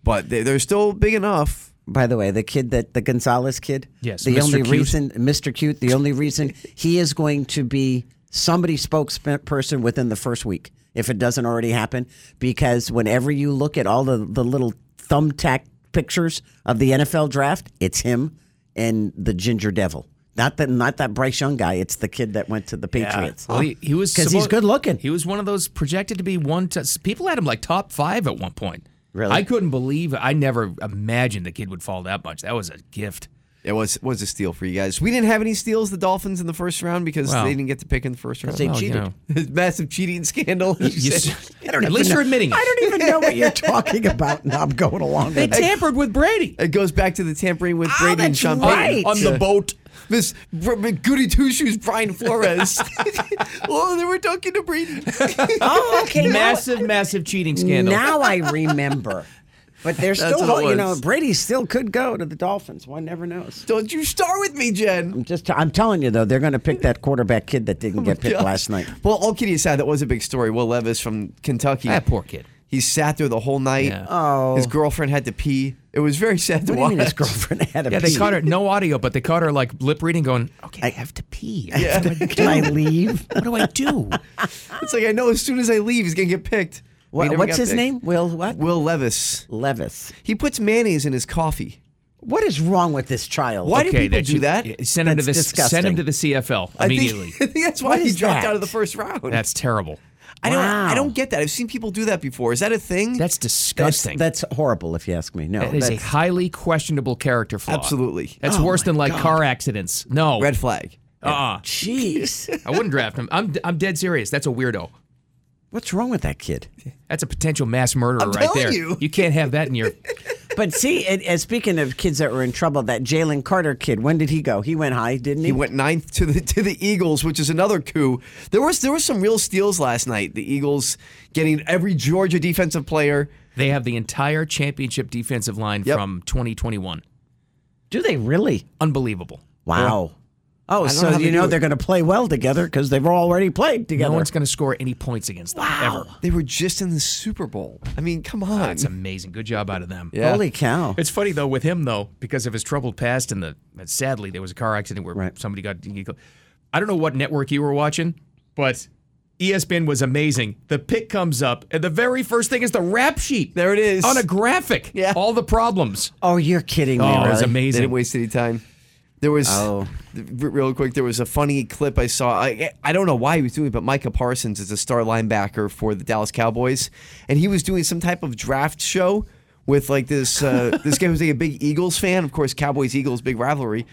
Speaker 7: but they, they're still big enough.
Speaker 4: By the way, the kid that the Gonzalez kid.
Speaker 3: Yes,
Speaker 4: The
Speaker 3: Mr.
Speaker 4: only
Speaker 3: Cute.
Speaker 4: reason, Mr. Cute, the only reason he is going to be somebody's spokesperson within the first week, if it doesn't already happen, because whenever you look at all the, the little thumbtack pictures of the NFL draft, it's him and the Ginger Devil. Not that, not that Bryce Young guy. It's the kid that went to the Patriots.
Speaker 3: Well, he, he was
Speaker 4: because he's
Speaker 3: suppo-
Speaker 4: good looking.
Speaker 3: He was one of those projected to be one. To, people had him like top five at one point.
Speaker 4: Really?
Speaker 3: I couldn't believe. I never imagined the kid would fall that much. That was a gift.
Speaker 7: It was was a steal for you guys. We didn't have any steals the Dolphins in the first round because
Speaker 3: Wow.
Speaker 7: they didn't get to pick in the first round.
Speaker 4: They
Speaker 3: Well, you
Speaker 4: cheated.
Speaker 3: know.
Speaker 7: [laughs] Massive cheating scandal.
Speaker 3: You
Speaker 7: [laughs]
Speaker 3: s- at least you're admitting it.
Speaker 4: I don't even know what you're talking about, and I'm going along
Speaker 3: They
Speaker 4: with it.
Speaker 3: tampered with Brady.
Speaker 7: It goes back to the tampering with
Speaker 4: Oh,
Speaker 7: Brady and
Speaker 4: that's
Speaker 7: Sean
Speaker 4: right.
Speaker 7: Payton
Speaker 4: On the
Speaker 7: boat. This Br- Br- goody two shoes, Brian
Speaker 4: [laughs]
Speaker 7: Flores. [laughs] oh, they were talking to Brady.
Speaker 3: [laughs]
Speaker 4: Oh, okay. now-
Speaker 3: Massive, massive cheating scandal.
Speaker 4: Now I remember. But they're
Speaker 7: [laughs] That's
Speaker 4: still,
Speaker 7: what it
Speaker 4: you know,
Speaker 7: was.
Speaker 4: Brady still could go to the Dolphins. One never knows.
Speaker 7: [laughs] Don't you start with me, Jen.
Speaker 4: I'm just, I'm telling you though, they're going to pick that quarterback kid that didn't get picked
Speaker 7: Yeah.
Speaker 4: last
Speaker 7: [laughs]
Speaker 4: night.
Speaker 7: Well, all kidding aside, that was a big story. Will Levis from Kentucky.
Speaker 3: That poor kid.
Speaker 7: He sat there the whole night.
Speaker 3: Yeah.
Speaker 4: Oh.
Speaker 7: His girlfriend had to pee. It was very sad
Speaker 4: What do
Speaker 7: to
Speaker 4: you
Speaker 7: watch.
Speaker 4: mean his girlfriend had a
Speaker 3: Yeah, they
Speaker 4: pee?
Speaker 3: caught her. No audio, but they caught her like lip reading, going, "Okay, I have to pee.
Speaker 7: [laughs] Yeah.
Speaker 4: [laughs] Can I leave?
Speaker 3: What do I do?"
Speaker 7: It's like I know as soon as I leave, he's gonna get picked. He
Speaker 4: What,
Speaker 7: never
Speaker 4: what's
Speaker 7: got
Speaker 4: his
Speaker 7: picked.
Speaker 4: name? Will what?
Speaker 7: Will Levis.
Speaker 4: Levis.
Speaker 7: He puts mayonnaise in his coffee.
Speaker 4: What is wrong with this child?
Speaker 7: Why do
Speaker 3: Okay,
Speaker 7: people
Speaker 3: that
Speaker 7: do
Speaker 3: should-
Speaker 7: that?
Speaker 3: yeah, Send him to the
Speaker 4: That's
Speaker 3: send him
Speaker 4: disgusting.
Speaker 3: to the CFL
Speaker 7: I think-
Speaker 3: immediately.
Speaker 7: [laughs] I think, that's why
Speaker 4: What
Speaker 7: he
Speaker 4: is
Speaker 7: dropped
Speaker 4: that?
Speaker 7: out of the first round.
Speaker 3: That's terrible.
Speaker 7: I don't.
Speaker 4: Wow.
Speaker 7: I don't get that. I've seen people do that before. Is that a thing?
Speaker 3: That's
Speaker 4: That's,
Speaker 3: disgusting.
Speaker 4: that's horrible if you ask me. No.
Speaker 3: That is a
Speaker 4: that's-
Speaker 3: highly questionable character flaw.
Speaker 7: Absolutely.
Speaker 3: That's
Speaker 7: Oh
Speaker 3: worse
Speaker 7: my
Speaker 3: than like
Speaker 7: God.
Speaker 3: car accidents. No.
Speaker 7: red flag.
Speaker 3: Uh-uh.
Speaker 7: [laughs]
Speaker 4: Jeez.
Speaker 3: I wouldn't draft him. I'm I'm dead serious. That's a weirdo.
Speaker 4: What's wrong with that kid?
Speaker 3: That's a potential mass murderer
Speaker 7: I'm
Speaker 3: right
Speaker 7: telling
Speaker 3: there.
Speaker 7: you.
Speaker 3: can't have that in your [laughs]
Speaker 4: But see, and, and speaking of kids that were in trouble, that Jalen Carter kid, when did he go? He went high, didn't he?
Speaker 7: He went ninth to the to the Eagles, which is another coup. There was there was some real steals last night. The Eagles getting every Georgia defensive player.
Speaker 3: They have the entire championship defensive line
Speaker 7: Yep.
Speaker 3: from 2021.
Speaker 4: Do they really?
Speaker 3: Unbelievable.
Speaker 4: Wow. Oh,
Speaker 7: don't
Speaker 4: so
Speaker 7: know how
Speaker 4: you
Speaker 7: they
Speaker 4: know
Speaker 7: do it.
Speaker 4: they're going to play well together because they've already played together.
Speaker 3: No one's going to score any points against them ever.
Speaker 7: They were just in the Super Bowl. I mean, come on.
Speaker 3: That's amazing. Good job out of them.
Speaker 7: Yeah.
Speaker 4: Holy cow.
Speaker 3: It's funny though with him though because of his troubled past and the sadly there was a car accident where
Speaker 4: Right.
Speaker 3: somebody got. I don't know what network you were watching, but E ESPN was amazing. The pick comes up and the very first thing is the rap sheet.
Speaker 7: There it is.
Speaker 3: on a graphic.
Speaker 7: Yeah.
Speaker 3: all the problems.
Speaker 4: Oh, you're kidding me.
Speaker 3: Oh, it was
Speaker 4: really?
Speaker 7: They
Speaker 3: amazing.
Speaker 7: didn't waste any time. There was
Speaker 4: Oh.
Speaker 7: th- real quick. There was a funny clip I saw. I I don't know why he was doing, it, but Micah Parsons is a star linebacker for the Dallas Cowboys, and he was doing some type of draft show with like this uh,
Speaker 3: [laughs]
Speaker 7: this guy who's like a big Eagles fan. Of course, Cowboys Eagles big rivalry,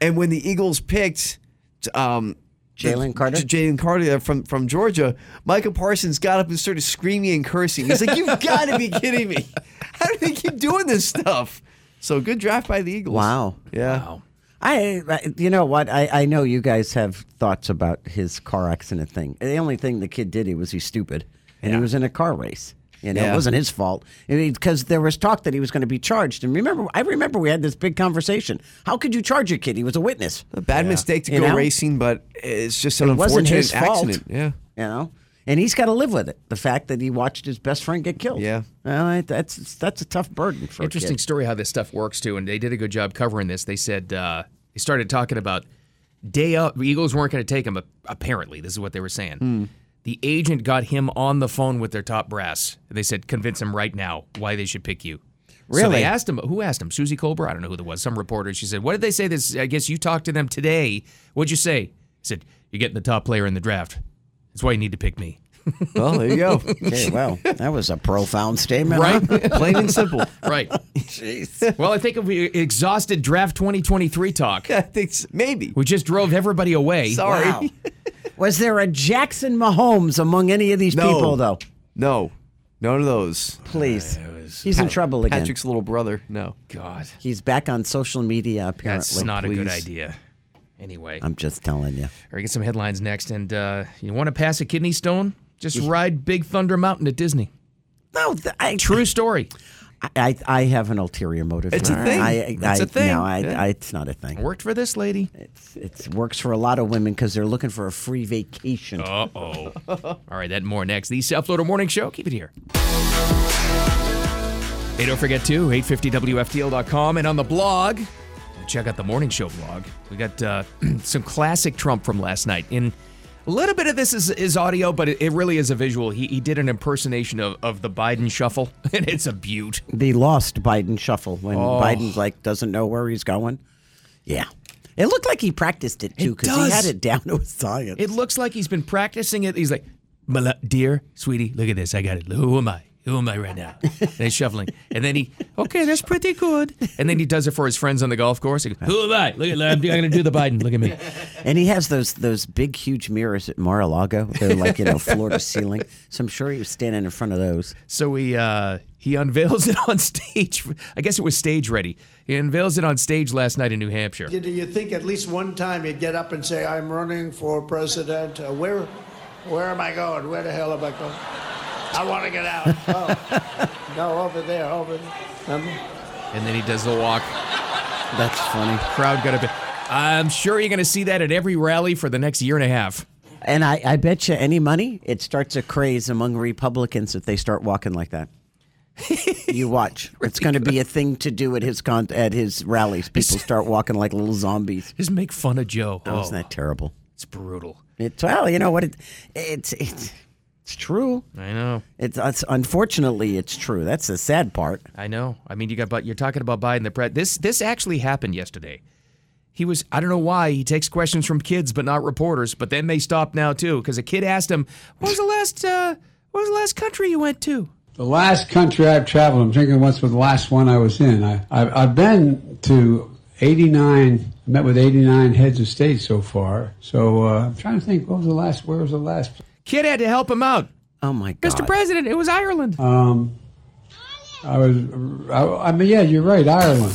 Speaker 7: and when the Eagles picked. Um,
Speaker 4: Jalen Carter?
Speaker 7: Jalen Carter there from, from Georgia. Micah Parsons got up and started screaming and cursing. He's
Speaker 4: [laughs]
Speaker 7: like, "You've got to be kidding me! How do they keep doing this stuff?" So good draft by the Eagles.
Speaker 4: Wow.
Speaker 7: Yeah.
Speaker 4: I, I- you know what? I, I know you guys have thoughts about his car accident thing. The only thing the kid did he was he stupid, and he was in a car race. You know,
Speaker 7: Yeah.
Speaker 4: it wasn't his fault because there was talk that he was going to be charged. And remember, I remember we had this big conversation. How could you charge a kid? He was a witness.
Speaker 7: A bad mistake to
Speaker 4: You
Speaker 7: go
Speaker 4: know?
Speaker 7: racing, but it's just an
Speaker 4: It
Speaker 7: unfortunate
Speaker 4: wasn't his fault.
Speaker 7: accident. Yeah.
Speaker 4: You know, and he's got to live with it. The fact that he watched his best friend get killed.
Speaker 7: Yeah.
Speaker 4: Well, I- that's that's a tough burden for
Speaker 3: Interesting
Speaker 4: A kid.
Speaker 3: story how this stuff works too, and they did a good job covering this. They said uh, they started talking about day up. the Eagles weren't going to take him. ap- Apparently, this is what they were saying. The agent got him on the phone with their top brass. They said, "Convince him right now why they should pick you." So they
Speaker 4: Really?
Speaker 3: asked him. Who asked him? Susie Colbert. I don't know who that was. Some reporter. She said, "What did they say? This? I guess you talked to them today. What'd you say?" He said, "You're getting the top player in the draft. That's why you need to pick me."
Speaker 7: Well, there
Speaker 4: [laughs]
Speaker 7: you go.
Speaker 4: Okay, well, that was a profound statement, huh?
Speaker 3: Right.
Speaker 4: [laughs]
Speaker 7: Plain and simple.
Speaker 3: right.
Speaker 7: [laughs]
Speaker 3: Well, I think if we exhausted draft 2023 talk.
Speaker 7: I think s- maybe.
Speaker 3: We just drove everybody away.
Speaker 7: Sorry.
Speaker 4: Wow. Was there a Jackson Mahomes among any of these
Speaker 7: No.
Speaker 4: people, though?
Speaker 7: No. None of those.
Speaker 4: Please. He's in trouble again.
Speaker 7: Patrick's little brother. No.
Speaker 3: God,
Speaker 4: He's back on social media, apparently.
Speaker 3: that's not a good
Speaker 7: please.
Speaker 3: idea. Anyway,
Speaker 4: I'm just telling you.
Speaker 3: all right, get some headlines next. And uh, you want to pass a kidney stone? Just ride Big Thunder Mountain to Disney.
Speaker 4: No, th- I,
Speaker 3: True story.
Speaker 4: I, I, I have an ulterior motive.
Speaker 7: It's
Speaker 4: here.
Speaker 7: a thing.
Speaker 4: I, I,
Speaker 7: It's
Speaker 4: I-
Speaker 7: a thing.
Speaker 4: No, I,
Speaker 7: Yeah.
Speaker 4: I, it's not a thing.
Speaker 3: Worked for this lady.
Speaker 4: It works for a lot of women because they're looking for a free vacation.
Speaker 3: Uh oh. [laughs] all right, that and more next. The South Florida Morning Show. Keep it here. Hey, don't forget to 850wftl.com and on the blog. Check out the morning show blog. We got uh, [clears throat] some classic Trump from last night. And a little bit of this is, is audio, but it, it really is a visual. He, he did an impersonation of, of the Biden shuffle, [laughs] and it's a beaut.
Speaker 4: The lost Biden shuffle when
Speaker 3: Oh.
Speaker 4: Biden like doesn't know where he's going. Yeah. It looked like he practiced it too
Speaker 3: It
Speaker 4: because he
Speaker 3: does.
Speaker 4: had it down to a science.
Speaker 3: It looks like he's been practicing it. He's like, "My lo- dear sweetie, look at this. I got it. Who am I? Who am I right [laughs] now? And he's shuffling. And then he, okay, that's pretty good. And then he does it for his friends on the golf course. He goes, Who am I? Look at, I'm going to do the Biden. Look at me.
Speaker 4: And he has those those big huge mirrors at Mar-a-Lago. They're like
Speaker 3: [laughs]
Speaker 4: you know floor to ceiling. So I'm sure he was standing in front of those.
Speaker 3: So he uh, he unveils it on [laughs] stage. I guess it was stage ready. He unveils it on stage last night in New Hampshire.
Speaker 5: Did you think at least one time he'd get up and say, "I'm running for president"? Uh, where, where am I going? Where the hell am I going? I want to get out. Oh, no, over there, over there. Um,
Speaker 3: And then he does the walk.
Speaker 4: That's funny.
Speaker 3: Crowd got a bit. I'm sure you're going to see that at every rally for the next year and a half.
Speaker 4: And I, I bet you any money, it starts a craze among Republicans if they start walking
Speaker 3: [laughs]
Speaker 4: like that. you watch. It's going to be a thing to do at his con- at his rallies. People start walking like little zombies.
Speaker 3: Just make fun of Joe.
Speaker 4: Oh, isn't that terrible?
Speaker 3: It's brutal.
Speaker 4: It's well, you know what? It, it's it's it's true.
Speaker 3: I know.
Speaker 4: It's, it's unfortunately it's true. That's the sad part.
Speaker 3: I know. I mean, you got but you're talking about Biden the president. This this actually happened yesterday. He was I don't know why he takes questions from kids but not reporters. But then they stopped now too because a kid asked him, "What was the last uh, What was the last country you went to?"
Speaker 8: The last country I've traveled, I'm thinking what's the last one I was in. I, I, I've been to 89, met with 89 heads of state so far. So uh, I'm trying to think, what was the last, where was the last?
Speaker 3: Kid had to help him out.
Speaker 4: Oh my god,
Speaker 3: Mr. President, it was Ireland.
Speaker 8: Um, I was, I, I mean, yeah, you're right, Ireland.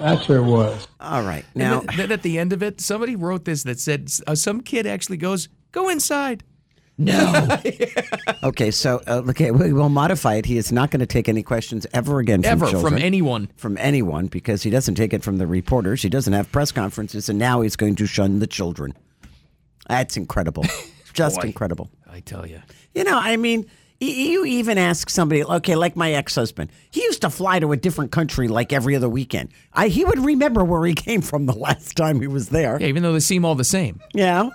Speaker 8: That's where it was.
Speaker 4: All right,
Speaker 3: And
Speaker 4: now
Speaker 3: then, then at the end of it, somebody wrote this that said uh, some kid actually goes, "Go inside."
Speaker 4: no. okay, so uh, okay, we will modify it. He is not going to take any questions ever again from
Speaker 3: Ever from
Speaker 4: children.
Speaker 3: anyone.
Speaker 4: from anyone because he doesn't take it from the reporters. He doesn't have press conferences, and now he's going to shun the children.
Speaker 3: [laughs]
Speaker 4: That's incredible, just incredible.
Speaker 3: I tell you.
Speaker 4: You know, I mean, y- you even ask somebody, okay, like my ex husband, he used to fly to a different country like every other weekend. I, he would remember where he [laughs] came from the last time he was there.
Speaker 3: Yeah, even though they seem all the same.
Speaker 4: Yeah.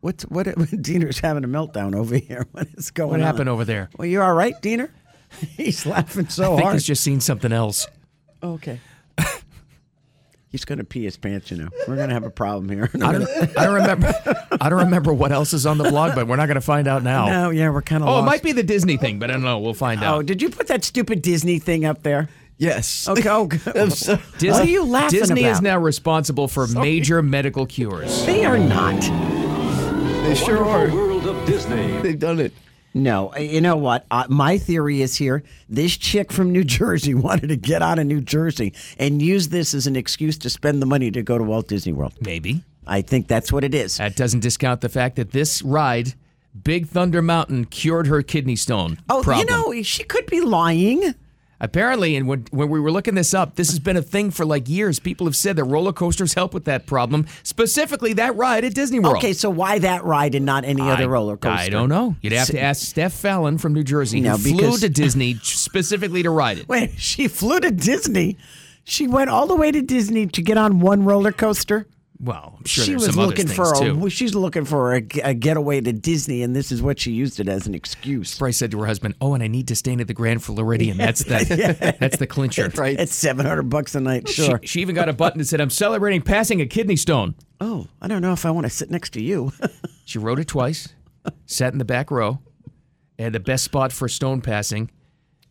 Speaker 4: What's what? [laughs] Diener's having a meltdown over here. [laughs] What is going
Speaker 3: What
Speaker 4: on?
Speaker 3: happened over there?
Speaker 4: Well, you all right, Diener? [laughs] He's laughing so
Speaker 3: I think
Speaker 4: hard.
Speaker 3: he's just seen something else. Oh,
Speaker 4: Okay. [laughs] He's going to pee his pants, you know. We're going to have a problem [laughs] here.
Speaker 3: I don't, I don't remember. I don't remember what else is on the blog, but we're not going to find out now.
Speaker 4: No, yeah, we're kind of
Speaker 3: Oh, it might be the Disney thing, but I don't know. We'll find
Speaker 4: Oh,
Speaker 3: out.
Speaker 4: did you put that stupid Disney thing up there?
Speaker 7: Yes.
Speaker 4: Okay. Oh, good.
Speaker 3: [laughs]
Speaker 4: what are you laughing
Speaker 3: Disney
Speaker 4: about?
Speaker 3: is now responsible for major medical cures.
Speaker 4: They are not.
Speaker 7: They sure are.
Speaker 6: World of Disney.
Speaker 7: They've done it.
Speaker 4: No, uh, you know what? Uh, my theory is here. This chick from New Jersey [laughs] wanted to get out of New Jersey and use this as an excuse to spend the money to go to Walt Disney World.
Speaker 3: Maybe
Speaker 4: I think that's what it is.
Speaker 3: that doesn't discount the fact that this ride, Big Thunder Mountain, cured her kidney stone
Speaker 4: Oh,
Speaker 3: problem.
Speaker 4: you know, she could be lying.
Speaker 3: Apparently, and when, when we were looking this up, this has been a thing for like years. People have said that roller coasters help with that problem, specifically that ride at Disney World.
Speaker 4: Okay, so why that ride and not any
Speaker 3: I-
Speaker 4: other roller coaster?
Speaker 3: I don't know. You'd have to ask Steph Fallon from New Jersey,
Speaker 4: No,
Speaker 3: who flew
Speaker 4: because-
Speaker 3: to Disney [laughs] specifically to ride it.
Speaker 4: Wait, [laughs] she flew to Disney. She went all the way to Disney to get on one roller coaster.
Speaker 3: Well, I'm sure
Speaker 4: she
Speaker 3: there's
Speaker 4: was
Speaker 3: some other
Speaker 4: looking
Speaker 3: things,
Speaker 4: for a
Speaker 3: too.
Speaker 4: well, she's looking for a, g- a getaway to Disney, and this is what she used it as an excuse.
Speaker 3: Bryce said to her husband, "Oh, and I need to stay at the Grand Floridian. That's
Speaker 4: [laughs]
Speaker 3: the that's the clincher."
Speaker 7: Right.
Speaker 4: It's seven hundred bucks a night, sure.
Speaker 3: She, she even got a button that said, "I'm celebrating passing a kidney stone."
Speaker 4: oh, I don't know if I want to sit next to you. [laughs]
Speaker 3: She wrote it twice, sat in the back row, and the best spot for stone passing.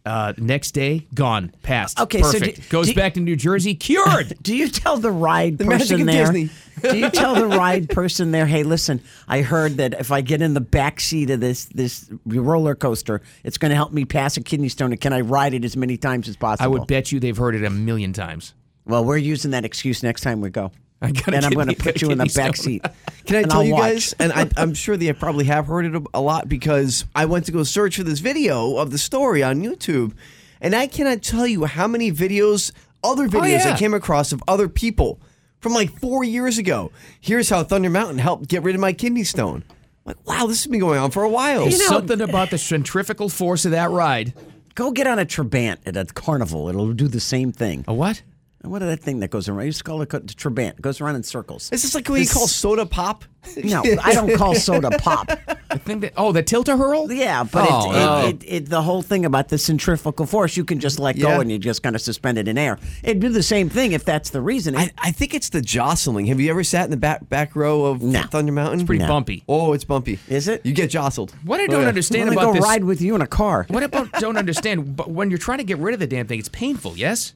Speaker 3: Uh, next day, gone, passed.
Speaker 4: Okay, so
Speaker 3: perfect.
Speaker 4: do-
Speaker 3: Goes
Speaker 4: do-
Speaker 3: back to New Jersey,
Speaker 4: [laughs]
Speaker 3: cured.
Speaker 4: Do you tell the ride
Speaker 7: magic
Speaker 4: person
Speaker 7: of
Speaker 4: there?
Speaker 7: Disney.
Speaker 4: [laughs] do you tell the ride person there? Hey, listen, I heard that if I get in the back seat of this this roller coaster, it's going to help me pass a kidney stone. And can I ride it as many times as possible?
Speaker 3: I would bet you they've heard it a million times.
Speaker 4: Well, we're using that excuse next time we go.
Speaker 3: I got a
Speaker 4: and I'm
Speaker 3: kidney-
Speaker 4: going to
Speaker 3: I got
Speaker 4: put
Speaker 3: a
Speaker 4: you in the
Speaker 3: kidney
Speaker 4: back
Speaker 3: stone.
Speaker 4: seat.
Speaker 7: [laughs] Can I
Speaker 4: and
Speaker 7: tell
Speaker 4: I'll
Speaker 7: you
Speaker 4: watch.
Speaker 7: guys? And I, I'm sure they probably have heard it a- a lot because I went to go search for this video of the story on YouTube, and I cannot tell you how many videos,
Speaker 4: Oh,
Speaker 7: other videos
Speaker 3: yeah.
Speaker 7: I came across of other people from like four years ago. Here's how Thunder Mountain helped get rid of my kidney stone. Like, wow, this has been going on for a while.
Speaker 3: There's Oh, something about the centrifugal force of that ride.
Speaker 4: Go get on a Trabant at a carnival. It'll do the same
Speaker 7: Oh.
Speaker 4: thing.
Speaker 3: A what?
Speaker 4: What is that thing that goes around? I used to call it co- Trabant. It goes around in circles.
Speaker 7: Is this like what you call soda pop?
Speaker 4: No, I don't
Speaker 7: [laughs]
Speaker 4: call soda pop.
Speaker 3: The thing that oh, the tilter hurl.
Speaker 4: Yeah, but
Speaker 3: Oh,
Speaker 4: it,
Speaker 3: no.
Speaker 4: it, it, it, the whole thing about the centrifugal force, you can just let go
Speaker 7: Yeah.
Speaker 4: and you just kind of suspend it in air. It'd do the same thing if that's the reason.
Speaker 7: I, I think it's the jostling. Have you ever sat in the back back row of
Speaker 4: No.
Speaker 7: Thunder Mountain? It's
Speaker 3: pretty No. bumpy.
Speaker 7: Oh, it's bumpy.
Speaker 4: Is it?
Speaker 7: You get jostled.
Speaker 3: What I don't
Speaker 7: Oh, yeah.
Speaker 3: understand
Speaker 4: I'm gonna
Speaker 3: about
Speaker 4: go
Speaker 3: this. [laughs]
Speaker 4: ride with you in a car.
Speaker 3: what about don't understand? But when you're trying to get rid of the damn thing, it's painful.
Speaker 4: [laughs]
Speaker 3: Yes.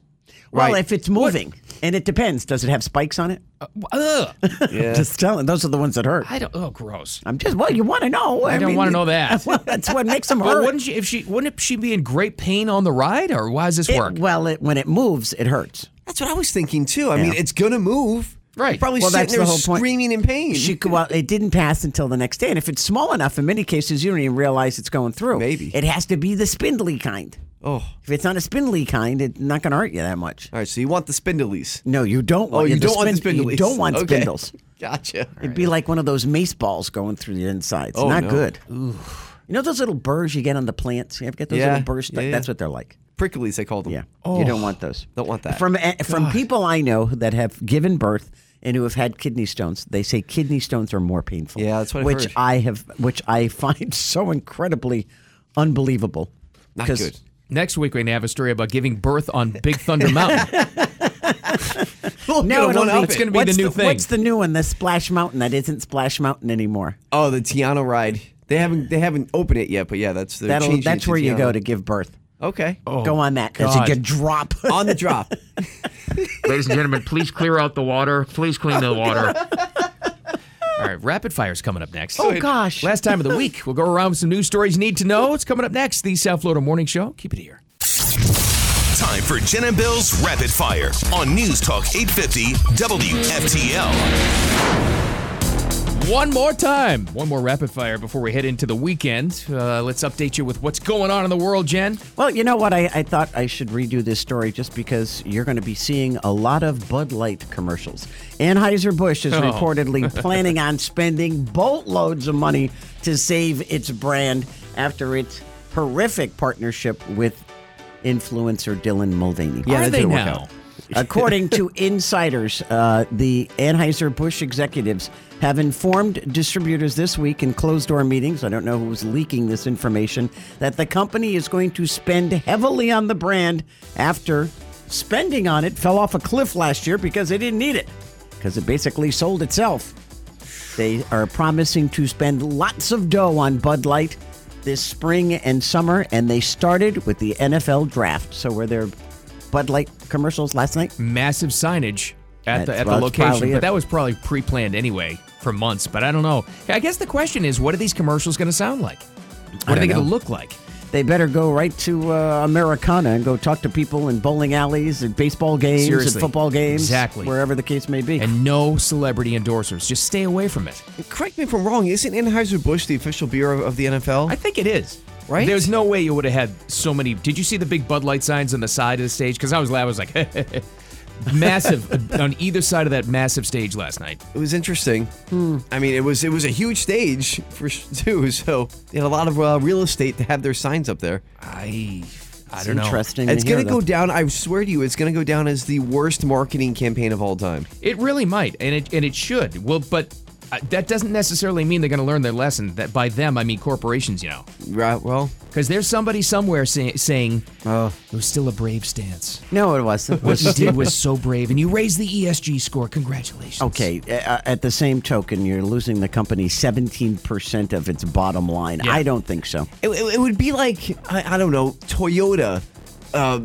Speaker 4: Well,
Speaker 7: Right.
Speaker 4: if it's moving, and it depends. Does it have spikes on it? [laughs]
Speaker 3: Ugh.
Speaker 4: Just telling. Those are the ones that hurt.
Speaker 3: I don't. Oh, gross.
Speaker 4: I'm just well. You want to know?
Speaker 3: I don't
Speaker 4: mean,
Speaker 3: wanna know that.
Speaker 4: [laughs] Well, that's what makes them
Speaker 3: But
Speaker 4: hurt.
Speaker 3: wouldn't she if she wouldn't she be in great pain on the ride or why does this
Speaker 4: It-
Speaker 3: work?
Speaker 4: well, it, when it moves, it hurts.
Speaker 7: That's what I was thinking too. I mean, it's gonna move. Right. Probably sitting there screaming in pain.
Speaker 4: She could, well, it didn't pass until the next day, and if it's small enough, in many cases you don't even realize it's going through. Maybe it has to be the spindly kind.
Speaker 7: Oh.
Speaker 4: If it's not a spindly kind, it's not going to hurt you that much.
Speaker 7: All right, so you want the spindlies?
Speaker 4: No, you don't.
Speaker 7: Oh,
Speaker 4: want
Speaker 7: you
Speaker 4: the
Speaker 7: don't want the
Speaker 4: spin-
Speaker 7: spindlies.
Speaker 4: You don't want
Speaker 7: Okay.
Speaker 4: spindles.
Speaker 7: [laughs] Gotcha.
Speaker 4: It'd be like one of those mace balls going through the inside. It's
Speaker 7: Oh,
Speaker 4: not
Speaker 7: no.
Speaker 4: good. You know those little burrs you get on the plants? You ever get those
Speaker 7: Yeah,
Speaker 4: little burrs?
Speaker 7: yeah, yeah.
Speaker 4: That's what they're like.
Speaker 7: Pricklies, they call them. Oh,
Speaker 4: Yeah. You don't want those.
Speaker 7: Don't want that.
Speaker 4: From eh, from people I know that have given birth and who have had kidney stones, they say kidney stones are more painful.
Speaker 7: Yeah, that's what I've
Speaker 4: which
Speaker 7: heard.
Speaker 4: I have, which I [laughs] find so incredibly unbelievable.
Speaker 7: Not
Speaker 4: 'Cause
Speaker 7: good.
Speaker 3: Next week we're gonna have a story about giving birth on Big Thunder
Speaker 4: [laughs]
Speaker 3: Mountain.
Speaker 4: No,
Speaker 7: Gonna
Speaker 4: it'll
Speaker 7: one-up
Speaker 4: be,
Speaker 7: it.
Speaker 3: It's gonna be
Speaker 4: what's
Speaker 3: the new thing.
Speaker 4: What's the new one? The Splash Mountain that isn't Splash Mountain anymore.
Speaker 7: Oh, the Tiano ride. They haven't they haven't opened it yet, but yeah, that's they're
Speaker 4: That'll,
Speaker 7: changing it
Speaker 4: that's
Speaker 7: to Oh,
Speaker 4: where you
Speaker 7: Tiano.
Speaker 4: go to give birth.
Speaker 7: Okay.
Speaker 4: go on that because you
Speaker 3: God.
Speaker 4: can drop.
Speaker 7: On
Speaker 4: [laughs]
Speaker 7: the drop.
Speaker 3: Ladies and gentlemen, please clear out the water. Please clean the water. All right, rapid fire's coming up next.
Speaker 4: Oh, gosh.
Speaker 3: Last time of the week. We'll go around with some news stories you need to know. It's coming up next. The South Florida Morning Show. Keep it here.
Speaker 1: Time for Jen and Bill's Rapid Fire on News Talk 850 WFTL.
Speaker 3: One more time. One more rapid fire before we head into the weekend. Uh, let's update you with what's going on in the world, Jen.
Speaker 4: Well, you know what? I, I thought I should redo this story just because you're going to be seeing a lot of Bud Light commercials. Anheuser-Busch is
Speaker 3: Oh.
Speaker 4: reportedly planning on spending boatloads of money to save its brand after its horrific partnership with influencer Dylan Mulvaney.
Speaker 3: Are
Speaker 4: that
Speaker 3: they
Speaker 4: didn't work
Speaker 3: now?
Speaker 4: out.
Speaker 3: [laughs]
Speaker 4: According to insiders, uh, the Anheuser-Busch executives have informed distributors this week in closed-door meetings, I don't know who's leaking this information, that the company is going to spend heavily on the brand after spending on it fell off a cliff last year because they didn't need it, because it basically sold itself. They are promising to spend lots of dough on Bud Light this spring and summer, and they started with the NFL draft. So were there Bud Light commercials last night?
Speaker 3: Massive signage at the
Speaker 4: That's
Speaker 3: at the
Speaker 4: well, it's probably
Speaker 3: location,
Speaker 4: it.
Speaker 3: but that was probably pre-planned anyway for months. But I don't know. I guess the question is, what are these commercials going to sound like? What are they going to look like?
Speaker 4: They better go right to uh, Americana and go talk to people in bowling alleys, at baseball games,
Speaker 3: Seriously.
Speaker 4: at football games,
Speaker 3: Exactly.
Speaker 4: wherever the case may be.
Speaker 3: And no celebrity endorsers. Just stay away from it.
Speaker 7: Correct me if I'm wrong. Isn't Anheuser-Busch the official beer of, of the NFL?
Speaker 3: I think it is.
Speaker 7: Right?
Speaker 3: There's no way you would have had so many. Did you see the big Bud Light signs on the side of the stage? Because I was, I was like, [laughs] massive on either side of that massive stage last night.
Speaker 7: it was interesting.
Speaker 4: Hmm.
Speaker 7: I mean, it was it was a huge stage for [laughs] s- too, so they had a lot of uh, real estate to have their signs up there.
Speaker 3: I, I
Speaker 4: It's
Speaker 3: don't know.
Speaker 4: interesting.
Speaker 7: It's
Speaker 4: going
Speaker 7: gonna go down. I swear to you, it's gonna go down as the worst marketing campaign of all time.
Speaker 3: It really might, and it and it should. Well, but uh, that doesn't necessarily mean they're going to learn their lesson. That by them, I mean corporations, you know.
Speaker 7: Right? Well,
Speaker 3: Because there's somebody somewhere say, saying, "Oh, it was still a brave stance.
Speaker 4: No, it wasn't.
Speaker 3: What you did was so brave, and you raised the ESG score. Congratulations."
Speaker 4: Okay. uh, At the same token, you're losing the company 17% of its bottom line.
Speaker 3: Yeah.
Speaker 4: I don't think so.
Speaker 7: it, it, it would be like I, I don't know Toyota um,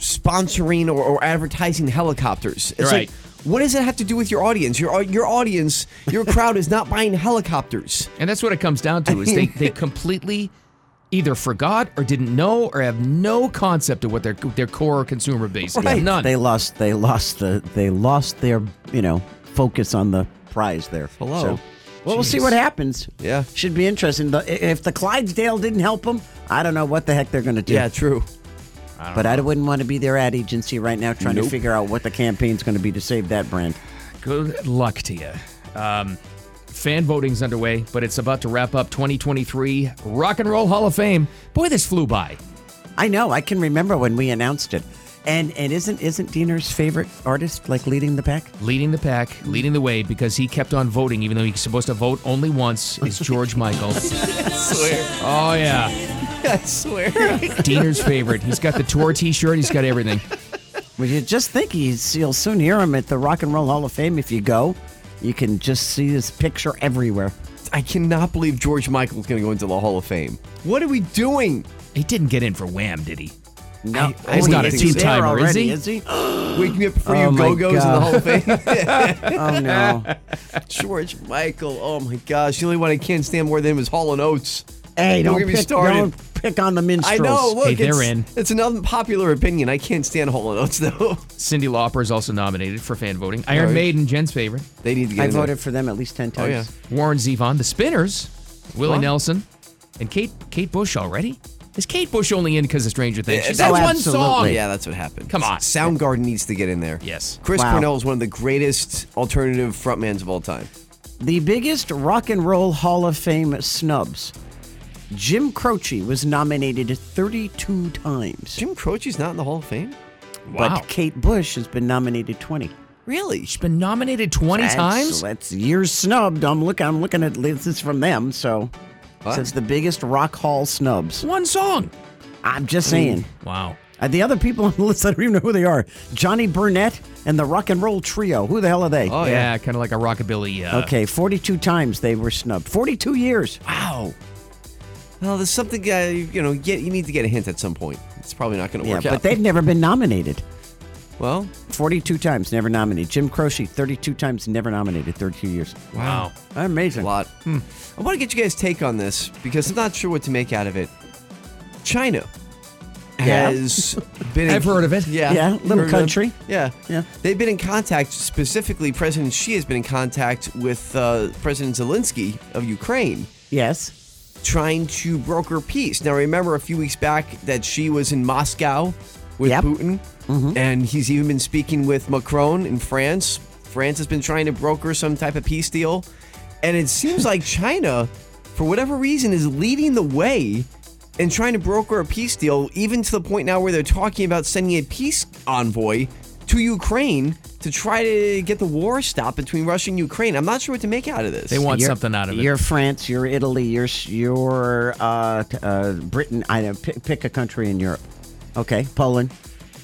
Speaker 7: sponsoring or, or advertising helicopters. It's
Speaker 3: Right.
Speaker 7: like, what does that have to do with your audience? Your your audience, your crowd is not buying helicopters.
Speaker 3: And that's what it comes down to is they, they completely either forgot or didn't know or have no concept of what their their core consumer base is.
Speaker 7: Right.
Speaker 3: None.
Speaker 4: They lost. They lost the. They lost their. You know, focus on the prize there.
Speaker 7: Hello.
Speaker 4: well, we'll see what happens.
Speaker 7: Yeah.
Speaker 4: should be interesting. The- If the Clydesdale didn't help them, I don't know what the heck they're going to do.
Speaker 7: Yeah, true.
Speaker 4: but I wouldn't want to be their ad agency right now trying to figure out what the campaign's going to be to save that brand.
Speaker 3: Good luck to you. Um, fan voting's underway, but it's about to wrap up 2023 Rock and Roll Hall of Fame. Boy, this flew by.
Speaker 4: I know. I can remember when we announced it. And and isn't isn't Diener's favorite artist like leading the pack?
Speaker 3: Leading the pack, leading the way because he kept on voting, even though he's supposed to vote only once, is George Michael. Oh, yeah.
Speaker 7: I swear.
Speaker 3: Diener's favorite. He's got the tour t shirt, he's got everything.
Speaker 4: Well, you just think he's, you'll soon hear him at the Rock and Roll Hall of Fame if you go. You can just see his picture everywhere.
Speaker 7: I cannot believe George Michael's going to go into the Hall of Fame. What are we doing?
Speaker 3: He didn't get in for wham, did he?
Speaker 4: No,
Speaker 7: I- he's not a
Speaker 4: he's there
Speaker 3: two-timer, is
Speaker 4: already,
Speaker 3: he?
Speaker 4: Is
Speaker 7: [laughs]
Speaker 4: he?
Speaker 7: Wake me up before
Speaker 4: Oh
Speaker 7: you
Speaker 4: my
Speaker 7: go goes in the
Speaker 4: God.
Speaker 7: Hall of Fame.
Speaker 4: oh no!
Speaker 7: George Michael. Oh my gosh. The only one I can't stand more than him is Hall and Oates.
Speaker 4: [laughs] Hey, don't
Speaker 7: get me
Speaker 4: pick,
Speaker 7: started.
Speaker 4: don't pick on the minstrels.
Speaker 7: I know. Look,
Speaker 3: Hey, they're
Speaker 7: it's,
Speaker 3: in.
Speaker 7: It's an unpopular opinion. I can't stand Hall and Oates [laughs] though.
Speaker 3: Cindy Lauper is also nominated for fan voting. Iron
Speaker 7: Right.
Speaker 3: Maiden, Jen's favorite.
Speaker 7: They need to get.
Speaker 4: I
Speaker 7: in there.
Speaker 4: voted for them at least ten
Speaker 7: Oh
Speaker 4: times.
Speaker 7: yeah.
Speaker 3: Warren Zevon, The Spinners, Willie
Speaker 7: Huh?
Speaker 3: Nelson, and Kate Kate Bush already. Is Kate Bush only in because of Stranger Things? She's
Speaker 4: that's-
Speaker 3: had
Speaker 4: Oh,
Speaker 3: one song.
Speaker 4: absolutely.
Speaker 7: Yeah, that's what happened.
Speaker 3: Come on.
Speaker 7: Soundgarden needs to get in there.
Speaker 3: Yes.
Speaker 7: Chris
Speaker 4: Wow.
Speaker 7: Cornell is one of the greatest alternative frontmans of all time.
Speaker 4: The biggest rock and roll Hall of Fame snubs. Jim Croce was nominated 32 times,
Speaker 7: Jim Croce's not in the Hall of Fame?
Speaker 3: Wow.
Speaker 4: but Kate Bush has been nominated 20.
Speaker 7: Really?
Speaker 3: She's been nominated 20
Speaker 4: That's-
Speaker 3: times.
Speaker 4: That's years snubbed. I'm looking. I'm looking at this is from them. So,
Speaker 7: What?
Speaker 4: since the biggest rock hall snubs,
Speaker 3: One song.
Speaker 4: I'm just saying.
Speaker 3: Wow.
Speaker 4: Uh, the other people [laughs] on the list, I don't even know who they are. Johnny Burnett and the Rock and Roll Trio. Who the hell are they?
Speaker 7: Oh,
Speaker 3: yeah,
Speaker 7: yeah.
Speaker 3: kind of like a rockabilly. Uh,
Speaker 4: Okay, 42 times they were snubbed. 42 years.
Speaker 7: Wow. Well, there's something uh, you know. Get you need to get a hint at some point. It's probably not going to
Speaker 4: Yeah,
Speaker 7: work
Speaker 4: but
Speaker 7: out.
Speaker 4: they've never been nominated.
Speaker 7: well,
Speaker 4: 42 times, never nominated. Jim Croce, 32 times, never nominated. 32 years.
Speaker 3: Wow.
Speaker 4: Amazing.
Speaker 7: a lot. I want to get you guys' take on this because I'm not sure what to make out of it. China has been.
Speaker 3: I've heard of it.
Speaker 7: Yeah,
Speaker 4: Yeah, little
Speaker 7: heard of them.
Speaker 4: country.
Speaker 7: Yeah,
Speaker 4: Yeah.
Speaker 7: They've been in contact. Specifically, President Xi has been in contact with uh, President Zelensky of Ukraine,
Speaker 4: Yes.
Speaker 7: trying to broker peace. Now, remember a few weeks back that she was in Moscow with
Speaker 4: Yep.
Speaker 7: Putin, and he's even been speaking with Macron in France. France has been trying to broker some type of peace deal, and it seems like China, for whatever reason, is leading the way and trying to broker a peace deal, even to the point now where they're talking about sending a peace envoy to Ukraine to try to get the war stopped between Russia and Ukraine. I'm not sure what to make out of this.
Speaker 3: They want
Speaker 4: You're-
Speaker 3: something out of it.
Speaker 4: You're France, you're Italy, you're, you're uh, t- uh, Britain. I know, pick, pick a country in Europe. Okay, Poland.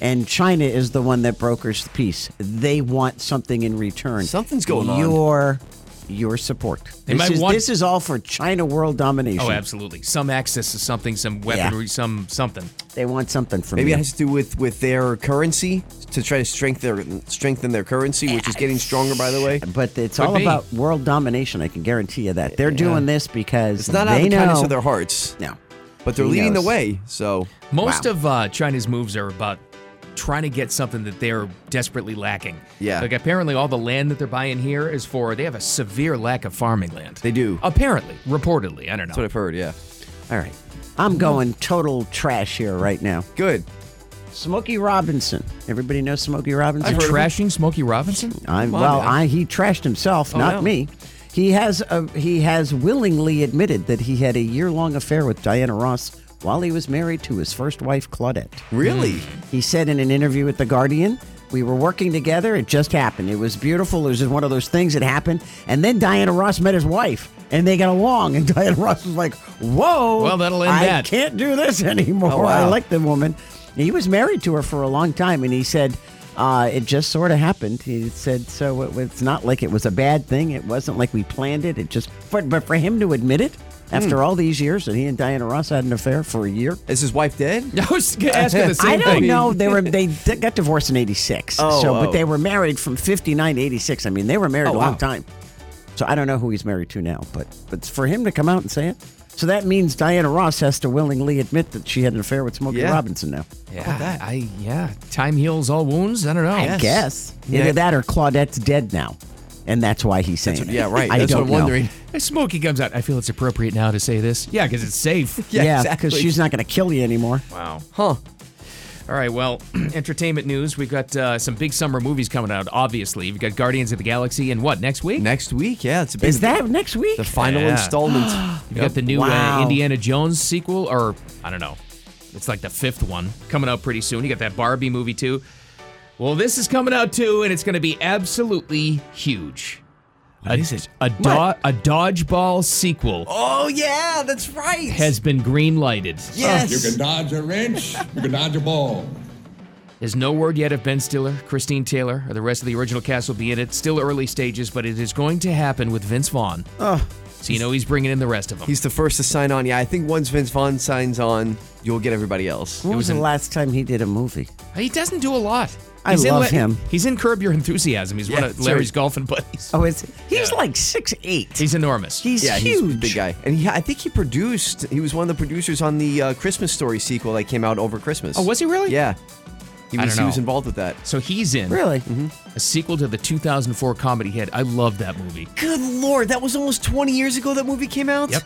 Speaker 4: And China is the one that brokers the peace. They want something in return.
Speaker 7: Something's going on.
Speaker 4: Your, your support.
Speaker 3: They
Speaker 4: this,
Speaker 3: might
Speaker 4: is,
Speaker 3: want-
Speaker 4: this is all for China world domination.
Speaker 3: Oh, absolutely. Some access to something, some weaponry, some something.
Speaker 4: They want something from
Speaker 7: Maybe
Speaker 4: you.
Speaker 7: it has to do with with their currency to try to strengthen their strengthen their currency, which is getting stronger by the way.
Speaker 4: But it's
Speaker 3: Could
Speaker 4: all
Speaker 3: be.
Speaker 4: about world domination. I can guarantee you that they're doing this because
Speaker 7: It's not out
Speaker 4: they
Speaker 7: of the
Speaker 4: know.
Speaker 7: kindness of their hearts,
Speaker 4: no,
Speaker 7: but they're
Speaker 4: He
Speaker 7: leading
Speaker 4: knows.
Speaker 7: the way. So
Speaker 3: Most of uh, China's moves are about trying to get something that they're desperately lacking.
Speaker 7: Yeah.
Speaker 3: Like apparently all the land that they're buying here is for they have a severe lack of farming land.
Speaker 7: They do.
Speaker 3: Apparently, reportedly, I don't know.
Speaker 7: that's what I've heard. Yeah,
Speaker 4: All right, I'm going total trash here right now.
Speaker 7: good.
Speaker 4: Smokey Robinson. Everybody knows Smokey Robinson.
Speaker 3: You're trashing Smokey Robinson?
Speaker 4: I'm,
Speaker 7: Come on,
Speaker 4: well,
Speaker 7: man. Oh,
Speaker 4: I, he trashed himself, not
Speaker 7: no.
Speaker 4: me. He has a, he has willingly admitted that he had a year long affair with Diana Ross while he was married to his first wife Claudette.
Speaker 7: Really?
Speaker 4: He said in an interview with The Guardian, we were working together. It just happened. It was beautiful. It was just one of those things that happened. And then Diana Ross met his wife and they got along. And [laughs] Diana Ross was like, whoa.
Speaker 3: Well, that'll end
Speaker 4: I
Speaker 3: that."
Speaker 4: can't do this [laughs] anymore.
Speaker 7: Oh,
Speaker 4: I
Speaker 7: wow.
Speaker 4: like the woman. And He was married to her for a long time. And he said, uh, it just sort of happened. He said, so it, it's not like it was a bad thing. It wasn't like we planned it. It just, for, but for him to admit it
Speaker 3: Hmm.
Speaker 4: after all these years that he and Diana Ross had an affair for a year.
Speaker 7: Is his wife dead?
Speaker 3: [laughs] I was asking the same
Speaker 4: I don't
Speaker 3: thing.
Speaker 4: know. They were they d- got divorced in '86.
Speaker 7: Oh,
Speaker 4: so, but
Speaker 7: oh.
Speaker 4: they were married from '59 to '86. I mean, they were married a
Speaker 7: Oh,
Speaker 4: long
Speaker 7: wow.
Speaker 4: time. So I don't know who he's married to now, but but for him to come out and say it, so that means Diana Ross has to willingly admit that she had an affair with Smokey
Speaker 7: Yeah.
Speaker 4: Robinson now.
Speaker 3: Yeah, I yeah. Time heals all wounds. I don't know.
Speaker 4: I guess
Speaker 7: Yeah.
Speaker 4: either that or Claudette's dead now, and that's why he's saying it.
Speaker 7: Yeah,
Speaker 4: [laughs]
Speaker 7: right.
Speaker 4: I
Speaker 7: That's
Speaker 4: don't
Speaker 7: what I'm
Speaker 4: know.
Speaker 7: wondering. [laughs]
Speaker 3: As Smokey comes out, I feel it's appropriate now to say this. Yeah, because it's safe.
Speaker 7: Yeah,
Speaker 4: Yeah, because
Speaker 7: exactly.
Speaker 4: she's not going to kill you anymore.
Speaker 3: Wow.
Speaker 7: Huh?
Speaker 3: All right. Well, [clears throat] entertainment news. We've got uh, some big summer movies coming out. Obviously, we've got Guardians of the Galaxy, and what next week?
Speaker 7: Next week? Yeah, it's a big.
Speaker 4: Is that next week?
Speaker 7: the final
Speaker 3: Yeah.
Speaker 4: [gasps]
Speaker 7: installment?
Speaker 3: We've got the new uh,
Speaker 4: Wow.
Speaker 3: Indiana Jones sequel, or I don't know. It's like the fifth one coming out pretty soon. You got that Barbie movie too. Well, this is coming out too, and it's going to be absolutely huge. What is it? A, do-
Speaker 4: What?
Speaker 3: a dodgeball sequel
Speaker 7: Oh yeah, that's right.
Speaker 3: has been green lighted.
Speaker 7: yes.
Speaker 11: dodge a wrench, you can dodge a ball.
Speaker 3: There's no word yet if Ben Stiller, Christine Taylor, or the rest of the original cast will be in it. Still early stages, but it is going to happen with Vince Vaughn. so you know he's bringing in the rest of them.
Speaker 7: He's the first to sign on. Yeah, I think once Vince Vaughn signs on, you'll get everybody else.
Speaker 4: When was the last time he did a movie?
Speaker 3: He doesn't do a lot.
Speaker 4: I
Speaker 3: He's in
Speaker 4: love
Speaker 3: Le-
Speaker 4: him.
Speaker 3: He's in Curb Your Enthusiasm. He's one
Speaker 7: Yeah,
Speaker 3: of
Speaker 7: that's
Speaker 3: Larry's
Speaker 7: right.
Speaker 3: golfing buddies.
Speaker 4: Oh, is he's like six eight.
Speaker 3: He's enormous.
Speaker 4: He's
Speaker 7: yeah, he's a
Speaker 4: huge.
Speaker 7: big guy, and he, I think he produced. He was one of the producers on the uh, Christmas Story sequel that came out over Christmas.
Speaker 3: Oh, was he really?
Speaker 7: Yeah, he
Speaker 3: I don't
Speaker 7: was. He
Speaker 3: know.
Speaker 7: was involved with that.
Speaker 3: So he's in
Speaker 4: Really?
Speaker 3: a sequel to the 2004 comedy hit. I love that movie.
Speaker 7: Good lord, that was almost 20 years ago that movie came out?
Speaker 3: Yep.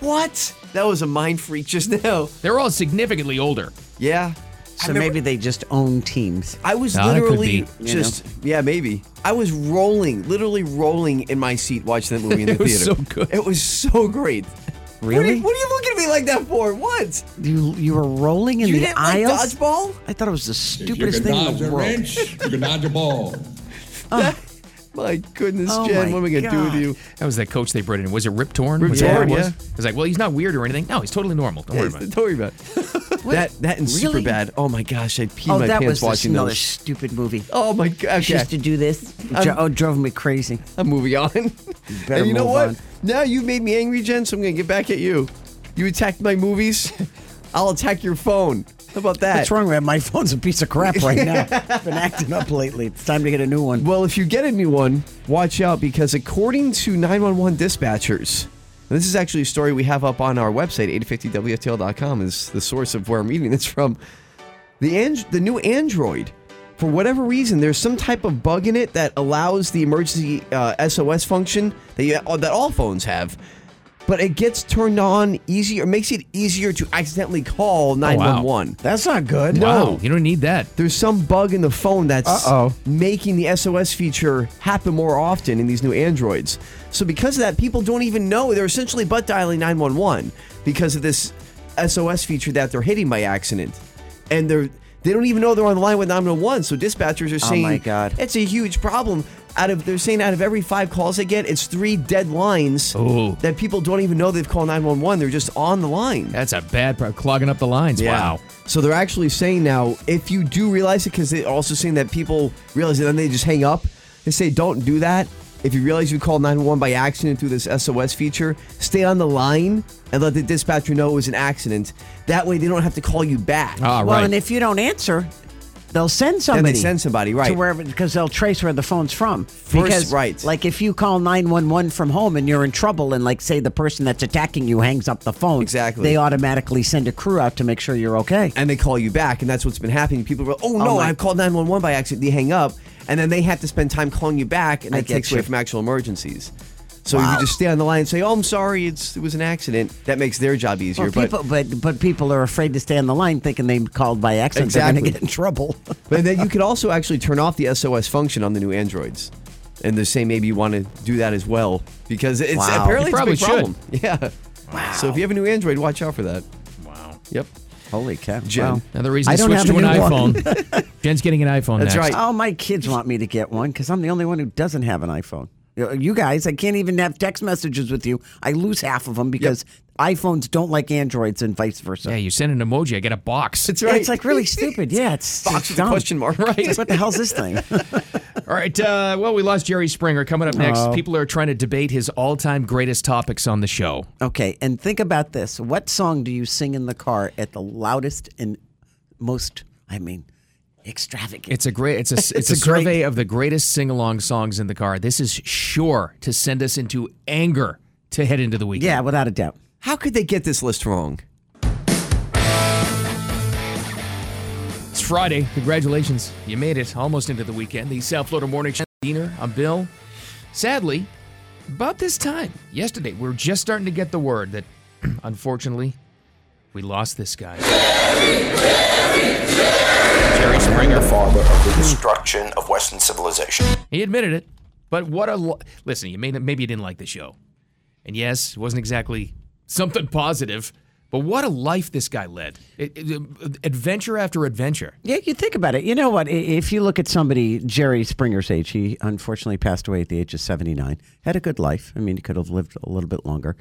Speaker 7: What? That was a mind freak just [laughs] now.
Speaker 3: They're all significantly older.
Speaker 7: Yeah.
Speaker 4: So maybe they just own teams.
Speaker 7: I was
Speaker 3: Ah, that could
Speaker 7: literally
Speaker 3: be.
Speaker 4: You know.
Speaker 7: just yeah, maybe. I was rolling, literally rolling in my seat watching that movie [laughs] in the
Speaker 3: It was
Speaker 7: theater.
Speaker 3: so good.
Speaker 7: It was so great. What are,
Speaker 4: Really?
Speaker 7: you, what are you looking at me like that for? What?
Speaker 4: You you were rolling in
Speaker 7: You
Speaker 4: the
Speaker 7: didn't like
Speaker 4: aisles.
Speaker 7: dodgeball?
Speaker 4: I thought it was the
Speaker 11: If you
Speaker 4: stupidest
Speaker 11: can
Speaker 4: thing in
Speaker 11: dodge
Speaker 4: the
Speaker 11: a
Speaker 4: world.
Speaker 11: wrench, you can dodge a ball.
Speaker 7: My goodness,
Speaker 4: Oh
Speaker 7: Jen,
Speaker 4: my
Speaker 7: what am I gonna do with
Speaker 4: God.
Speaker 7: you?
Speaker 3: That was that coach they brought in. Was it Rip Torn?
Speaker 7: Rip
Speaker 3: Was that
Speaker 7: Torn,
Speaker 3: what it was?
Speaker 7: yeah.
Speaker 3: It was like, well, he's not weird or anything. No, he's totally normal. Don't worry about it.
Speaker 7: Don't worry about it.
Speaker 4: [laughs]
Speaker 7: that that and
Speaker 4: Really?
Speaker 7: Superbad. Oh my gosh, I peed
Speaker 4: Oh,
Speaker 7: my
Speaker 4: that
Speaker 7: pants
Speaker 4: was this,
Speaker 7: watching
Speaker 4: another
Speaker 7: those. Um,
Speaker 4: stupid movie.
Speaker 7: Oh my gosh.
Speaker 4: She used to do this.
Speaker 7: I'm-
Speaker 4: oh, it drove me
Speaker 7: [laughs]
Speaker 4: crazy.
Speaker 7: I'm moving on.
Speaker 4: better
Speaker 7: and you know
Speaker 4: move
Speaker 7: what?
Speaker 4: on.
Speaker 7: Now you made me angry, Jen, so I'm going to get back at you. You attacked my
Speaker 4: [laughs]
Speaker 7: movies. I'll attack your phone. How about that?
Speaker 4: What's wrong with that? My phone's a piece of crap right
Speaker 7: [laughs]
Speaker 4: now. I've been acting up lately. It's time to get a new one.
Speaker 7: Well, if you get a new one, watch out because according to 911 dispatchers, and this is actually a story we have up on our website, 850wftl.com is the source of where I'm reading this from. The, and- the new Android, for whatever reason, there's some type of bug in it that allows the emergency uh, SOS function that, you, that all phones have. But it gets turned on easier, makes it easier to accidentally call 911.
Speaker 4: That's not good.
Speaker 3: Wow, you don't need that.
Speaker 7: There's some bug in the phone that's
Speaker 4: Uh-oh.
Speaker 7: making the SOS feature happen more often in these new Androids. So because of that, people don't even know they're essentially butt dialing 911 because of this SOS feature that they're hitting by accident, and they're they don't even know they're on the line with 911. So dispatchers are saying,
Speaker 4: Oh my God.
Speaker 7: it's a huge problem." Out of they're saying out of every five calls they get, it's three dead lines
Speaker 3: Ooh.
Speaker 7: that people don't even know they've called 911. They're just on the line.
Speaker 3: That's a bad pro- clogging up the lines. Wow.
Speaker 7: So they're actually saying now, if you do realize it, because they also saying that people realize it and they just hang up. They say don't do that. If you realize you called 911 by accident through this SOS feature, stay on the line and let the dispatcher know it was an accident. That way they don't have to call you back.
Speaker 3: Ah,
Speaker 4: Well,
Speaker 3: right.
Speaker 4: and if you don't answer, they'll send somebody.
Speaker 7: send somebody,
Speaker 4: To
Speaker 7: right.
Speaker 4: wherever, because they'll trace where the phone's from. because,
Speaker 7: right.
Speaker 4: Like if you call 911 from home and you're in trouble, and like say the person that's attacking you hangs up the phone,
Speaker 7: Exactly.
Speaker 4: they automatically send a crew out to make sure you're okay.
Speaker 7: and they call you back, and that's what's been happening. People go, "Oh no,
Speaker 4: my-
Speaker 7: I called 911 by accident." They hang up, and then they have to spend time calling you back, and
Speaker 4: I
Speaker 7: that
Speaker 4: get
Speaker 7: takes away
Speaker 4: you.
Speaker 7: from actual emergencies. So if you just stay on the line and say, "Oh, I'm sorry, it's it was an accident," that makes their job easier.
Speaker 4: Well, people, but but people are afraid to stay on the line, thinking they called by accident. They're
Speaker 7: Exactly.
Speaker 4: going to get in trouble.
Speaker 7: But then you could also actually turn off the SOS function on the new Androids. And they're saying maybe you want to do that as well because it's
Speaker 4: Wow.
Speaker 7: apparently
Speaker 3: You
Speaker 7: it's a
Speaker 3: probably
Speaker 7: big problem. [laughs] Yeah. So if you have a new Android, watch out for that. Wow. Yep.
Speaker 4: Holy cow!
Speaker 7: Jen.
Speaker 4: Wow.
Speaker 3: Another reason
Speaker 4: I
Speaker 3: to
Speaker 4: don't
Speaker 3: switch
Speaker 4: have
Speaker 3: to
Speaker 4: a
Speaker 3: an
Speaker 4: new one.
Speaker 3: iPhone.
Speaker 4: [laughs]
Speaker 3: Jen's getting an iPhone
Speaker 7: That's
Speaker 3: next.
Speaker 7: right.
Speaker 4: All my kids want me to get one because I'm the only one who doesn't have an iPhone. You- You guys, I can't even have text messages with you. I lose half of them because iPhones don't like Androids and vice versa.
Speaker 3: Yeah, you send an emoji, I get a
Speaker 4: [laughs]
Speaker 3: box.
Speaker 7: That's right.
Speaker 4: It's like
Speaker 7: [laughs]
Speaker 4: really stupid. Yeah, it's
Speaker 7: Box
Speaker 4: it's
Speaker 7: with a
Speaker 4: dumb.
Speaker 7: question mark. Right.
Speaker 4: It's like, what the hell's this
Speaker 7: [laughs]
Speaker 4: thing?
Speaker 3: [laughs] All right. Uh, well, we lost Jerry Springer. Coming up next,
Speaker 4: Oh.
Speaker 3: people are trying to debate his all-time greatest topics on the show.
Speaker 4: okay, and think about this. What song do you sing in the car at the loudest and most? I mean, extravagant.
Speaker 3: It's a great. It's a. It's,
Speaker 4: [laughs] It's
Speaker 3: a,
Speaker 4: a great-
Speaker 3: survey of the greatest sing-along songs in the car. This is sure to send us into anger to head into the weekend.
Speaker 4: yeah, without a doubt.
Speaker 7: How could they get this list wrong?
Speaker 3: It's Friday. Congratulations. You made it almost into the weekend. The South Florida Morning Show. Diener, I'm Bill. Sadly, about this time, yesterday, we were just starting to get the word that, [clears throat] unfortunately, we lost this guy.
Speaker 2: Jerry Springer, the father of the destruction of Western civilization.
Speaker 3: He admitted it. But what a. Lo- Listen, you may, maybe you didn't like the show. And yes, it wasn't exactly something positive. But what a life this guy led. It- it- adventure after adventure.
Speaker 4: Yeah, you think about it. You know what? I- If you look at somebody Jerry Springer's age, he unfortunately passed away at the age of 79. Had a good life. I mean, he could have lived a little bit longer.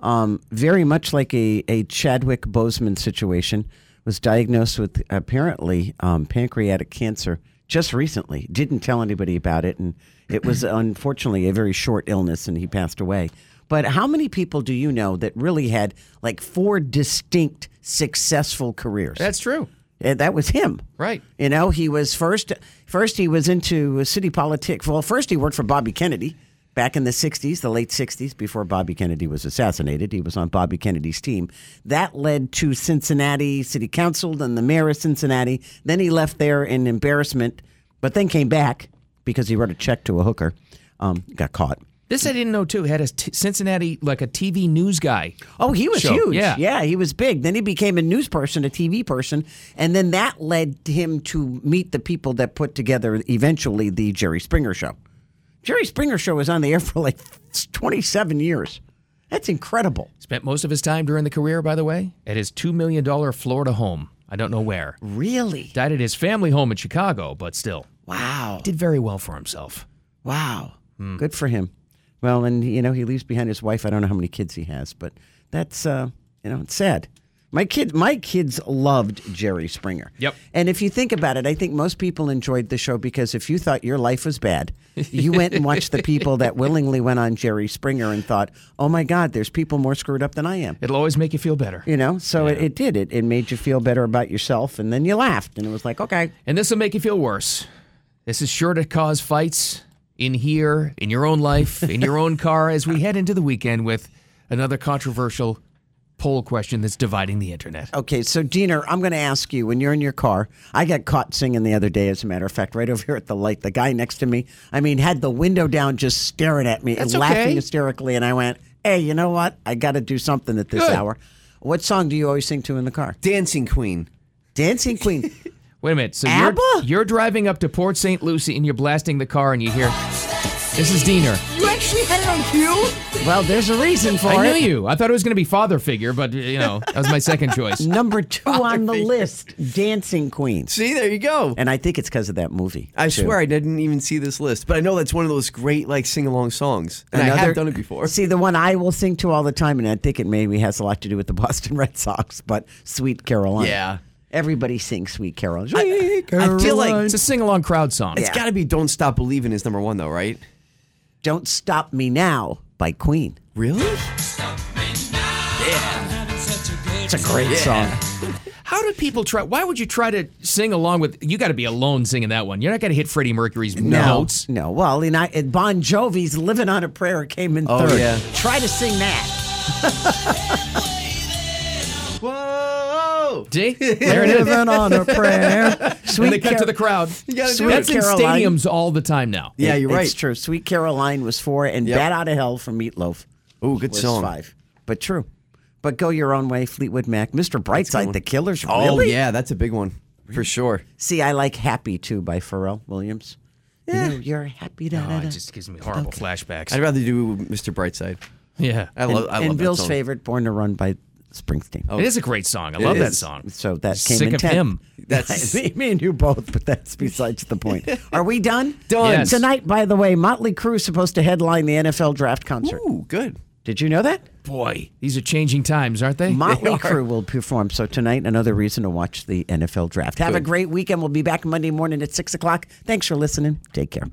Speaker 4: Um, very much like a, a Chadwick Boseman situation, was diagnosed with apparently um, pancreatic cancer just recently. Didn't tell anybody about it, and it was unfortunately a very short illness, and he passed away. But how many people do you know that really had like four distinct successful careers?
Speaker 3: That's true.
Speaker 4: Uh, That was him.
Speaker 3: Right.
Speaker 4: You know, he was first. First, he was into city politics. Well, first he worked for Bobby Kennedy back in the '60s, the late '60s, before Bobby Kennedy was assassinated. He was on Bobby Kennedy's team. That led to Cincinnati City Council, then the mayor of Cincinnati. Then he left there in embarrassment, but then came back because he wrote a check to a hooker. Um, got caught.
Speaker 3: This I didn't know too. Had a t- Cincinnati like a TV news guy.
Speaker 4: Oh, he was
Speaker 3: show.
Speaker 4: huge.
Speaker 3: Yeah.
Speaker 4: he was big. Then he became a news person, a TV person, and then that led him to meet the people that put together eventually the Jerry Springer show. Jerry Springer show was on the air for like 27 years. That's incredible.
Speaker 3: Spent most of his time during the career, by the way, at his two million dollar Florida home. I don't know where.
Speaker 4: Really?
Speaker 3: Died at his family home in Chicago, but still.
Speaker 4: Wow.
Speaker 3: Did very well for himself.
Speaker 4: Wow. Good for him. Well, and you know, he leaves behind his wife. I don't know how many kids he has, but that's uh, you know, it's sad. My kid my kids loved Jerry Springer.
Speaker 3: Yep.
Speaker 4: And if you think about it, I think most people enjoyed the show because if you thought your life was bad, you went and watched the people that willingly went on Jerry Springer and thought, "Oh my god, there's people more screwed up than I am."
Speaker 3: It'll always make you feel better.
Speaker 4: You know, so it, it did. It, it made you feel better about yourself, and then you laughed, and it was like, okay.
Speaker 3: And this will make you feel worse. This is sure to cause fights in here, in your own life, in your own car, as we head into the weekend with another controversial poll question that's dividing the internet.
Speaker 4: Okay, so Diener, I'm going to ask you when you're in your car. I got caught singing the other day, as a matter of fact, right over here at the light. The guy next to me, I mean, had the window down, just staring at me
Speaker 3: That's
Speaker 4: and
Speaker 3: okay.
Speaker 4: laughing hysterically. And I went, "Hey, you know what? I got to do something at this
Speaker 7: Good.
Speaker 4: hour." What song do you always sing to in the car?
Speaker 7: Dancing Queen.
Speaker 4: Dancing Queen.
Speaker 3: Wait a minute. So You're,
Speaker 4: ABBA?
Speaker 3: you're driving up to Port St. Lucie and you're blasting the car and you hear, This is Diener.
Speaker 4: you actually had it on cue. Well, there's a reason for
Speaker 3: I
Speaker 4: it.
Speaker 3: knew you. I thought it was going to be father figure, but, you know, that was my second choice.
Speaker 4: [laughs] Number two on the list, Dancing Queen.
Speaker 7: See, there you go.
Speaker 4: And I think it's because of that movie.
Speaker 7: I
Speaker 4: too.
Speaker 7: swear I didn't even see this list, but I know that's one of those great like sing along songs, and I
Speaker 4: Another-
Speaker 7: have done it before.
Speaker 4: [laughs] See, the one I will sing to all the time, and I think it maybe has a lot to do with the [laughs] Boston Red Sox, but Sweet Caroline.
Speaker 7: Yeah.
Speaker 4: Everybody sings Sweet Caroline.
Speaker 7: I- I feel like-
Speaker 3: it's a sing along crowd song.
Speaker 7: It's got to be "Don't Stop Believing" is number one though, right?
Speaker 4: Don't Stop Me Now by Queen.
Speaker 7: Really?
Speaker 4: It's a great song.
Speaker 3: How do people try? Why would you try to sing along with? You got to be alone singing that one. You're not going to hit Freddie Mercury's notes.
Speaker 4: No. Well, and I, and Bon Jovi's Living on a Prayer came in
Speaker 7: Oh,
Speaker 4: third.
Speaker 7: yeah.
Speaker 4: Try to sing that.
Speaker 7: Whoa!
Speaker 4: [laughs]
Speaker 3: See, there it is.
Speaker 4: Living on a Prayer. Sweet
Speaker 3: [laughs] and they cut to
Speaker 4: Car-
Speaker 3: the crowd.
Speaker 7: gotta do
Speaker 3: That's
Speaker 4: it.
Speaker 3: in
Speaker 4: Caroline.
Speaker 3: stadiums all the time now.
Speaker 7: Yeah, you're right.
Speaker 4: It's true. Sweet Caroline was four, and
Speaker 7: Yep.
Speaker 4: Bad Out of Hell from Meatloaf.
Speaker 7: Ooh, good
Speaker 4: was
Speaker 7: song.
Speaker 4: Five, but true. But go your own way, Fleetwood Mac, Mr. Brightside, The Killers.
Speaker 7: Oh
Speaker 4: really?
Speaker 7: yeah, that's a big one for sure.
Speaker 4: See, I like Happy too by Pharrell Williams. Yeah. You are happy. Da, da,
Speaker 3: Oh,
Speaker 4: da.
Speaker 3: it just gives me horrible flashbacks.
Speaker 7: I'd rather do Mr. Brightside.
Speaker 3: yeah,
Speaker 7: I
Speaker 4: and
Speaker 7: love. I love
Speaker 4: and
Speaker 7: that
Speaker 4: Bill's
Speaker 7: song. Oh.
Speaker 4: favorite, Born to Run by Springsteen.
Speaker 3: it is a great song. I love that
Speaker 7: is.
Speaker 3: song.
Speaker 4: So that came
Speaker 3: Sick
Speaker 4: in
Speaker 3: of
Speaker 4: 10th. [laughs]
Speaker 3: him.
Speaker 7: [laughs] That's-
Speaker 4: me, me and you both, but that's besides the point. Are we done?
Speaker 7: Done.
Speaker 3: Yes.
Speaker 4: Tonight, by the way, Motley Crue supposed to headline the NFL draft concert.
Speaker 7: Ooh, good.
Speaker 4: Did you know
Speaker 7: [laughs]
Speaker 4: that?
Speaker 3: Boy, these are changing times, aren't they?
Speaker 4: Motley
Speaker 7: are.
Speaker 4: Crue will perform. So tonight, another reason to watch the NFL draft. Have a great weekend. We'll be back Monday morning at six o'clock. Thanks for listening. Take care.